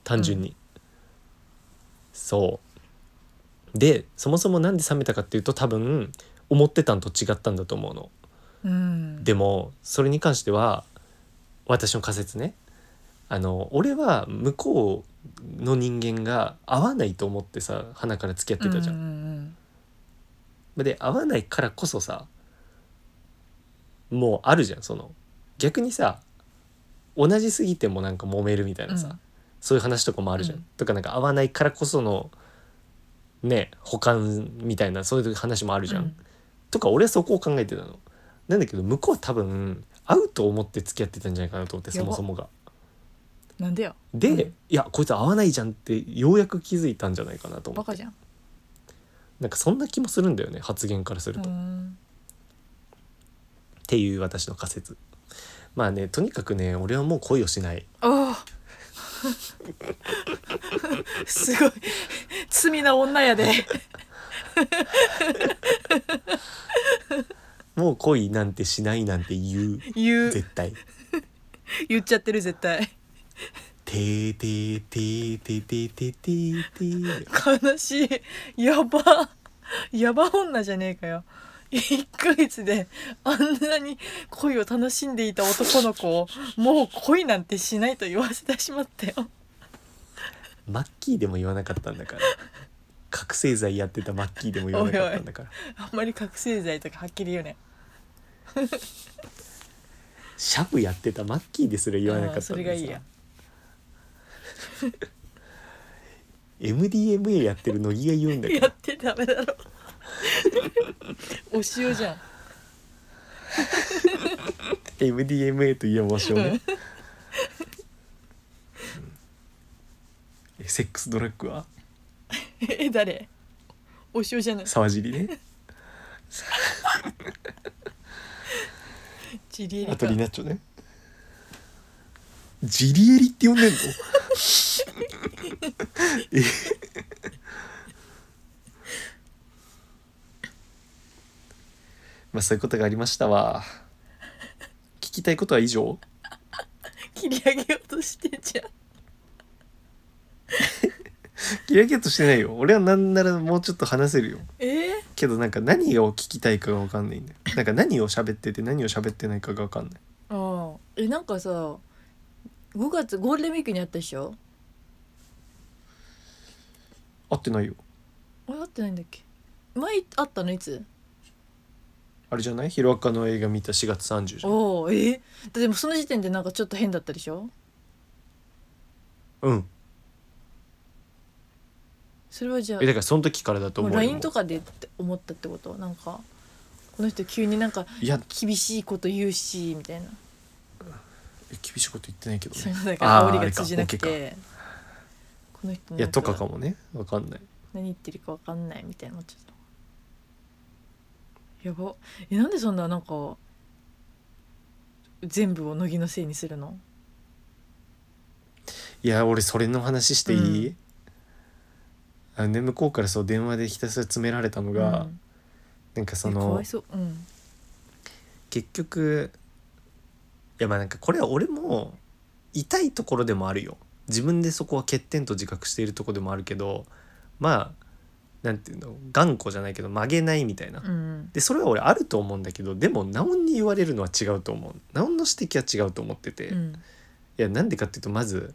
Speaker 1: 単純に、そうでそもそもなんで冷めたかっていうと多分思ってたんと違ったんだと思うの
Speaker 3: ううん
Speaker 1: でもそれに関しては私の仮説ねあの俺は向こうの人間が合わないと思ってさ花から付き合ってたじゃん
Speaker 3: う。ん
Speaker 1: で合わないからこそさもうあるじゃんその逆にさ同じすぎてもなんか揉めるみたいなさ、
Speaker 3: うん
Speaker 1: そういう話とかもあるじゃん。
Speaker 3: うん
Speaker 1: とかなんか合わないからこそのね補完みたいなそういう話もあるじゃん。
Speaker 3: うん
Speaker 1: とか俺はそこを考えてたの。なんだけど向こうは多分合うと思って付き合ってたんじゃないかなと思って
Speaker 3: や
Speaker 1: そ
Speaker 3: ば
Speaker 1: もそもが。
Speaker 3: なんでよ
Speaker 1: で、
Speaker 3: うん
Speaker 1: いやこいつ合わないじゃんってようやく気づいたんじゃないかなと思
Speaker 3: バ
Speaker 1: って
Speaker 3: カじゃん
Speaker 1: なんかそんな気もするんだよね発言からすると。
Speaker 3: うん
Speaker 1: っていう私の仮説まあねとにかくね俺はもう恋をしない
Speaker 3: あ あすごい罪な女 やで
Speaker 1: もう恋なんてしないなんて言
Speaker 3: 言
Speaker 1: う
Speaker 3: う
Speaker 1: 絶対
Speaker 3: 言っちゃってる絶対
Speaker 1: 「てーてーてーてーてーてーてーてー
Speaker 3: 悲しいやばやば女じゃねえかよ1ヶ月であんなに恋を楽しんでいた男の子をもう恋なんてしないと言わせてしまったよ
Speaker 1: マッキーでも言わなかったんだから覚醒剤やってたマッキーでも言わなかったんだから
Speaker 3: あんまり覚醒剤とかはっきり言うね
Speaker 1: シャブやってたマッキーですら言わなかった
Speaker 3: あーそれがいいや
Speaker 1: MDMA やってる乃木が言うんだか
Speaker 3: や
Speaker 1: ら
Speaker 3: ってダメだろお塩じゃん
Speaker 1: MDMA といえばしょうね、
Speaker 3: う ん
Speaker 1: えセックスドラッグは
Speaker 3: え誰お塩じゃない
Speaker 1: 沢尻ね
Speaker 3: ジリエ
Speaker 1: あ
Speaker 3: リ
Speaker 1: と
Speaker 3: か
Speaker 1: リナッチョねジリエリって呼んでんの えまあそういうことがありましたわ聞きたいことは以上
Speaker 3: 切り上げようとしてんじゃん
Speaker 1: キラキラとしてないよ俺はなんならもうちょっと話せるよ
Speaker 3: えー、
Speaker 1: けどなんか何を聞きたいかが分かんないんだよなんか何を喋ってて何を喋ってないかが分かんない
Speaker 3: ああえなんかさ5月ゴールデンウィークにあったでしょ
Speaker 1: 会ってないよ
Speaker 3: あれ会ってないんだっけ前会ったのいつ
Speaker 1: あれじゃないヒロアカの映画見た4月30じゃん
Speaker 3: おおえーだでもその時点でなんかちょっと変だったでしょ
Speaker 1: うん
Speaker 3: それはじゃあ
Speaker 1: えだからその時からだと
Speaker 3: も
Speaker 1: 思
Speaker 3: う
Speaker 1: うよ
Speaker 3: LINE とかでって思ったってことなんかこの人急になんか
Speaker 1: いや
Speaker 3: 厳しいこと言うしみたいな
Speaker 1: 厳しいこと言ってないけど
Speaker 3: それ
Speaker 1: ね
Speaker 3: だから
Speaker 1: あー
Speaker 3: 煽りが通じなく
Speaker 1: あれ
Speaker 3: てこの人なん
Speaker 1: いやとかかもねわかんない
Speaker 3: 何言ってるかわかんないみたいになっちゃったやばえなんでそんななんか全部を乃木のせいにするの
Speaker 1: いや俺それの話していい、
Speaker 3: う
Speaker 1: あのね向こうからそう電話でひたすら詰められたのが、
Speaker 3: うん
Speaker 1: なんかそ
Speaker 3: えか
Speaker 1: の
Speaker 3: わいそううん
Speaker 1: 結局いやまあなんかこれは俺も痛いところでもあるよ自分でそこは欠点と自覚しているところでもあるけどまあなんていうの頑固じゃないけど曲げないみたいな、
Speaker 3: うん
Speaker 1: でそれは俺あると思うんだけどでもナオンに言われるのは違うと思うナオンの指摘は違うと思ってて、
Speaker 3: う
Speaker 1: い
Speaker 3: ん
Speaker 1: やなんでかっていうとまず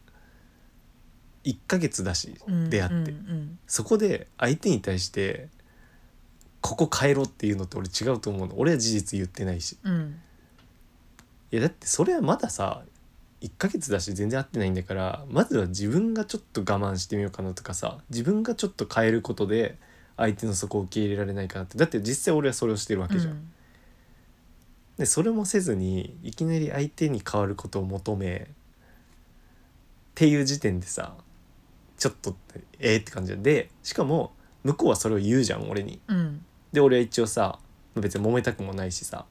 Speaker 1: 1ヶ月だし、
Speaker 3: うん
Speaker 1: 出会って、
Speaker 3: うん
Speaker 1: そこで相手に対してここ変えろっていうのって俺違うと思うの俺は事実言ってないし
Speaker 3: うんうん
Speaker 1: いやだってそれはまださ1ヶ月だし全然合ってないんだからまずは自分がちょっと我慢してみようかなとかさ自分がちょっと変えることで相手のそこを受け入れられないかなってだって実際俺はそれをしてるわ
Speaker 3: う
Speaker 1: けじゃん。
Speaker 3: ん
Speaker 1: でそれもせずにいきなり相手に変わることを求めっていう時点でさちょっとってえー、って感じでしかも向こうはそれを言うじゃん俺に。
Speaker 3: うん
Speaker 1: で俺は一応さ別に揉めたくもないしさ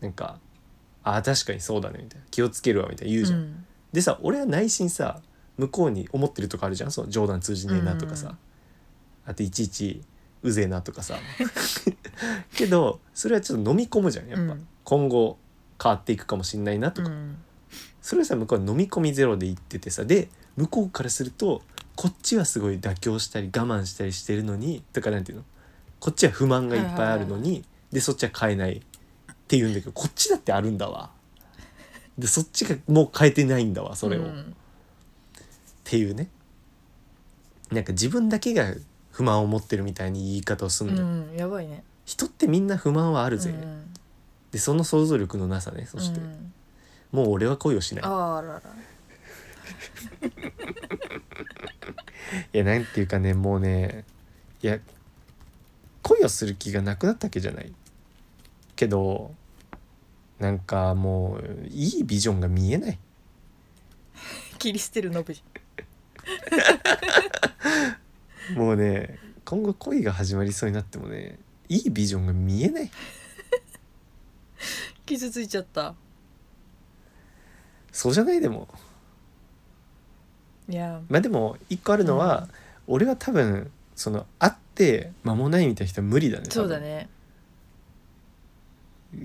Speaker 1: なんか「あー確かにそうだね」みたいな「気をつけるわ」みたいな言うじゃん。
Speaker 3: うん
Speaker 1: でさ俺は内心さ向こうに思ってるとこあるじゃんその冗談通じねえなとかさ、
Speaker 3: うん
Speaker 1: あといちいちうぜえなとかさ けどそれはちょっと飲み込むじゃんやっぱ、
Speaker 3: うん
Speaker 1: 今後変わっていくかもしんないなとか、
Speaker 3: うん
Speaker 1: それはさ向こうは飲み込みゼロで言っててさで向こうからするとこっちはすごい妥協したり我慢したりしてるのにとかなんていうのこっちは不満がいっぱいあるのに、でそっちは変えないっていうんだけどこっちだってあるんだわでそっちがもう変えてないんだわそれを、
Speaker 3: う
Speaker 1: っ
Speaker 3: ん
Speaker 1: ていうねなんか自分だけが不満を持ってるみたいに言い方をするんだよ、
Speaker 3: うんやばいね
Speaker 1: 人ってみんな不満はあるぜ、
Speaker 3: うん
Speaker 1: でその想像力のなさねそして、
Speaker 3: うん
Speaker 1: もう俺は恋をしない
Speaker 3: あらら
Speaker 1: いやなんていうかねもうねいや恋をする気がなくなったわけじゃないけどなんかもういいビジョンが見えない
Speaker 3: 切り捨てるノブじ
Speaker 1: もうね今後恋が始まりそうになってもねいいビジョンが見えない
Speaker 3: ゃん傷ついちゃった
Speaker 1: そうじゃないでも
Speaker 3: いや
Speaker 1: まあでも一個あるのは、俺は多分その会って間もないみたいな人は無理だね多分
Speaker 3: そうだね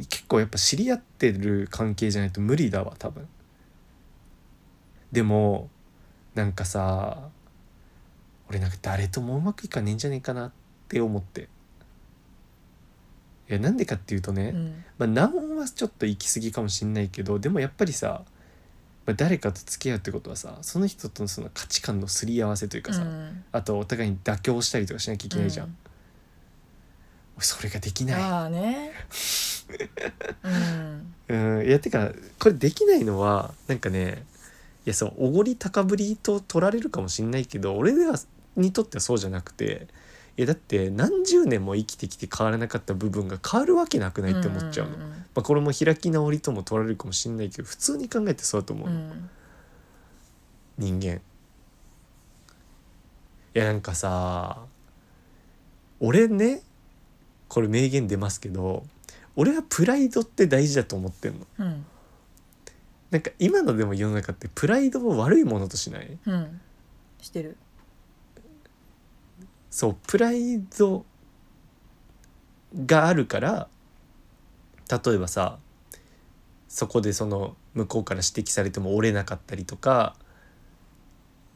Speaker 1: 結構やっぱ知り合ってる関係じゃないと無理だわ多分でもなんかさ俺なんか誰ともうまくいかねえんじゃねえかなって思っていやなんでかっていうとね、
Speaker 3: うん
Speaker 1: まあ難音はちょっと行き過ぎかもしんないけどでもやっぱりさ、まあ、誰かと付き合うってことはさその人とのその価値観のすり合わせというかさ、
Speaker 3: うん
Speaker 1: あとお互いに妥協したりとかしなきゃいけないじゃん、
Speaker 3: う
Speaker 1: 俺それができない
Speaker 3: ああねうん
Speaker 1: うんいやてかこれできないのはなんかねいやそうおごり高ぶりと取られるかもしんないけど俺ではにとってはそうじゃなくていやだって何十年も生きてきて変わらなかった部分が変わるわけなくないって思っちゃうの、
Speaker 3: ん
Speaker 1: ま
Speaker 3: んん
Speaker 1: あ、これも開き直りとも取られるかもしんないけど普通に考えてそうだと思う
Speaker 3: う
Speaker 1: の、
Speaker 3: ん
Speaker 1: 人間いやなんかさ俺ねこれ名言出ますけど俺はプライドって大事だと思ってんの。
Speaker 3: うん
Speaker 1: なんか今のでも世の中ってプライドを悪いものとしない
Speaker 3: うんしてる
Speaker 1: そうプライドがあるから例えばさそこでその向こうから指摘されても折れなかったりとか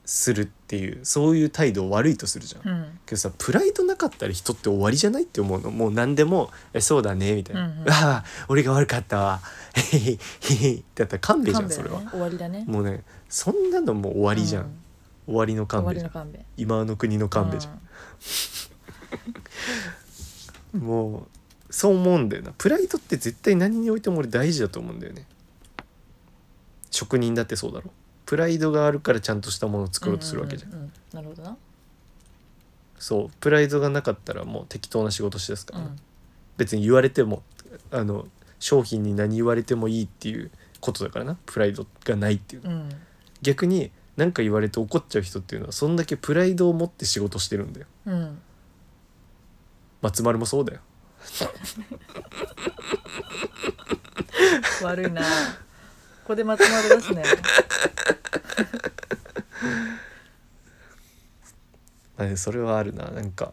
Speaker 1: するっていうそういう態度を悪いとするじゃん。
Speaker 3: う
Speaker 1: け
Speaker 3: ん
Speaker 1: どさプライドなかったら人って終わりじゃないって思うのもう何でも「えそうだね」みたいな「
Speaker 3: うんうん
Speaker 1: わ あ俺が悪かったわ」 「へへへへ」ってやったら勘弁じゃんそれ
Speaker 3: だ
Speaker 1: は
Speaker 3: ね。終わりだね
Speaker 1: もうねそんなのもう終わりじゃん、
Speaker 3: うん
Speaker 1: 終わりの
Speaker 3: 終
Speaker 1: 勘
Speaker 3: わ
Speaker 1: 弁
Speaker 3: り
Speaker 1: じゃ
Speaker 3: の
Speaker 1: ん
Speaker 3: 勘弁
Speaker 1: 今の国の勘弁じゃん、
Speaker 3: う
Speaker 1: もうそう思うんだよなプライドって絶対何においても俺大事だと思うんだよね職人だってそうだろプライドがあるからちゃんとしたものを作ろうとするわけじゃん,、
Speaker 3: うんうんうんなるほどな、
Speaker 1: そうプライドがなかったらもう適当な仕事してですか
Speaker 3: う
Speaker 1: ら、
Speaker 3: ん、
Speaker 1: 別に言われてもあの商品に何言われてもいいっていうことだからなプライドがないっていうのは
Speaker 3: うん、
Speaker 1: 逆に何か言われて怒っちゃう人っていうのはそんだけプライドを持って仕事してるんだよ
Speaker 3: うん、
Speaker 1: 松丸もそうだよ
Speaker 3: 悪 いな。ここでまとまり出すね。
Speaker 1: あでもそれはあるななんか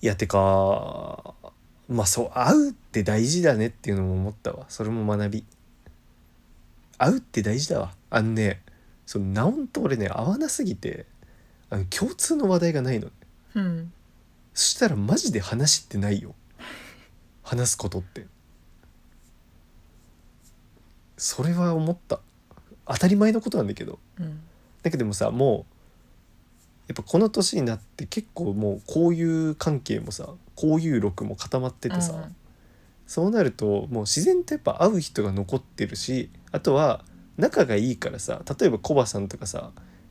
Speaker 1: いやてかまあそう会うって大事だねっていうのも思ったわそれも学び会うって大事だわあのねそのナオンと俺ね合わなすぎてあの共通の話題がないの
Speaker 3: うん、
Speaker 1: そしたらマジで話ってないよ話すことってそれは思った当たり前のことなんだけど
Speaker 3: うん、
Speaker 1: だけどもさもうやっぱこの年になって結構もう交友関係もさ交友録も固まっててさ、
Speaker 3: うん
Speaker 1: そうなるともう自然とやっぱ会う人が残ってるしあとは仲がいいからさ例えばコバさんとかさ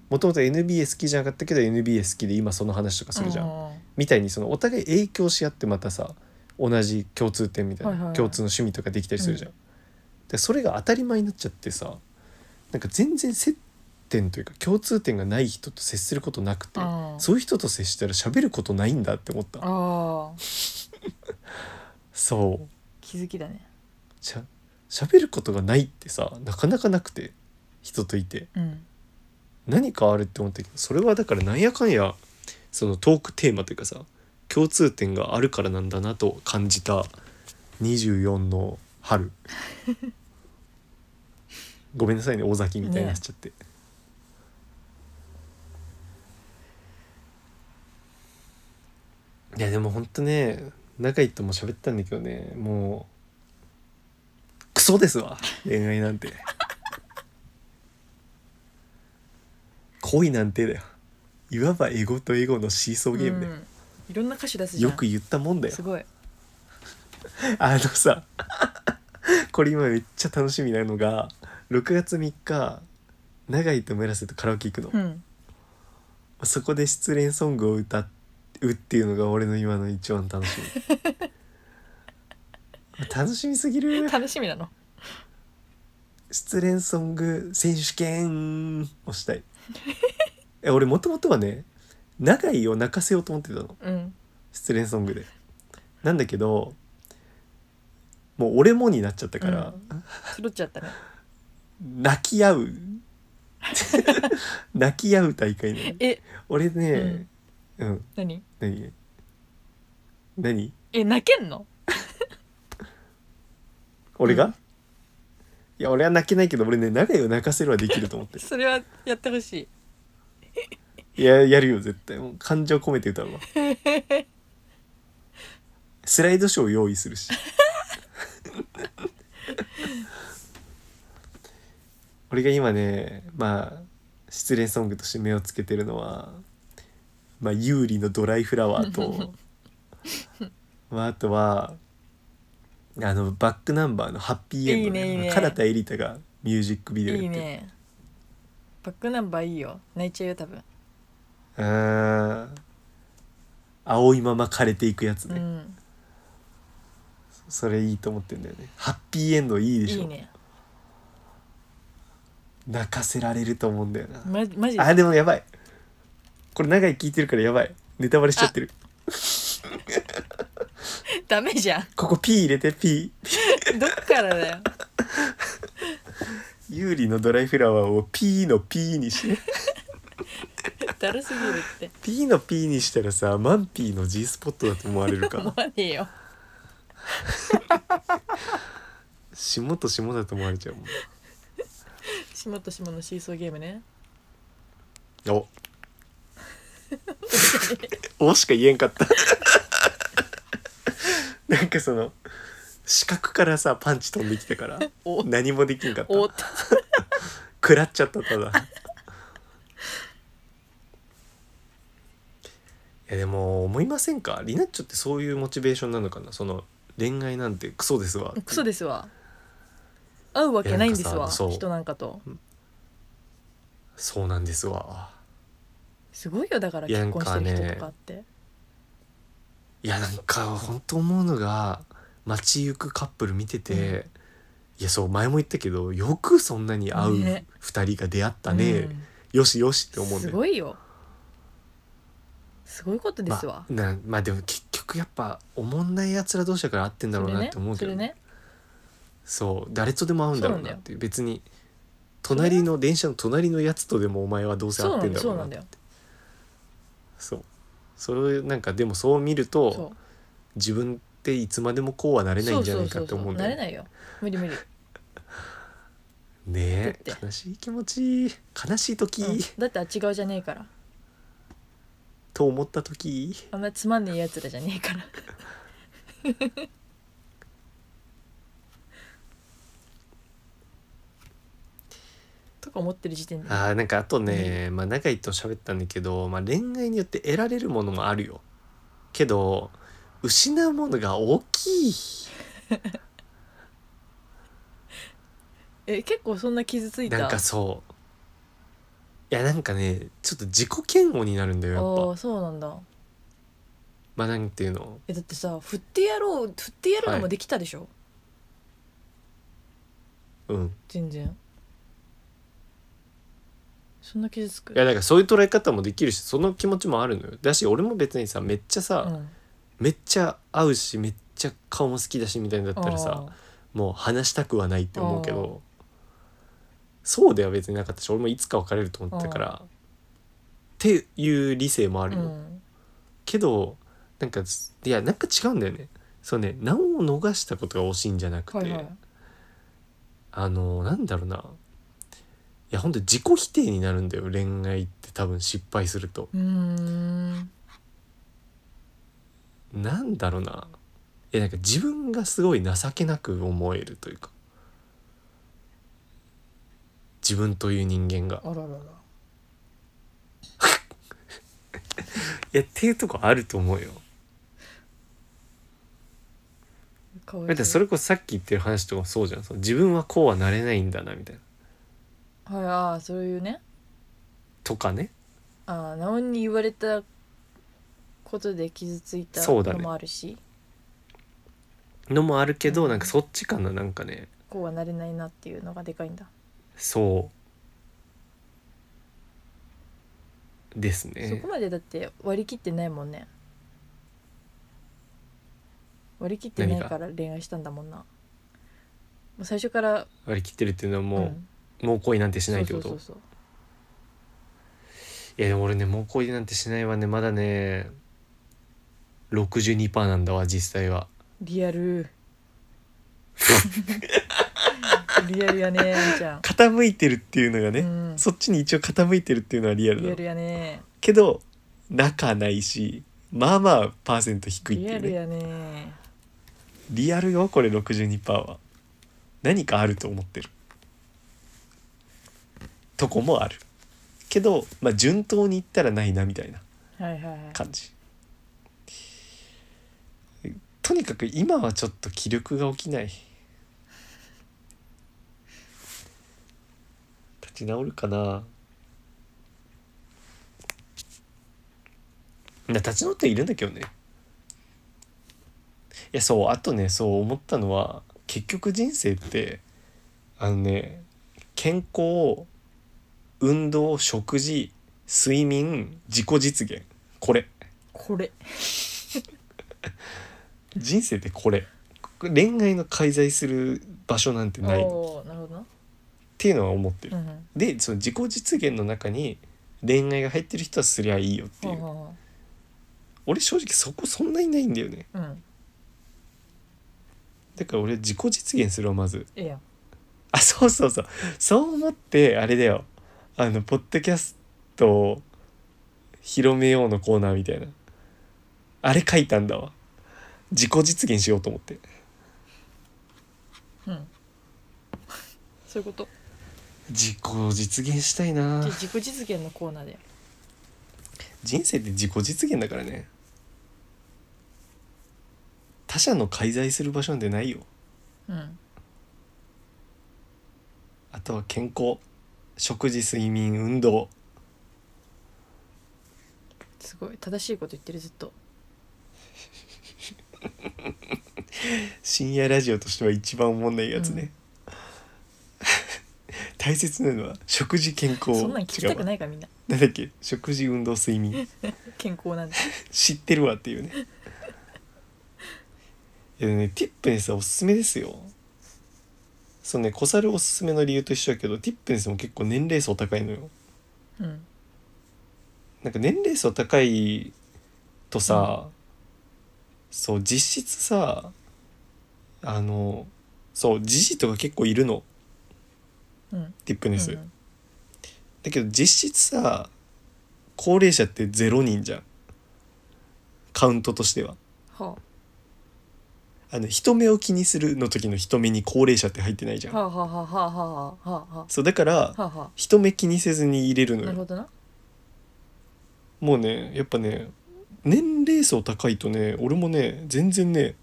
Speaker 1: もともと NBA 好きじゃなかったけど NBA 好きで今その話とかするじゃん、
Speaker 3: うう
Speaker 1: みたいにそのお互い影響し合ってまたさ同じ共通点みたいな、
Speaker 3: はいはいはい
Speaker 1: 共通の趣味とかできたりするじゃん、でそれが当たり前になっちゃってさなんか全然接点というか共通点がない人と接することなくて
Speaker 3: あー
Speaker 1: そういう人と接したら喋ることないんだって思った
Speaker 3: あー、
Speaker 1: そう
Speaker 3: 気づきだね。
Speaker 1: しゃ喋ることがないってさなかなかなくて人といて
Speaker 3: うん、
Speaker 1: 何かあるって思ったけどそれはだからなんやかんやそのトークテーマというかさ共通点があるからなんだなと感じた24の春ごめんなさいね尾崎みたいになっちゃって、いやでもほんとね仲いいとも喋ったんだけどねもうクソですわ恋愛なん て恋なんてだよいわばエゴとエゴのシーソーゲームだよ、
Speaker 3: うんいろんな歌詞出すじゃん。
Speaker 1: よく言ったもんだよ
Speaker 3: すごい。
Speaker 1: あのさ これ今めっちゃ楽しみなのが6月3日永井と村瀬とカラオケ行くの、
Speaker 3: うん、
Speaker 1: そこで失恋ソングを歌うっていうのが俺の今の一番楽し み楽しみすぎる
Speaker 3: 楽しみなの。
Speaker 1: 失恋ソング選手権をしたいえ俺もともとはね永井を泣かせようと思ってたの
Speaker 3: うん、
Speaker 1: 失恋ソングでなんだけどもう俺もになっちゃったから、
Speaker 3: 揃っちゃったね。
Speaker 1: 泣き合う 泣き合う大会ね
Speaker 3: え、
Speaker 1: 俺ねうん、
Speaker 3: 何？
Speaker 1: 何何
Speaker 3: え、泣けんの？
Speaker 1: 俺が、
Speaker 3: うん
Speaker 1: いや俺は泣けないけど俺ね長いを泣かせるはできると思って
Speaker 3: それはやってほしい。
Speaker 1: いややるよ絶対もう感情込めて歌 うわスライドショー用意する し俺が今ねまあ失恋ソングとして目をつけてるのはまあ優里の「ドライフラワー と」まあ、あとはあのバックナンバーの「ハッピーエンド、
Speaker 3: いいねいいね
Speaker 1: 唐田絵里太がミュージックビデオやっ
Speaker 3: い
Speaker 1: て
Speaker 3: い
Speaker 1: る
Speaker 3: ね。バックナンバーいいよ。泣いちゃうよ多分。
Speaker 1: うーん青いまま枯れていくやつ
Speaker 3: う
Speaker 1: ね、
Speaker 3: ん、
Speaker 1: それいいと思ってんだよねハッピーエンドいいで
Speaker 3: い
Speaker 1: しょ
Speaker 3: いね。
Speaker 1: 泣かせられると思うんだよな、
Speaker 3: まマジで
Speaker 1: あでもやばいこれ長い聞いてるからやばいネタバレしちゃってる
Speaker 3: ダメじゃん。
Speaker 1: ここ P 入れて P
Speaker 3: どっからだよ。
Speaker 1: 有利のドライフラワーを P の P に して
Speaker 3: だるすぎるって
Speaker 1: P の P にしたらさマンピーの G スポットだと思われる
Speaker 3: 思
Speaker 1: か
Speaker 3: わねえよ
Speaker 1: 下と下だと思われちゃうもん
Speaker 3: 下と下のシーソーゲームね
Speaker 1: おおしか言えんかったなんかその四角からさパンチ飛んできたから
Speaker 3: お
Speaker 1: 何もできんかった
Speaker 3: おっと
Speaker 1: 食らっちゃったただいやでも思いませんかリナッチョってそういうモチベーションなのかなその恋愛なんてクソですわ
Speaker 3: クソですわ会うわけないんです
Speaker 1: いやなん
Speaker 3: わ
Speaker 1: かさそう
Speaker 3: 人なんかと
Speaker 1: そうなんですわ
Speaker 3: すごいよだから
Speaker 1: いや
Speaker 3: 結婚してる
Speaker 1: なんかね
Speaker 3: 人とかって
Speaker 1: いやなんか本当思うのが街行くカップル見てて、
Speaker 3: うん
Speaker 1: いやそう前も言ったけどよくそんなに会う
Speaker 3: ね
Speaker 1: 二人が出会ったね
Speaker 3: うん
Speaker 1: よしよしって思うん
Speaker 3: す
Speaker 1: だよ
Speaker 3: ごいよすごいことですわ、
Speaker 1: まあ、なまあでも結局やっぱおもんないやつら同士だから合ってんだ
Speaker 3: そ
Speaker 1: ろう
Speaker 3: れ
Speaker 1: なっ
Speaker 3: ね
Speaker 1: て思う
Speaker 3: そ
Speaker 1: けど
Speaker 3: れね
Speaker 1: そう誰とでも会うんだろう
Speaker 3: そうなん
Speaker 1: な
Speaker 3: だ
Speaker 1: っ
Speaker 3: よ
Speaker 1: ていう別に隣の電車の隣のやつとでもお前はどうせ
Speaker 3: そ
Speaker 1: 会
Speaker 3: う
Speaker 1: っ
Speaker 3: な
Speaker 1: て
Speaker 3: ん
Speaker 1: ん
Speaker 3: だ
Speaker 1: だ
Speaker 3: よそ
Speaker 1: ろ
Speaker 3: う
Speaker 1: う
Speaker 3: な
Speaker 1: なんって
Speaker 3: だよ
Speaker 1: そうそれなんかでもそう見ると
Speaker 3: そ
Speaker 1: 自分っていつまでもこうはな
Speaker 3: う
Speaker 1: れないんじゃないかって
Speaker 3: そう
Speaker 1: 思
Speaker 3: そううそうん
Speaker 1: だよ
Speaker 3: なれ
Speaker 1: ね
Speaker 3: ないよ無 理無理
Speaker 1: ねえ
Speaker 3: だって
Speaker 1: 悲しい気持ち悲しい時、
Speaker 3: うんだってあっち側じゃねえから
Speaker 1: と思った時
Speaker 3: あんまつまんねえやつらじゃねえから とか思ってる時点で
Speaker 1: あーなんかあとね、まあ、長井と喋ったんだけど、まあ、恋愛によって得られるものもあるよけど失うものが大きい
Speaker 3: え結構そんな傷ついた
Speaker 1: なんかそういやなんかねちょっと自己嫌悪になるんだよ
Speaker 3: ああ
Speaker 1: やっ
Speaker 3: ー
Speaker 1: ぱ
Speaker 3: そうなんだ
Speaker 1: まあなんていうの
Speaker 3: えだってさ振ってやろう振ってやるの
Speaker 1: は
Speaker 3: も
Speaker 1: い
Speaker 3: できたでしょ、
Speaker 1: うん
Speaker 3: 全然そんな傷つく
Speaker 1: いやだからそういう捉え方もできるしその気持ちもあるのよだし俺も別にさめっちゃさ、
Speaker 3: うん、
Speaker 1: めっちゃ合うしめっちゃ顔も好きだしみたいなんだったらさもう話したくはないって思うけどそうでは別になかったし俺もいつか別れると思ってたからっていう理性もあ
Speaker 3: あー
Speaker 1: るよ、
Speaker 3: うん
Speaker 1: けどなんかいやなんか違うんだよねそうね難を逃したことが惜しいんじゃなくて、
Speaker 3: はいはい
Speaker 1: あのなんだろうないや本当自己否定になるんだよ恋愛って多分失敗すると
Speaker 3: うーん
Speaker 1: なんだろうないやなんか自分がすごい情けなく思えるというか自分という人間が
Speaker 3: あららら
Speaker 1: いやっていうとこあると思うよ
Speaker 3: かわい
Speaker 1: だってそ
Speaker 3: れ
Speaker 1: れこそさっき言ってる話とかもそうじゃんその自分はこうはなれないんだなみたいな
Speaker 3: はいああそういうね
Speaker 1: とかね
Speaker 3: ああナオンに言われたことで傷ついた
Speaker 1: そうだね
Speaker 3: のもあるし
Speaker 1: のもあるけ
Speaker 3: う
Speaker 1: ど
Speaker 3: ん
Speaker 1: なんかそっちかななんかね
Speaker 3: こうはなれないなっていうのがでかいんだ、
Speaker 1: そうです
Speaker 3: そ
Speaker 1: ね
Speaker 3: こまでだって割り切ってないもんね割り切ってない
Speaker 1: 何が
Speaker 3: から恋愛したんだもんなもう最初から
Speaker 1: 割り切ってるっていうのは
Speaker 3: う
Speaker 1: も
Speaker 3: ん
Speaker 1: う、もう恋なんてしないってこと
Speaker 3: そうそうそうそう
Speaker 1: いやでも俺ねもう恋なんてしないわねまだね62%なんだわ実際は
Speaker 3: リ アルリアルやねあんちゃん
Speaker 1: 傾いてるっていうのがね、
Speaker 3: うん
Speaker 1: そっちに一応傾いてるっていうのはリアルな
Speaker 3: リア
Speaker 1: の
Speaker 3: ルやね
Speaker 1: けど仲ないしまあまあパーセント低いって
Speaker 3: リ
Speaker 1: い
Speaker 3: ア
Speaker 1: う
Speaker 3: ル
Speaker 1: ね
Speaker 3: やね
Speaker 1: リアルよこれ62%は何かあると思ってるとこもあるけどまあ順当にいったらないなみたいな
Speaker 3: はいはいはい
Speaker 1: 感じとにかく今はちょっと気力が起きない立ち直るかないや立ち直っているんだけどねいやそうあとねそう思ったのは結局人生ってあのね健康運動食事睡眠自己実現これ
Speaker 3: これ
Speaker 1: 人生ってこれ恋愛の介在する場所なんてないっ
Speaker 3: おーなるほどな
Speaker 1: ていうのは思って
Speaker 3: う
Speaker 1: る、
Speaker 3: んうん
Speaker 1: でその自己実現の中に恋愛が入ってる人はすりゃいいよってい
Speaker 3: ほう
Speaker 1: う、
Speaker 3: ほうほ
Speaker 1: 俺正直そこそんなにないんだよね
Speaker 3: ううん
Speaker 1: だから俺自己実現するわまず
Speaker 3: ええやん
Speaker 1: あそうそうそうそう思ってあれだよあのポッドキャストを広めようのコーナーみたいなあれ書いたんだわ自己実現しようと思って
Speaker 3: うん そういうこと
Speaker 1: 自己実現したいな
Speaker 3: じゃあ自己実現のコーナーで
Speaker 1: 人生って自己実現だからね他者の介在する場所なんてないよ
Speaker 3: うん
Speaker 1: あとは健康食事睡眠運動
Speaker 3: すごい正しいこと言ってるずっと
Speaker 1: 深夜ラジオとしては一番おもんないやつね、 大切なのは食事健康
Speaker 3: そんなん聞きたく
Speaker 1: 違うわ
Speaker 3: ないからみんな
Speaker 1: なんだっけ食事運動睡眠
Speaker 3: 健康なんで
Speaker 1: 知ってるわっていうねいやねティップネスはおすすめですよそうね小猿おすすめの理由と一緒だけどティップネスも結構年齢層高いのよ
Speaker 3: うん
Speaker 1: なんか年齢層高いとさ、そう実質さあのそうじじいとか結構いるの
Speaker 3: うん
Speaker 1: ティップネス、
Speaker 3: うん
Speaker 1: だけど実質さ高齢者って0人じゃんカウントとしては
Speaker 3: は
Speaker 1: あの人目を気にするの時の人目に高齢者って入ってないじゃ
Speaker 3: あ
Speaker 1: ん
Speaker 3: はあはあはあはあはあはあは
Speaker 1: そうだから
Speaker 3: あはあは
Speaker 1: 人目気にせずに入れる
Speaker 3: あ
Speaker 1: の
Speaker 3: なる
Speaker 1: よ
Speaker 3: ほどな
Speaker 1: もうねやっぱね年齢層高いとね俺もね全然ね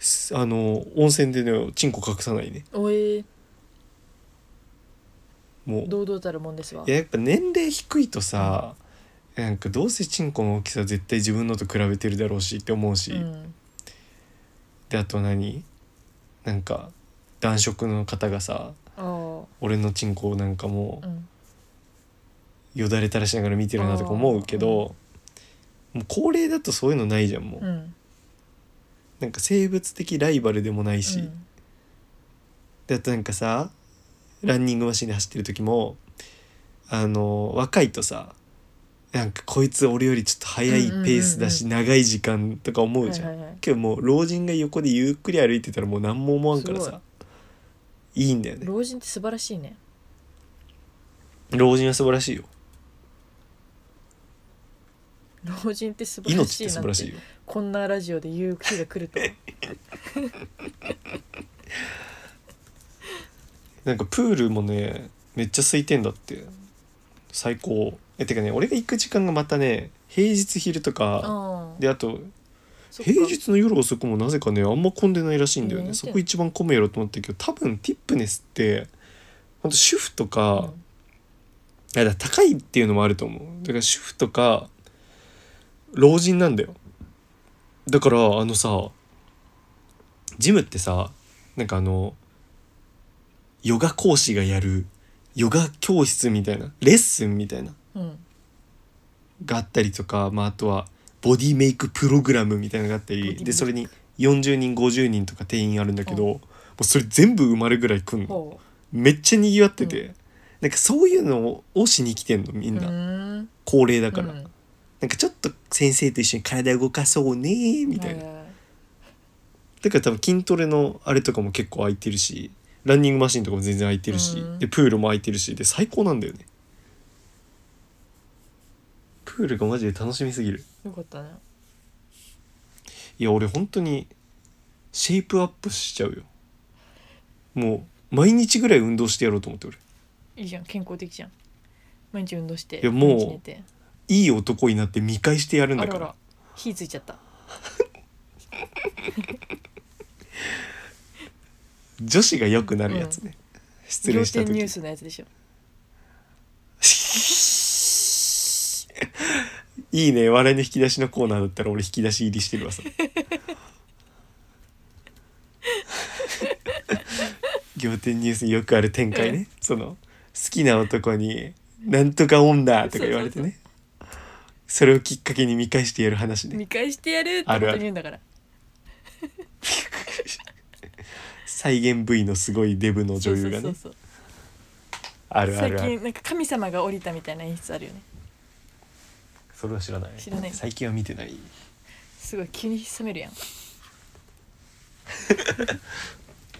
Speaker 1: すあの温泉でねチンコ隠さないね
Speaker 3: おえ
Speaker 1: もう
Speaker 3: 堂々たるもんですわ
Speaker 1: いややっぱ年齢低いとさなんかどうせチンコの大きさ絶対自分のと比べてるだろうしって思うし、
Speaker 3: うん
Speaker 1: であと何なんか男色の方がさ
Speaker 3: ああ
Speaker 1: 俺のチンコをなんかも
Speaker 3: うん
Speaker 1: うよだれ垂らしながら見てるなとか思うけど、もう高齢だとそういうのないじゃんもう、
Speaker 3: うん
Speaker 1: なんか生物的ライバルでもないし、
Speaker 3: うん
Speaker 1: であとなんかさランニングマシンで走ってる時もあの若いとさなんかこいつ俺よりちょっと速いペースだし、長い時間とか思うじゃん、
Speaker 3: はいはいはい
Speaker 1: けどもう老人が横でゆっくり歩いてたらもう何も思わんから
Speaker 3: す
Speaker 1: さいいんだよね
Speaker 3: 老人って素晴らしいね
Speaker 1: 老人は素晴らしいよ
Speaker 3: 老人って素晴ら
Speaker 1: 命
Speaker 3: し
Speaker 1: って
Speaker 3: い
Speaker 1: 素
Speaker 3: なん
Speaker 1: 晴らしていよ
Speaker 3: こんなラジオで言う日が 来るとは
Speaker 1: なんかプールもねめっちゃ空いてんだって最高えてかね俺が行く時間がまたね平日昼とか
Speaker 3: ああ
Speaker 1: であと
Speaker 3: そっか
Speaker 1: 平日の夜遅くもなぜかねあんま混んでないらしいんだよ
Speaker 3: う
Speaker 1: ね
Speaker 3: ん
Speaker 1: そこ一番混むやろと思ったけど多分ティップネスってほんと主婦と
Speaker 3: う
Speaker 1: か,、
Speaker 3: ん
Speaker 1: いやだから高いっていうのもあると思うだから主婦とか老人なんだよだからあのさジムってさなんかあのヨガ講師がやるヨガ教室みたいなレッスンみたいな
Speaker 3: うん
Speaker 1: があったりとか、まあ、あとはボディメイクプログラムみたいなのがあった
Speaker 3: ボディメ
Speaker 1: り
Speaker 3: イク
Speaker 1: でそれに40人50人とか定員あるんだけど、
Speaker 3: うん
Speaker 1: もうそれ全部埋まるぐらい来んの
Speaker 3: ほ
Speaker 1: めっちゃにぎわってて、
Speaker 3: う
Speaker 1: なんかそういうのをしに来てんのみ
Speaker 3: うん
Speaker 1: な、
Speaker 3: うん
Speaker 1: 高齢だから、
Speaker 3: うん
Speaker 1: なんかちょっと先生と一緒に体動かそうねみたいな、
Speaker 3: ははは
Speaker 1: だから多分筋トレのあれとかも結構空いてるしランニングマシンとかも全然空いてるし、
Speaker 3: うん
Speaker 1: でプールも空いてるしで最高なんだよねプールがマジで楽しみすぎる
Speaker 3: よかったね
Speaker 1: いや俺本当にシェイプアップしちゃうよもう毎日ぐらい運動してやろうと思って俺
Speaker 3: いいじゃん健康的じゃん毎日運動して
Speaker 1: いやもう
Speaker 3: 毎日寝て
Speaker 1: いい男になって見返してやるん
Speaker 3: あ
Speaker 1: だ
Speaker 3: ら
Speaker 1: から
Speaker 3: あら火ついちゃった
Speaker 1: 女子が良くなるやつね、失
Speaker 3: 仰
Speaker 1: 礼した
Speaker 3: 天ニュー
Speaker 1: 時
Speaker 3: スのやつでしょ
Speaker 1: いいね笑いの引き出しのコーナーだったら俺引き出し入りしてるわ さ仰天ニュースによくある展開ねその好きな男に「なんとか女」とか言われてねそれをきっかけに見返してやる話ね
Speaker 3: 見返してやるって
Speaker 1: あ
Speaker 3: 本
Speaker 1: るあ
Speaker 3: 当
Speaker 1: る
Speaker 3: に言うんだから
Speaker 1: 再現部位のすごいデブの女優が
Speaker 3: そう
Speaker 1: ね
Speaker 3: そうそう
Speaker 1: あるあ
Speaker 3: 最
Speaker 1: るある
Speaker 3: 近なんか神様が降りたみたいな演出あるよね
Speaker 1: それは知らない
Speaker 3: 知らない
Speaker 1: 最近は見てない
Speaker 3: すごい急に冷めるやん
Speaker 1: い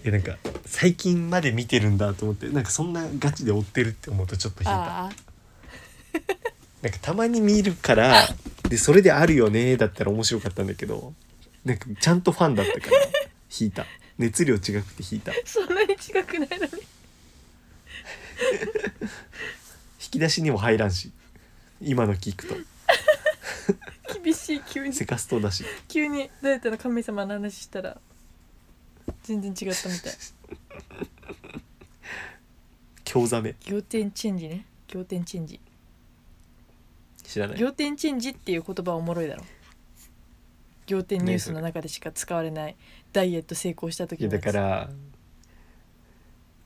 Speaker 1: やなんか最近まで見てるんだと思ってなんかそんなガチで追ってるって思うとちょっと引いた
Speaker 3: ああ
Speaker 1: なんかたまに見るからでそれであるよねだったら面白かったんだけどなんかちゃんとファンだったから引いた熱量違くて引いた引
Speaker 3: そんなに違くないのに
Speaker 1: き出しにも入らんし今の聞くと
Speaker 3: 厳しい急に
Speaker 1: セカストだし
Speaker 3: 急にどうやったの神様の話したら全然違ったみたい
Speaker 1: 興ざめ
Speaker 3: 仰天チェンジね仰天チェンジ
Speaker 1: 知らない
Speaker 3: 仰天チェンジっていう言葉はおもろいだろ仰天ニュースの中でしか使われないダイエット成功した時
Speaker 1: いや
Speaker 3: の
Speaker 1: だ
Speaker 3: やつ
Speaker 1: から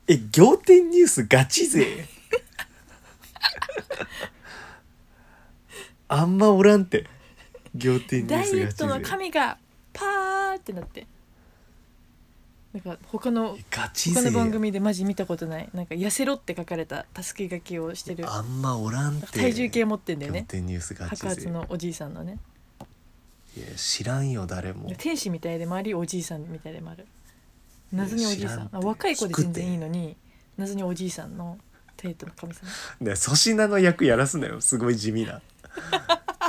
Speaker 1: え仰天ニュースガチ 勢あんまおらんて仰天ニュ
Speaker 3: ダ
Speaker 1: ー
Speaker 3: イ
Speaker 1: ス
Speaker 3: エ
Speaker 1: ガ
Speaker 3: ットの
Speaker 1: チ勢
Speaker 3: 神がパーってなってなんか他の
Speaker 1: えガチ
Speaker 3: 他
Speaker 1: 勢
Speaker 3: の番組でマジ見たことないなんか痩せろって書かれたたすき書きをしてる
Speaker 1: あんまおらんて
Speaker 3: 体重計持ってんだよ
Speaker 1: 仰
Speaker 3: ね
Speaker 1: 天ニュースガチ
Speaker 3: 白
Speaker 1: 勢
Speaker 3: 髪のおじいさんのね
Speaker 1: いや知らんよ誰も
Speaker 3: 天使みたいでもありおじいさんみたいでもある謎におじい
Speaker 1: 知
Speaker 3: さ
Speaker 1: らん
Speaker 3: ん
Speaker 1: て
Speaker 3: あ若い子で全然いい
Speaker 1: 聞
Speaker 3: のに謎におじいさんのデートの神様
Speaker 1: ね粗品の役やらすなよすごい地味な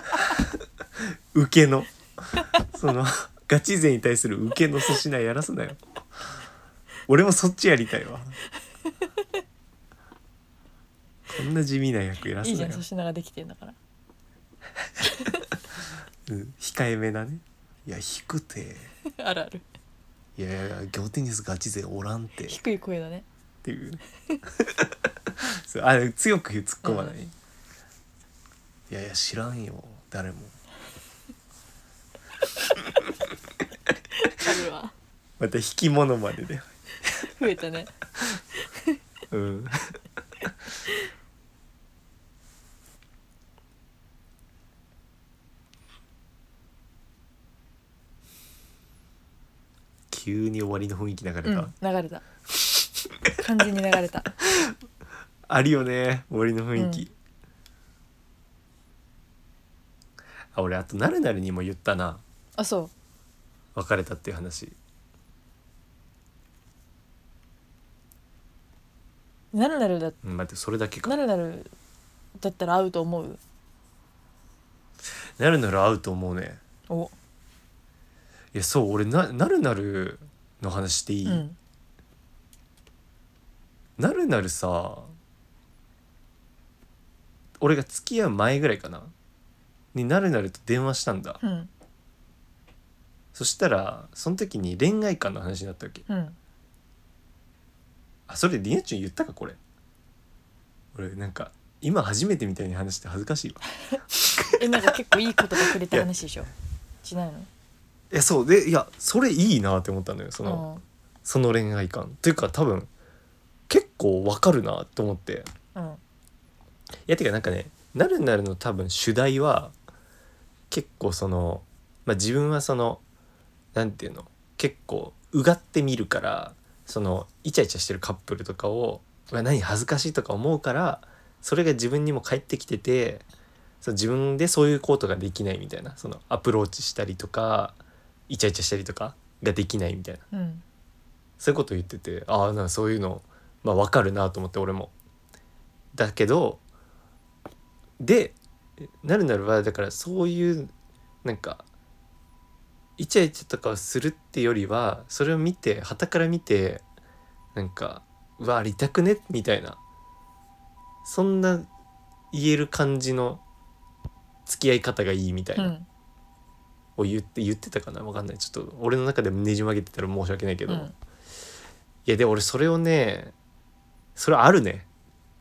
Speaker 1: 受けのそのガチ勢に対する受けの粗品やらすなよ俺もそっちやりたいわこんな地味な役やら
Speaker 3: い
Speaker 1: す
Speaker 3: いじ
Speaker 1: な
Speaker 3: ゃん
Speaker 1: よ、
Speaker 3: 粗品ができてんだから
Speaker 1: うん、控えめなねいや低くて
Speaker 3: あるある
Speaker 1: いやいやいや仰天ニュースガチ勢おらんてっ
Speaker 3: 低い声だね
Speaker 1: ていう ねそうあ強く突っ込まない、いやいや知らんよ誰も
Speaker 3: あるわ
Speaker 1: また引き物までで、
Speaker 3: 増えたね
Speaker 1: うん、 急に終わりの雰囲気流れた、
Speaker 3: うん流れた完全に流れた
Speaker 1: あるよね終わりの雰囲気、
Speaker 3: うん
Speaker 1: あ俺あとなるなるにも言ったな
Speaker 3: あそう
Speaker 1: 別れたっていう話
Speaker 3: なるなるだ
Speaker 1: うん待ってそれだけか
Speaker 3: なるなるだったら合うと思う
Speaker 1: なるなる合うと思うね
Speaker 3: お
Speaker 1: いやそう俺ななるなるの話していい、
Speaker 3: うん
Speaker 1: なるなるさ俺が付き合う前ぐらいかなになるなると電話したんだ
Speaker 3: うん
Speaker 1: そしたらその時に恋愛観の話になったわけ
Speaker 3: うん
Speaker 1: あそれりなちゃん言ったかこれ俺なんか今初めてみたいに話して恥ずかしいわ
Speaker 3: えなんか結構いいことがくれた話でしょ違うの
Speaker 1: いやそうでいやそれいいなって思ったのよその
Speaker 3: あ
Speaker 1: その恋愛観というか多分結構わかるなと思って
Speaker 3: あうん
Speaker 1: いやてかなんかねなるなるの多分主題は結構その、まあ、自分はそのなんていうの結構うがってみるからそのイチャイチャしてるカップルとかを「うわ何恥ずかしい」とか思うからそれが自分にも返ってきててその自分でそういうことができないみたいなそのアプローチしたりとかイチャイチャしたりとかができないみたいな
Speaker 3: うん
Speaker 1: そういうこと言っててああなんかそういうのまあわかるなと思って俺も。だけどでなるなるはだからそういうなんかイチャイチャとかをするってよりはそれを見て傍から見てなんか「うわありたくね」みたいなそんな言える感じの付き合い方がいいみたいうな、
Speaker 3: ん
Speaker 1: を言って言ってたかなわかんないちょっと俺の中でもねじ曲げてたら申し訳ないけど、
Speaker 3: う
Speaker 1: い
Speaker 3: ん
Speaker 1: やで俺それをねそれあるね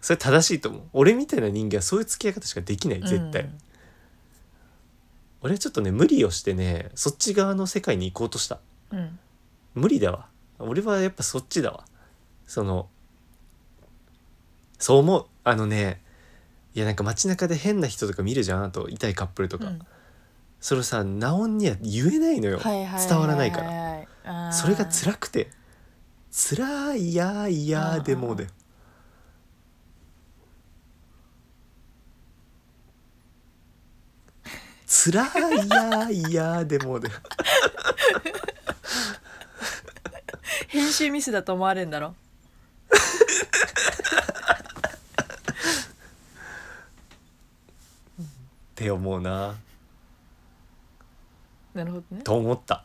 Speaker 1: それ正しいと思う俺みたいな人間はそういう付き合い方しかできない絶対、
Speaker 3: うん
Speaker 1: 俺はちょっとね無理をしてねそっち側の世界に行こうとした
Speaker 3: うん
Speaker 1: 無理だわ俺はやっぱそっちだわそのそう思うあのねいやなんか街中で変な人とか見るじゃんあと痛いカップルとか、
Speaker 3: うん
Speaker 1: それをさナオンには言えないのよ、
Speaker 3: はいはい
Speaker 1: 伝わらないから
Speaker 3: ら
Speaker 1: それが辛くて辛いやいやでもうだよ辛いやいやでもうだよ
Speaker 3: 編集ミスだと思われるんだろ
Speaker 1: って思うな
Speaker 3: なるほどね
Speaker 1: と思った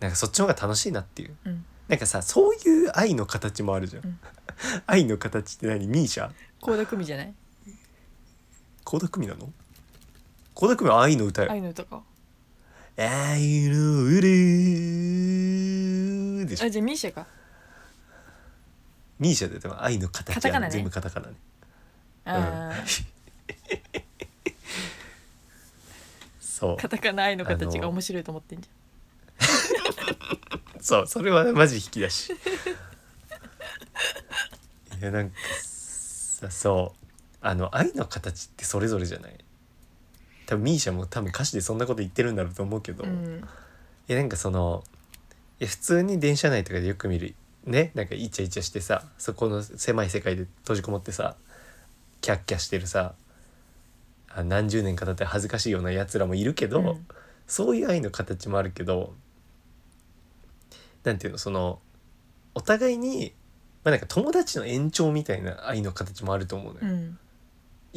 Speaker 1: なんかそっちの方が楽しいなっていう
Speaker 3: うん
Speaker 1: なんかさそういう愛の形もあるじゃん、
Speaker 3: うん
Speaker 1: 愛の形って何ミーシャ
Speaker 3: 倖田來未じゃない
Speaker 1: 倖田來未なの倖田來未は愛の歌よ
Speaker 3: 愛の歌か
Speaker 1: 「愛の歌」でしょ
Speaker 3: あじゃあミーシャか
Speaker 1: ミーシャででも愛の形
Speaker 3: カタカナね
Speaker 1: 全部カタカナね
Speaker 3: あー、
Speaker 1: そう
Speaker 3: カタカナ愛の形が面白いと思ってんじ
Speaker 1: そうそれはマジ引き出し いやなんかさそうあの愛の形ってそれぞれじゃない多分ミーシャも多分歌詞でそんなこと言ってるんだろうと思うけど、
Speaker 3: ゃん、うん、
Speaker 1: いやなんかそのいや普通に電車内とかでよく見るねなんかイチャイチャしてさそこの狭い世界で閉じこもってさキャッキャしてるさあ何十年か経って恥ずかしいようなやつらもいるけど、
Speaker 3: うん
Speaker 1: そういう愛の形もあるけどなんていうのそのお互いに、まあ、なんか友達の延長みたいな愛の形もあると思うのよ、
Speaker 3: うん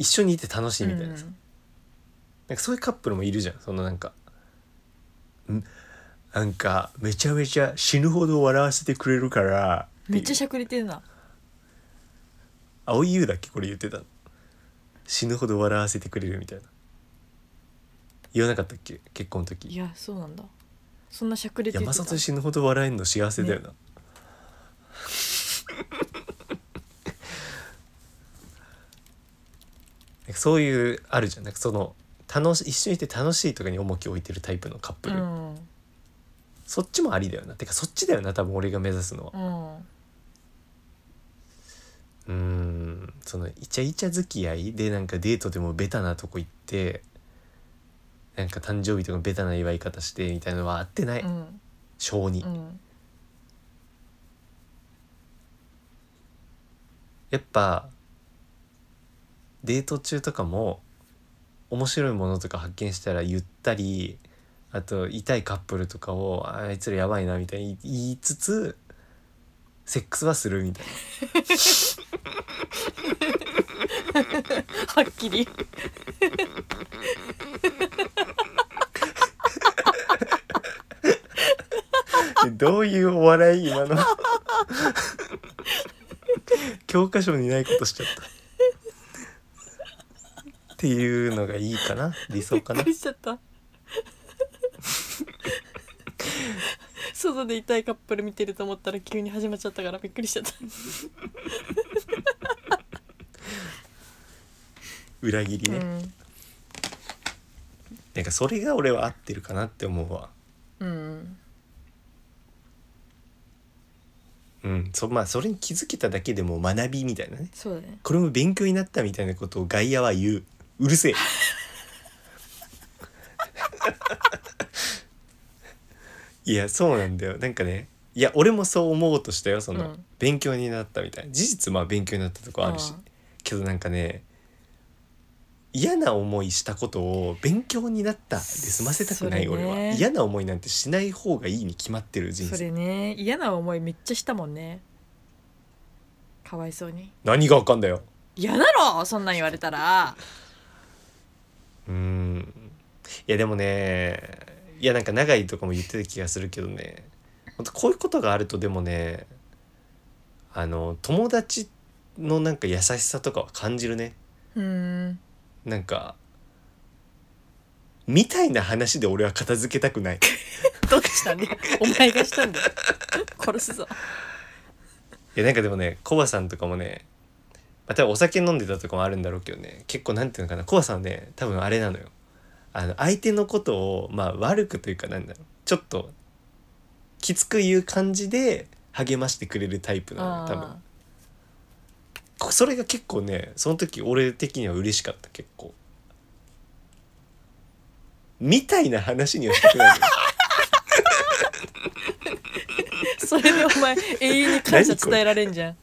Speaker 1: 一緒にいて楽しいみたいなさ、
Speaker 3: うん
Speaker 1: なんかそういうカップルもいるじゃんそのなんかんなんかめちゃめちゃ死ぬほど笑わせてくれるから
Speaker 3: めっちゃ
Speaker 1: ゃ
Speaker 3: しゃくれてるな
Speaker 1: 青い優だっけこれ言ってたの死ぬほど笑わせてくれるみたいな言わなかったっけ結婚の時
Speaker 3: いやそうなんだそんなしゃくれて
Speaker 1: 山里死ぬほど笑えるの幸せだよな、 なんかそういうあるじゃんなんかその楽し一緒にいて楽しいとかに重きを置いてるタイプのカップ
Speaker 3: う
Speaker 1: ル、
Speaker 3: んうん
Speaker 1: そっちもありだよなてかそっちだよな多分俺が目指すのはうーんそのイチャイチャ付き合いでなんかデートでもベタなとこ行ってなんか誕生日とかベタな祝い方してみたいなのは合ってない、
Speaker 3: うん
Speaker 1: 性に、
Speaker 3: うん
Speaker 1: やっぱデート中とかも面白いものとか発見したら言ったりあと痛いカップルとかをあいつらやばいなみたいに言いつつセックスはするみたいな
Speaker 3: はっきり
Speaker 1: でどういうお笑い今の教科書にないことしちゃったっていうのがいいかな理
Speaker 3: び
Speaker 1: 想
Speaker 3: っ
Speaker 1: か
Speaker 3: く
Speaker 1: な
Speaker 3: りしちゃった 外で痛いカップル見てると思ったら急に始まっちゃったからびっくりしちゃった
Speaker 1: 裏切りね、なんかそれが俺は合ってるかなって思うわ
Speaker 3: うん、うん、
Speaker 1: うんそまあそれに気づけただけでも学びみたいなね
Speaker 3: そうだね
Speaker 1: これも勉強になったみたいなことを外野は言ううる せえいやそうなんだよなんかねいや俺もそう思おうとしたよその、
Speaker 3: うん
Speaker 1: 勉強になったみたいな事実まあ勉強になったとこあるし、
Speaker 3: うん
Speaker 1: けどなんかね嫌な思いしたことを勉強になったで済ませたくない、
Speaker 3: それ
Speaker 1: 俺
Speaker 3: ね
Speaker 1: は嫌な思いなんてしない方がいいに決まってる人
Speaker 3: そ
Speaker 1: 生
Speaker 3: れね嫌な思いめっちゃしたもんねかわいそうに
Speaker 1: 何がわかんだよ
Speaker 3: 嫌だろそんなん言われたら
Speaker 1: うーんいやでもねいやなんか長井とかも言ってた気がするけどねほんとこういうことがあるとでもねあの友達のなんか優しさとかは感じるね
Speaker 3: うん
Speaker 1: なんかみたいな話で俺は片付けたくないい
Speaker 3: どっちなんだよお前がしたんだよ殺すぞ
Speaker 1: やなんかでもねコバさんとかもねまあ、多分お酒飲んでたとかもあるんだろうけどね結構なんていうのかなコバさんはね多分あれなのよあの相手のことをまあ悪くというかなんだろうちょっときつく言う感じで励ましてくれるタイプなのよ多分
Speaker 3: あ
Speaker 1: こそれが結構ねその時俺的には嬉しかった結構みたいな話にはしてくれないのよ
Speaker 3: ーそれでお前永遠に感謝伝えられんじゃん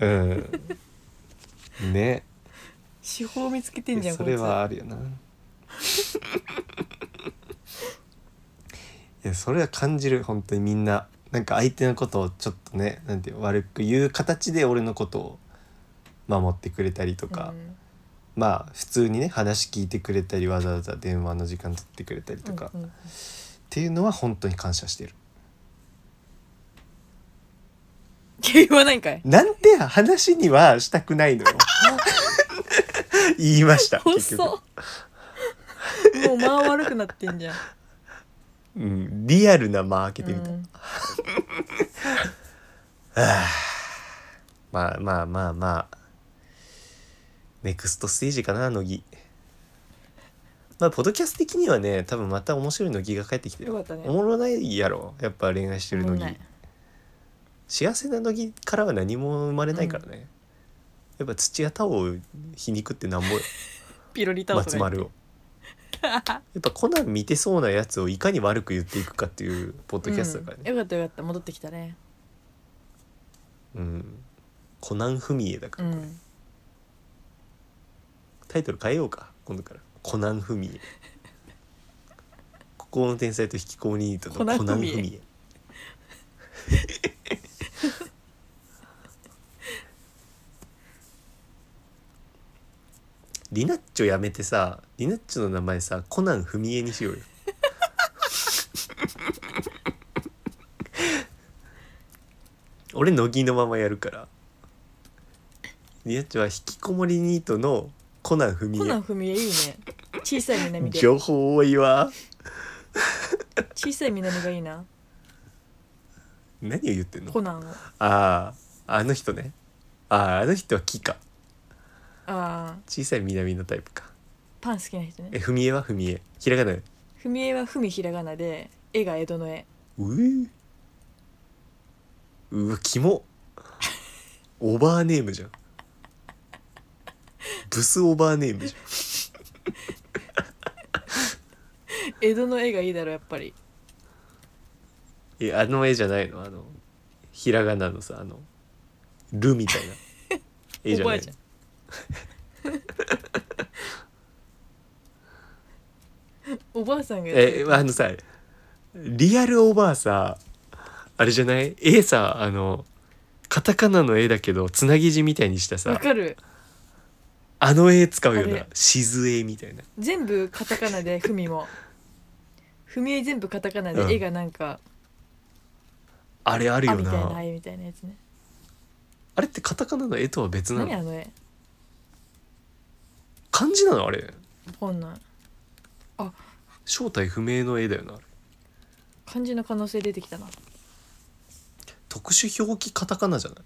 Speaker 1: うん。ね。
Speaker 3: 手法見つけてんじゃん
Speaker 1: それは
Speaker 3: こ
Speaker 1: あるよ な。いやそれは感じる本当にみんななんか相手のことをちょっとねなんていう悪く言う形で俺のことを守ってくれたりと
Speaker 3: いつ
Speaker 1: か、
Speaker 3: うん
Speaker 1: まあ普通にね話聞いてくれたりわざわざ電話の時間取ってくれたりとか、
Speaker 3: うんう
Speaker 1: っ
Speaker 3: ん
Speaker 1: ていうのは本当に感謝してる。
Speaker 3: 言わないんかい
Speaker 1: なんて話にはしたくないのよ。言いました結
Speaker 3: 嘘
Speaker 1: 局
Speaker 3: も、う間悪くなってんじゃん
Speaker 1: うん、リアルな間開けてみた、
Speaker 3: うん
Speaker 1: まあまあまあまあネクストステージかな乃木まあポドキャスト的にはね多分また面白い乃木が帰ってきて
Speaker 3: よかったね
Speaker 1: おもろないやろやっぱ恋愛してる乃木幸せな乃木からは何も生まれないからね、やっぱ土屋太鳳を皮肉ってなんぼ よ
Speaker 3: ピロリタオと
Speaker 1: 松
Speaker 3: か
Speaker 1: 丸をやっぱコナン見てそうなやつをいかに悪く言っていくかっていうポッドキャストだからね、
Speaker 3: うんよかったよかった戻ってきたね
Speaker 1: うん、コナン文枝だか
Speaker 3: う
Speaker 1: ら、
Speaker 3: ん
Speaker 1: タイトル変えようか今度からコナン文枝孤高の天才と引きこもりニートの
Speaker 3: コ
Speaker 1: コ
Speaker 3: ナ
Speaker 1: ナ
Speaker 3: ン
Speaker 1: ン
Speaker 3: 文
Speaker 1: 文
Speaker 3: 枝
Speaker 1: 枝 リナッチョやめてさリナッチョの名前さコナン文枝にしようよ俺乃木のままやるからリナッチョは引きこもりニートのコナン文
Speaker 3: コナン
Speaker 1: 枝
Speaker 3: フミエいいね小さい南で
Speaker 1: 情報多いわ
Speaker 3: 小さい南がいいな
Speaker 1: 何を言ってんの
Speaker 3: コナンを
Speaker 1: あああの人ねあああの人は木か
Speaker 3: あー
Speaker 1: 小さい南のタイプか
Speaker 3: パン好きな人
Speaker 1: え
Speaker 3: ね
Speaker 1: 文枝は文枝ひらがなう
Speaker 3: フミエはフミひらがなで絵が江戸の絵
Speaker 1: ーうわキモオーバーネームじゃんブスオーバーネームじ
Speaker 3: 江戸の絵がいいだろやっぱり
Speaker 1: ゃんえあの絵じゃないのあのひらがなのさあの「る」みたいな絵じゃ
Speaker 3: お
Speaker 1: な
Speaker 3: ばあ
Speaker 1: い
Speaker 3: ちゃん おばあさんがやって
Speaker 1: え
Speaker 3: る
Speaker 1: あのさリアルおばあさあれじゃない絵さあのカタカナの絵だけどつなぎ字みたいにした
Speaker 3: わ
Speaker 1: さ
Speaker 3: かる
Speaker 1: あの絵使うよ
Speaker 3: あ
Speaker 1: な
Speaker 3: れ
Speaker 1: しずえみたいな
Speaker 3: 全部カタカナでフミもフミエ全部カタカナ
Speaker 1: うん
Speaker 3: で絵がなんか、
Speaker 1: あれある
Speaker 3: あ
Speaker 1: よ
Speaker 3: みたいな
Speaker 1: な
Speaker 3: あみたいなやつね
Speaker 1: あれってカタカナの絵とは別な
Speaker 3: 何
Speaker 1: の
Speaker 3: あの絵
Speaker 1: 漢字なのあれ
Speaker 3: わかんない
Speaker 1: 正体不明の絵だよなあれ
Speaker 3: 漢字の可能性出てきたな
Speaker 1: 特殊表記カタカナじゃない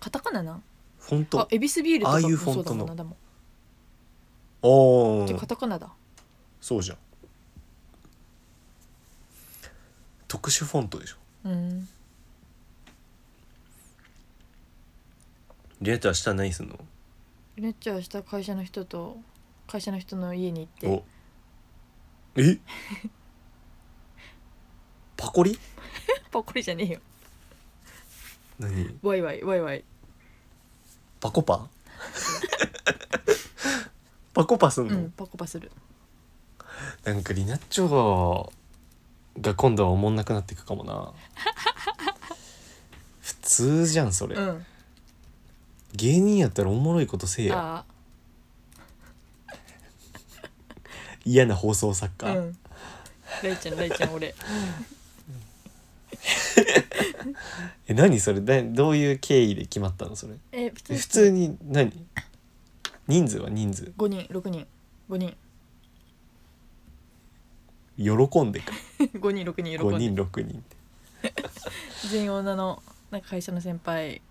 Speaker 3: カタカナな
Speaker 1: フォン
Speaker 3: あ
Speaker 1: ト
Speaker 3: エビスビールとか
Speaker 1: ああいう
Speaker 3: も
Speaker 1: フォ
Speaker 3: そう
Speaker 1: ン
Speaker 3: だ
Speaker 1: トの
Speaker 3: もんなでも
Speaker 1: お
Speaker 3: じゃあ
Speaker 1: ー
Speaker 3: カタカナだ
Speaker 1: そうじゃん特殊フォントでしょ
Speaker 3: うん
Speaker 1: リアと明日何すんの
Speaker 3: ルネッチャは明日会社の人と会社の人の家に行っ
Speaker 1: お
Speaker 3: て
Speaker 1: えパコリ
Speaker 3: パコリじゃねえよ
Speaker 1: 何
Speaker 3: ワイワイワイワイ
Speaker 1: パコパ パコパすん
Speaker 3: う
Speaker 1: の、
Speaker 3: んパコパする
Speaker 1: なんかリナッチョが今度はおもんなくなっていくかもな 普通じゃんそれ、
Speaker 3: うん
Speaker 1: 芸人やったらおもろいことせえや
Speaker 3: あ
Speaker 1: 嫌な放送作
Speaker 3: あ
Speaker 1: 家、
Speaker 3: うんライちゃんライちゃん俺
Speaker 1: え何それだどういう経緯で決まったのそれ
Speaker 3: え普通
Speaker 1: え普通に何人数は人数
Speaker 3: 5人6人5人
Speaker 1: 喜んでか
Speaker 3: 5人6人喜
Speaker 1: 5
Speaker 3: んで
Speaker 1: 人6人って
Speaker 3: 全員女のなんか会社の先輩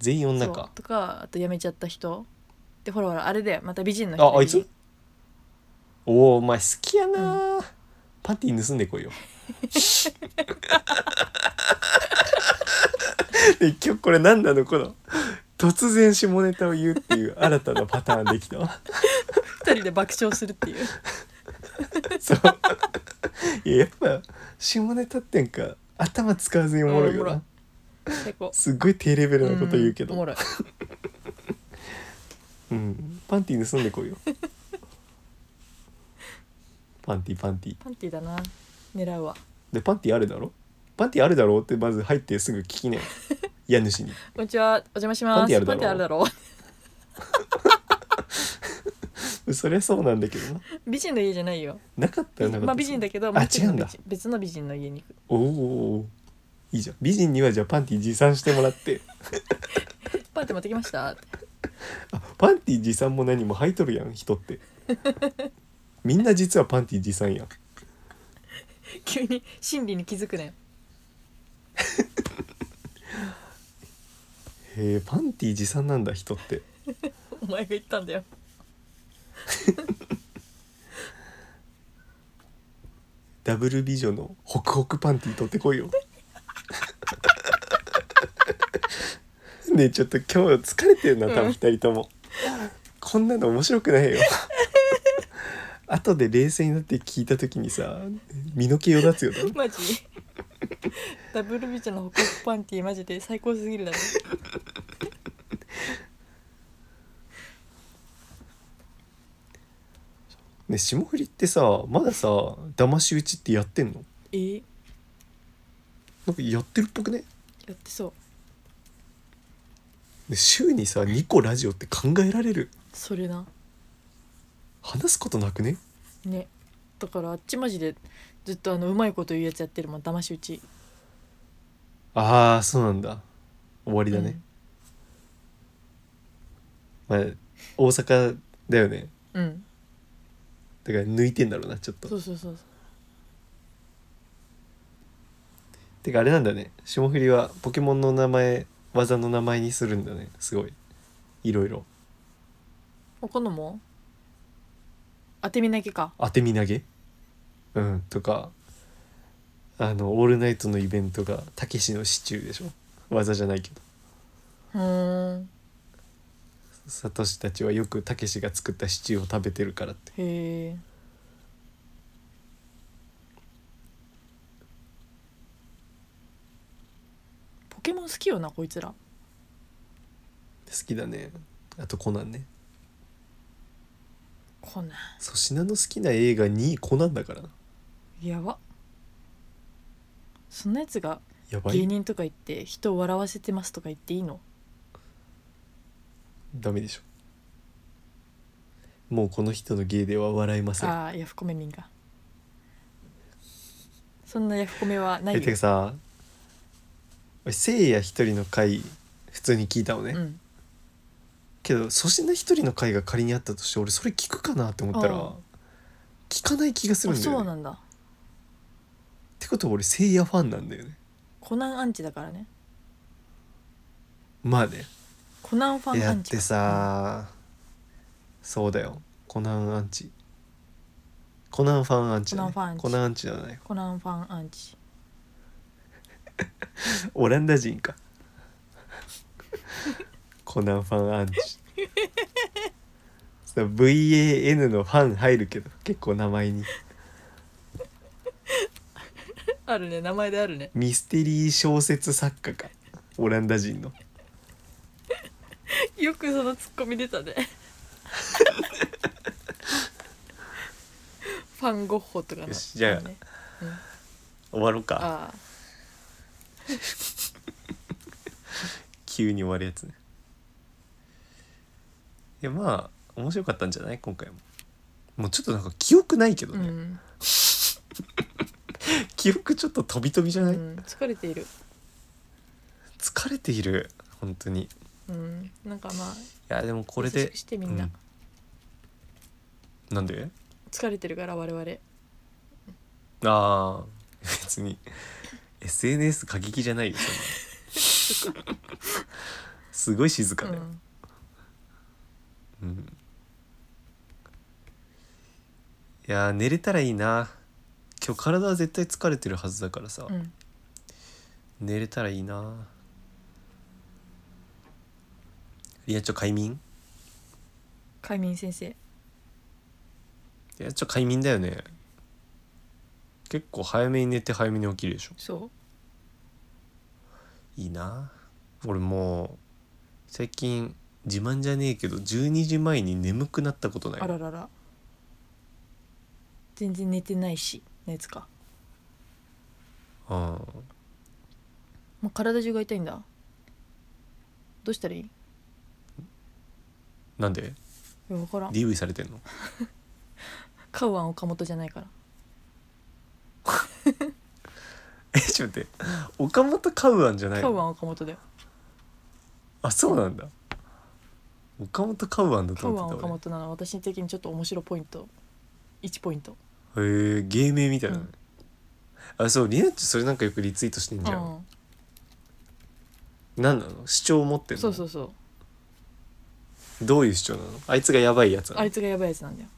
Speaker 1: 全員女
Speaker 3: そう
Speaker 1: か
Speaker 3: とかあと辞めちゃった人でほらほらあれだよまた美人の人
Speaker 1: ああい
Speaker 3: 美
Speaker 1: つ
Speaker 3: 人
Speaker 1: おおお前好きやなー、パティ盗んでこいよ で今日これ何なのこの突然下ネタを言うっていう新たなパターンできた わ
Speaker 3: 二人で爆笑するっていう
Speaker 1: そういややっぱ下ネタってなんか頭使わずにおもろいよ
Speaker 3: うんおもろい
Speaker 1: な
Speaker 3: 最高
Speaker 1: すっごい低レベルなこと言うけ
Speaker 3: んお
Speaker 1: ど
Speaker 3: もろい
Speaker 1: うんパンティ盗んでこい よパンティパンティ
Speaker 3: パンティだな狙うわ
Speaker 1: でパンティあるだろパンティあるだろってまず入ってすぐ聞き ね家主に
Speaker 3: こんにちはお邪魔します
Speaker 1: パンティあるだろ
Speaker 3: あるだろ
Speaker 1: そりゃそうなんだけどな
Speaker 3: 美人の家じゃないよ
Speaker 1: なかったよなかった
Speaker 3: まあ美人だけど
Speaker 1: あ
Speaker 3: もう一
Speaker 1: 違
Speaker 3: 人
Speaker 1: う
Speaker 3: の
Speaker 1: んだ
Speaker 3: 美人別の美人の家に行く
Speaker 1: おーおーおーいいじゃん美人にはじゃあパンティ持参してもらって
Speaker 3: パンティ持ってきました
Speaker 1: あパンティ持参も何も履いとるやん人って みんな実はパンティ持参やん
Speaker 3: 急に心理に気づくね
Speaker 1: へえパンティ持参なんだ人って
Speaker 3: お前が言った んだよ
Speaker 1: ダブル美女のホクホクパンティ取ってこいよ ねえちょっと今日疲れてるな多分二人とも、こんなの面白くないよ後で冷静になって聞いた時にさ身の毛よだつよな
Speaker 3: マジダブルビチョのホクホクパンティマジで最高すぎるだろ
Speaker 1: ねえ霜降りってさまださ騙し討ちってやってんの
Speaker 3: えー
Speaker 1: なんかやってるっぽくね
Speaker 3: やってそう
Speaker 1: ね週にさ2個ラジオって考えられる
Speaker 3: それな
Speaker 1: 話すことなくね
Speaker 3: ねだからあっちマジでずっとあのうまいこと言うやつやってるもん騙し討ち
Speaker 1: ああそうなんだ終わりだね、まあ大阪だよね
Speaker 3: うん、うん
Speaker 1: だから抜いてんだろうなちょっ
Speaker 3: そ
Speaker 1: と
Speaker 3: うそうそうそう
Speaker 1: てかあれなんだね霜降りはポケモンの名前技の名前にするんだねすごいいろいろ
Speaker 3: 他のも当て身だけか
Speaker 1: 当て身投げうんとかあのオールナイトのイベントがたけしのシチューでしょ技じゃないけど
Speaker 3: ふーん
Speaker 1: サトシたちはよくたけしが作ったシチューを食べてるからって
Speaker 3: へえポケモン好きよなこいつら
Speaker 1: 好きだねあとコナンね
Speaker 3: こんな
Speaker 1: 粗品の好きな映画2位コナンだからな
Speaker 3: やばそんなやつが
Speaker 1: やば
Speaker 3: 芸
Speaker 1: い
Speaker 3: 人とか言って人を笑わせてますとか言っていいの
Speaker 1: ダメでしょもうこの人の芸では笑えません
Speaker 3: ああヤフコメ民がそんなヤフコメはな
Speaker 1: え
Speaker 3: い
Speaker 1: て
Speaker 3: よ
Speaker 1: か、さ俺せいや一人の回普通に聞いたのね、
Speaker 3: うん、
Speaker 1: けど粗品一人の回が仮にあったとして俺それ聞くかなって思ったら
Speaker 3: ああ
Speaker 1: 聞かない気がする
Speaker 3: あ
Speaker 1: んだよ、ね、
Speaker 3: そう
Speaker 1: っ
Speaker 3: なんだ
Speaker 1: てことは俺せいやファンなんだよね
Speaker 3: コナンアンチだからね
Speaker 1: まあね
Speaker 3: コナンファ
Speaker 1: い
Speaker 3: ン
Speaker 1: や
Speaker 3: ア
Speaker 1: だっ
Speaker 3: ンチ
Speaker 1: て
Speaker 3: か
Speaker 1: さそうだよコナンアンチコナンファンアンチだ、ね、
Speaker 3: コナンファン
Speaker 1: コナ
Speaker 3: アンチ
Speaker 1: ンアンチじゃない
Speaker 3: コナンファンアンチ
Speaker 1: オランダ人かコナンファンアンチそう VAN のファン入るけど結構名前に
Speaker 3: あるね名前であるね
Speaker 1: ミステリー小説作家かオランダ人の
Speaker 3: よくそのツッコミ出 たねファンゴッホとかの、
Speaker 1: よしじゃあ
Speaker 3: ね
Speaker 1: 終わろうか
Speaker 3: ああ
Speaker 1: 急に終わるやつねいやまあ面白かったんじゃない今回ももうちょっとなんか記憶ないけど
Speaker 3: う
Speaker 1: ね、
Speaker 3: ん、
Speaker 1: 記憶ちょっと飛び飛びじゃ
Speaker 3: う
Speaker 1: ない、
Speaker 3: ん、疲れている
Speaker 1: 疲れている本当にい
Speaker 3: うんなんかまあ
Speaker 1: やでもこ
Speaker 3: こ
Speaker 1: れで
Speaker 3: してみんな、
Speaker 1: うんなんで
Speaker 3: 疲れてるから我々
Speaker 1: ああ別に SNS 過激じゃないよそんなすごい静かだよ、
Speaker 3: うん
Speaker 1: うんいやー寝れたらいいな今日体は絶対疲れてるはずだからさ、
Speaker 3: うん
Speaker 1: 寝れたらいいなリアチョ快眠
Speaker 3: 海民先生
Speaker 1: リアチョ快眠だよね結構早めに寝て早めに起きるでしょ
Speaker 3: そ
Speaker 1: いいな俺もう最近自慢じゃねえけど12時前に眠くなったことな
Speaker 3: う
Speaker 1: い
Speaker 3: あららら全然寝てないしのやつか
Speaker 1: うん
Speaker 3: もう体中が痛いんだどうしたらいいい
Speaker 1: なんで
Speaker 3: や分からん
Speaker 1: DV されてんの
Speaker 3: カウアン岡本じゃないから
Speaker 1: えちょっと待って岡本カウアンじゃない
Speaker 3: カウア
Speaker 1: の
Speaker 3: ン岡本だよ
Speaker 1: あそうなんだ岡本カウアンだと
Speaker 3: カウアン
Speaker 1: 思って
Speaker 3: 岡
Speaker 1: た俺へ
Speaker 3: 本なの私的にちょっと面白ポイント1ポイント
Speaker 1: え芸名みたいな、
Speaker 3: うん
Speaker 1: あそうリナッチそれなんかよくリツイートしてんじゃん、
Speaker 3: うん
Speaker 1: なん、なの主張を持ってるの
Speaker 3: そうそうそう
Speaker 1: どういう主張なのあいつがやばいやつな
Speaker 3: あ
Speaker 1: のへ
Speaker 3: いつがやばいやつなんだよ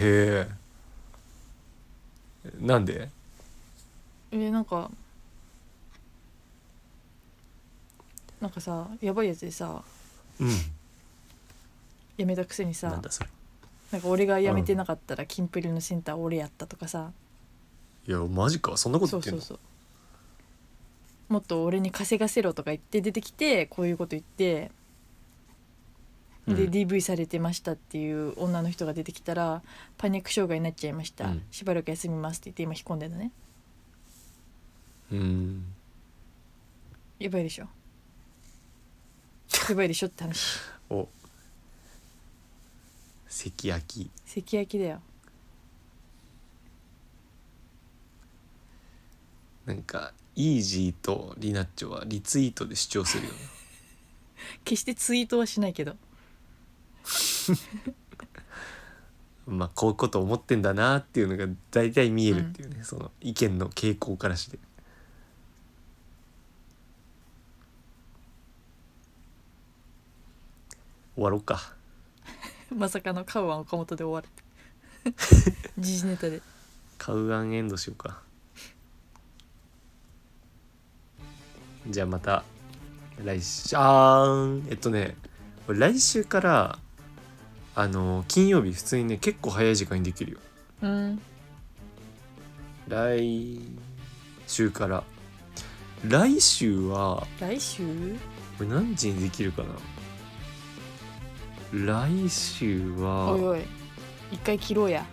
Speaker 1: えなんで
Speaker 3: えーなんかなんかさやばいやつでさ
Speaker 1: うん
Speaker 3: やめたくせにさ
Speaker 1: な
Speaker 3: なんん
Speaker 1: だそれ
Speaker 3: か俺がやめてなかったらキンプリのセンター俺やったとかさ、
Speaker 1: いやマジかそんなこと
Speaker 3: そ
Speaker 1: 言
Speaker 3: う
Speaker 1: って
Speaker 3: そ
Speaker 1: んの
Speaker 3: うそうもっと俺に稼がせろとか言って出てきてこういうこと言ってで、
Speaker 1: うん
Speaker 3: DV されてましたっていう女の人が出てきたらパニック障害になっちゃいました、
Speaker 1: うん
Speaker 3: しばらく休みますって言って今引っ込んでんだね
Speaker 1: うん
Speaker 3: やばいでしょやばいでしょって 話
Speaker 1: お関焼
Speaker 3: 関焼きだよ
Speaker 1: なんかイージーとリナッチョはリツイートで主張するよね
Speaker 3: 決してツイートはしないけど
Speaker 1: まあこういうこと思ってんだなっていうのが大体見えるっていうね、その意見の傾向からして終わろうか
Speaker 3: まさかのカウアン岡本で終わる 時事ネタで
Speaker 1: カウアンエンドしようかじゃあまた来週あーんえっとね来週からあの金曜日普通にね結構早い時間にできるよ
Speaker 3: うん
Speaker 1: 来週から来週は
Speaker 3: 来週
Speaker 1: これ何時にできるかな来週
Speaker 3: おい
Speaker 1: は
Speaker 3: おい一回切ろうや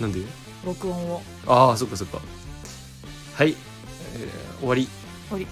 Speaker 1: なんで
Speaker 3: 録音を
Speaker 1: ああそっかそっかはい、えー終わり
Speaker 3: おり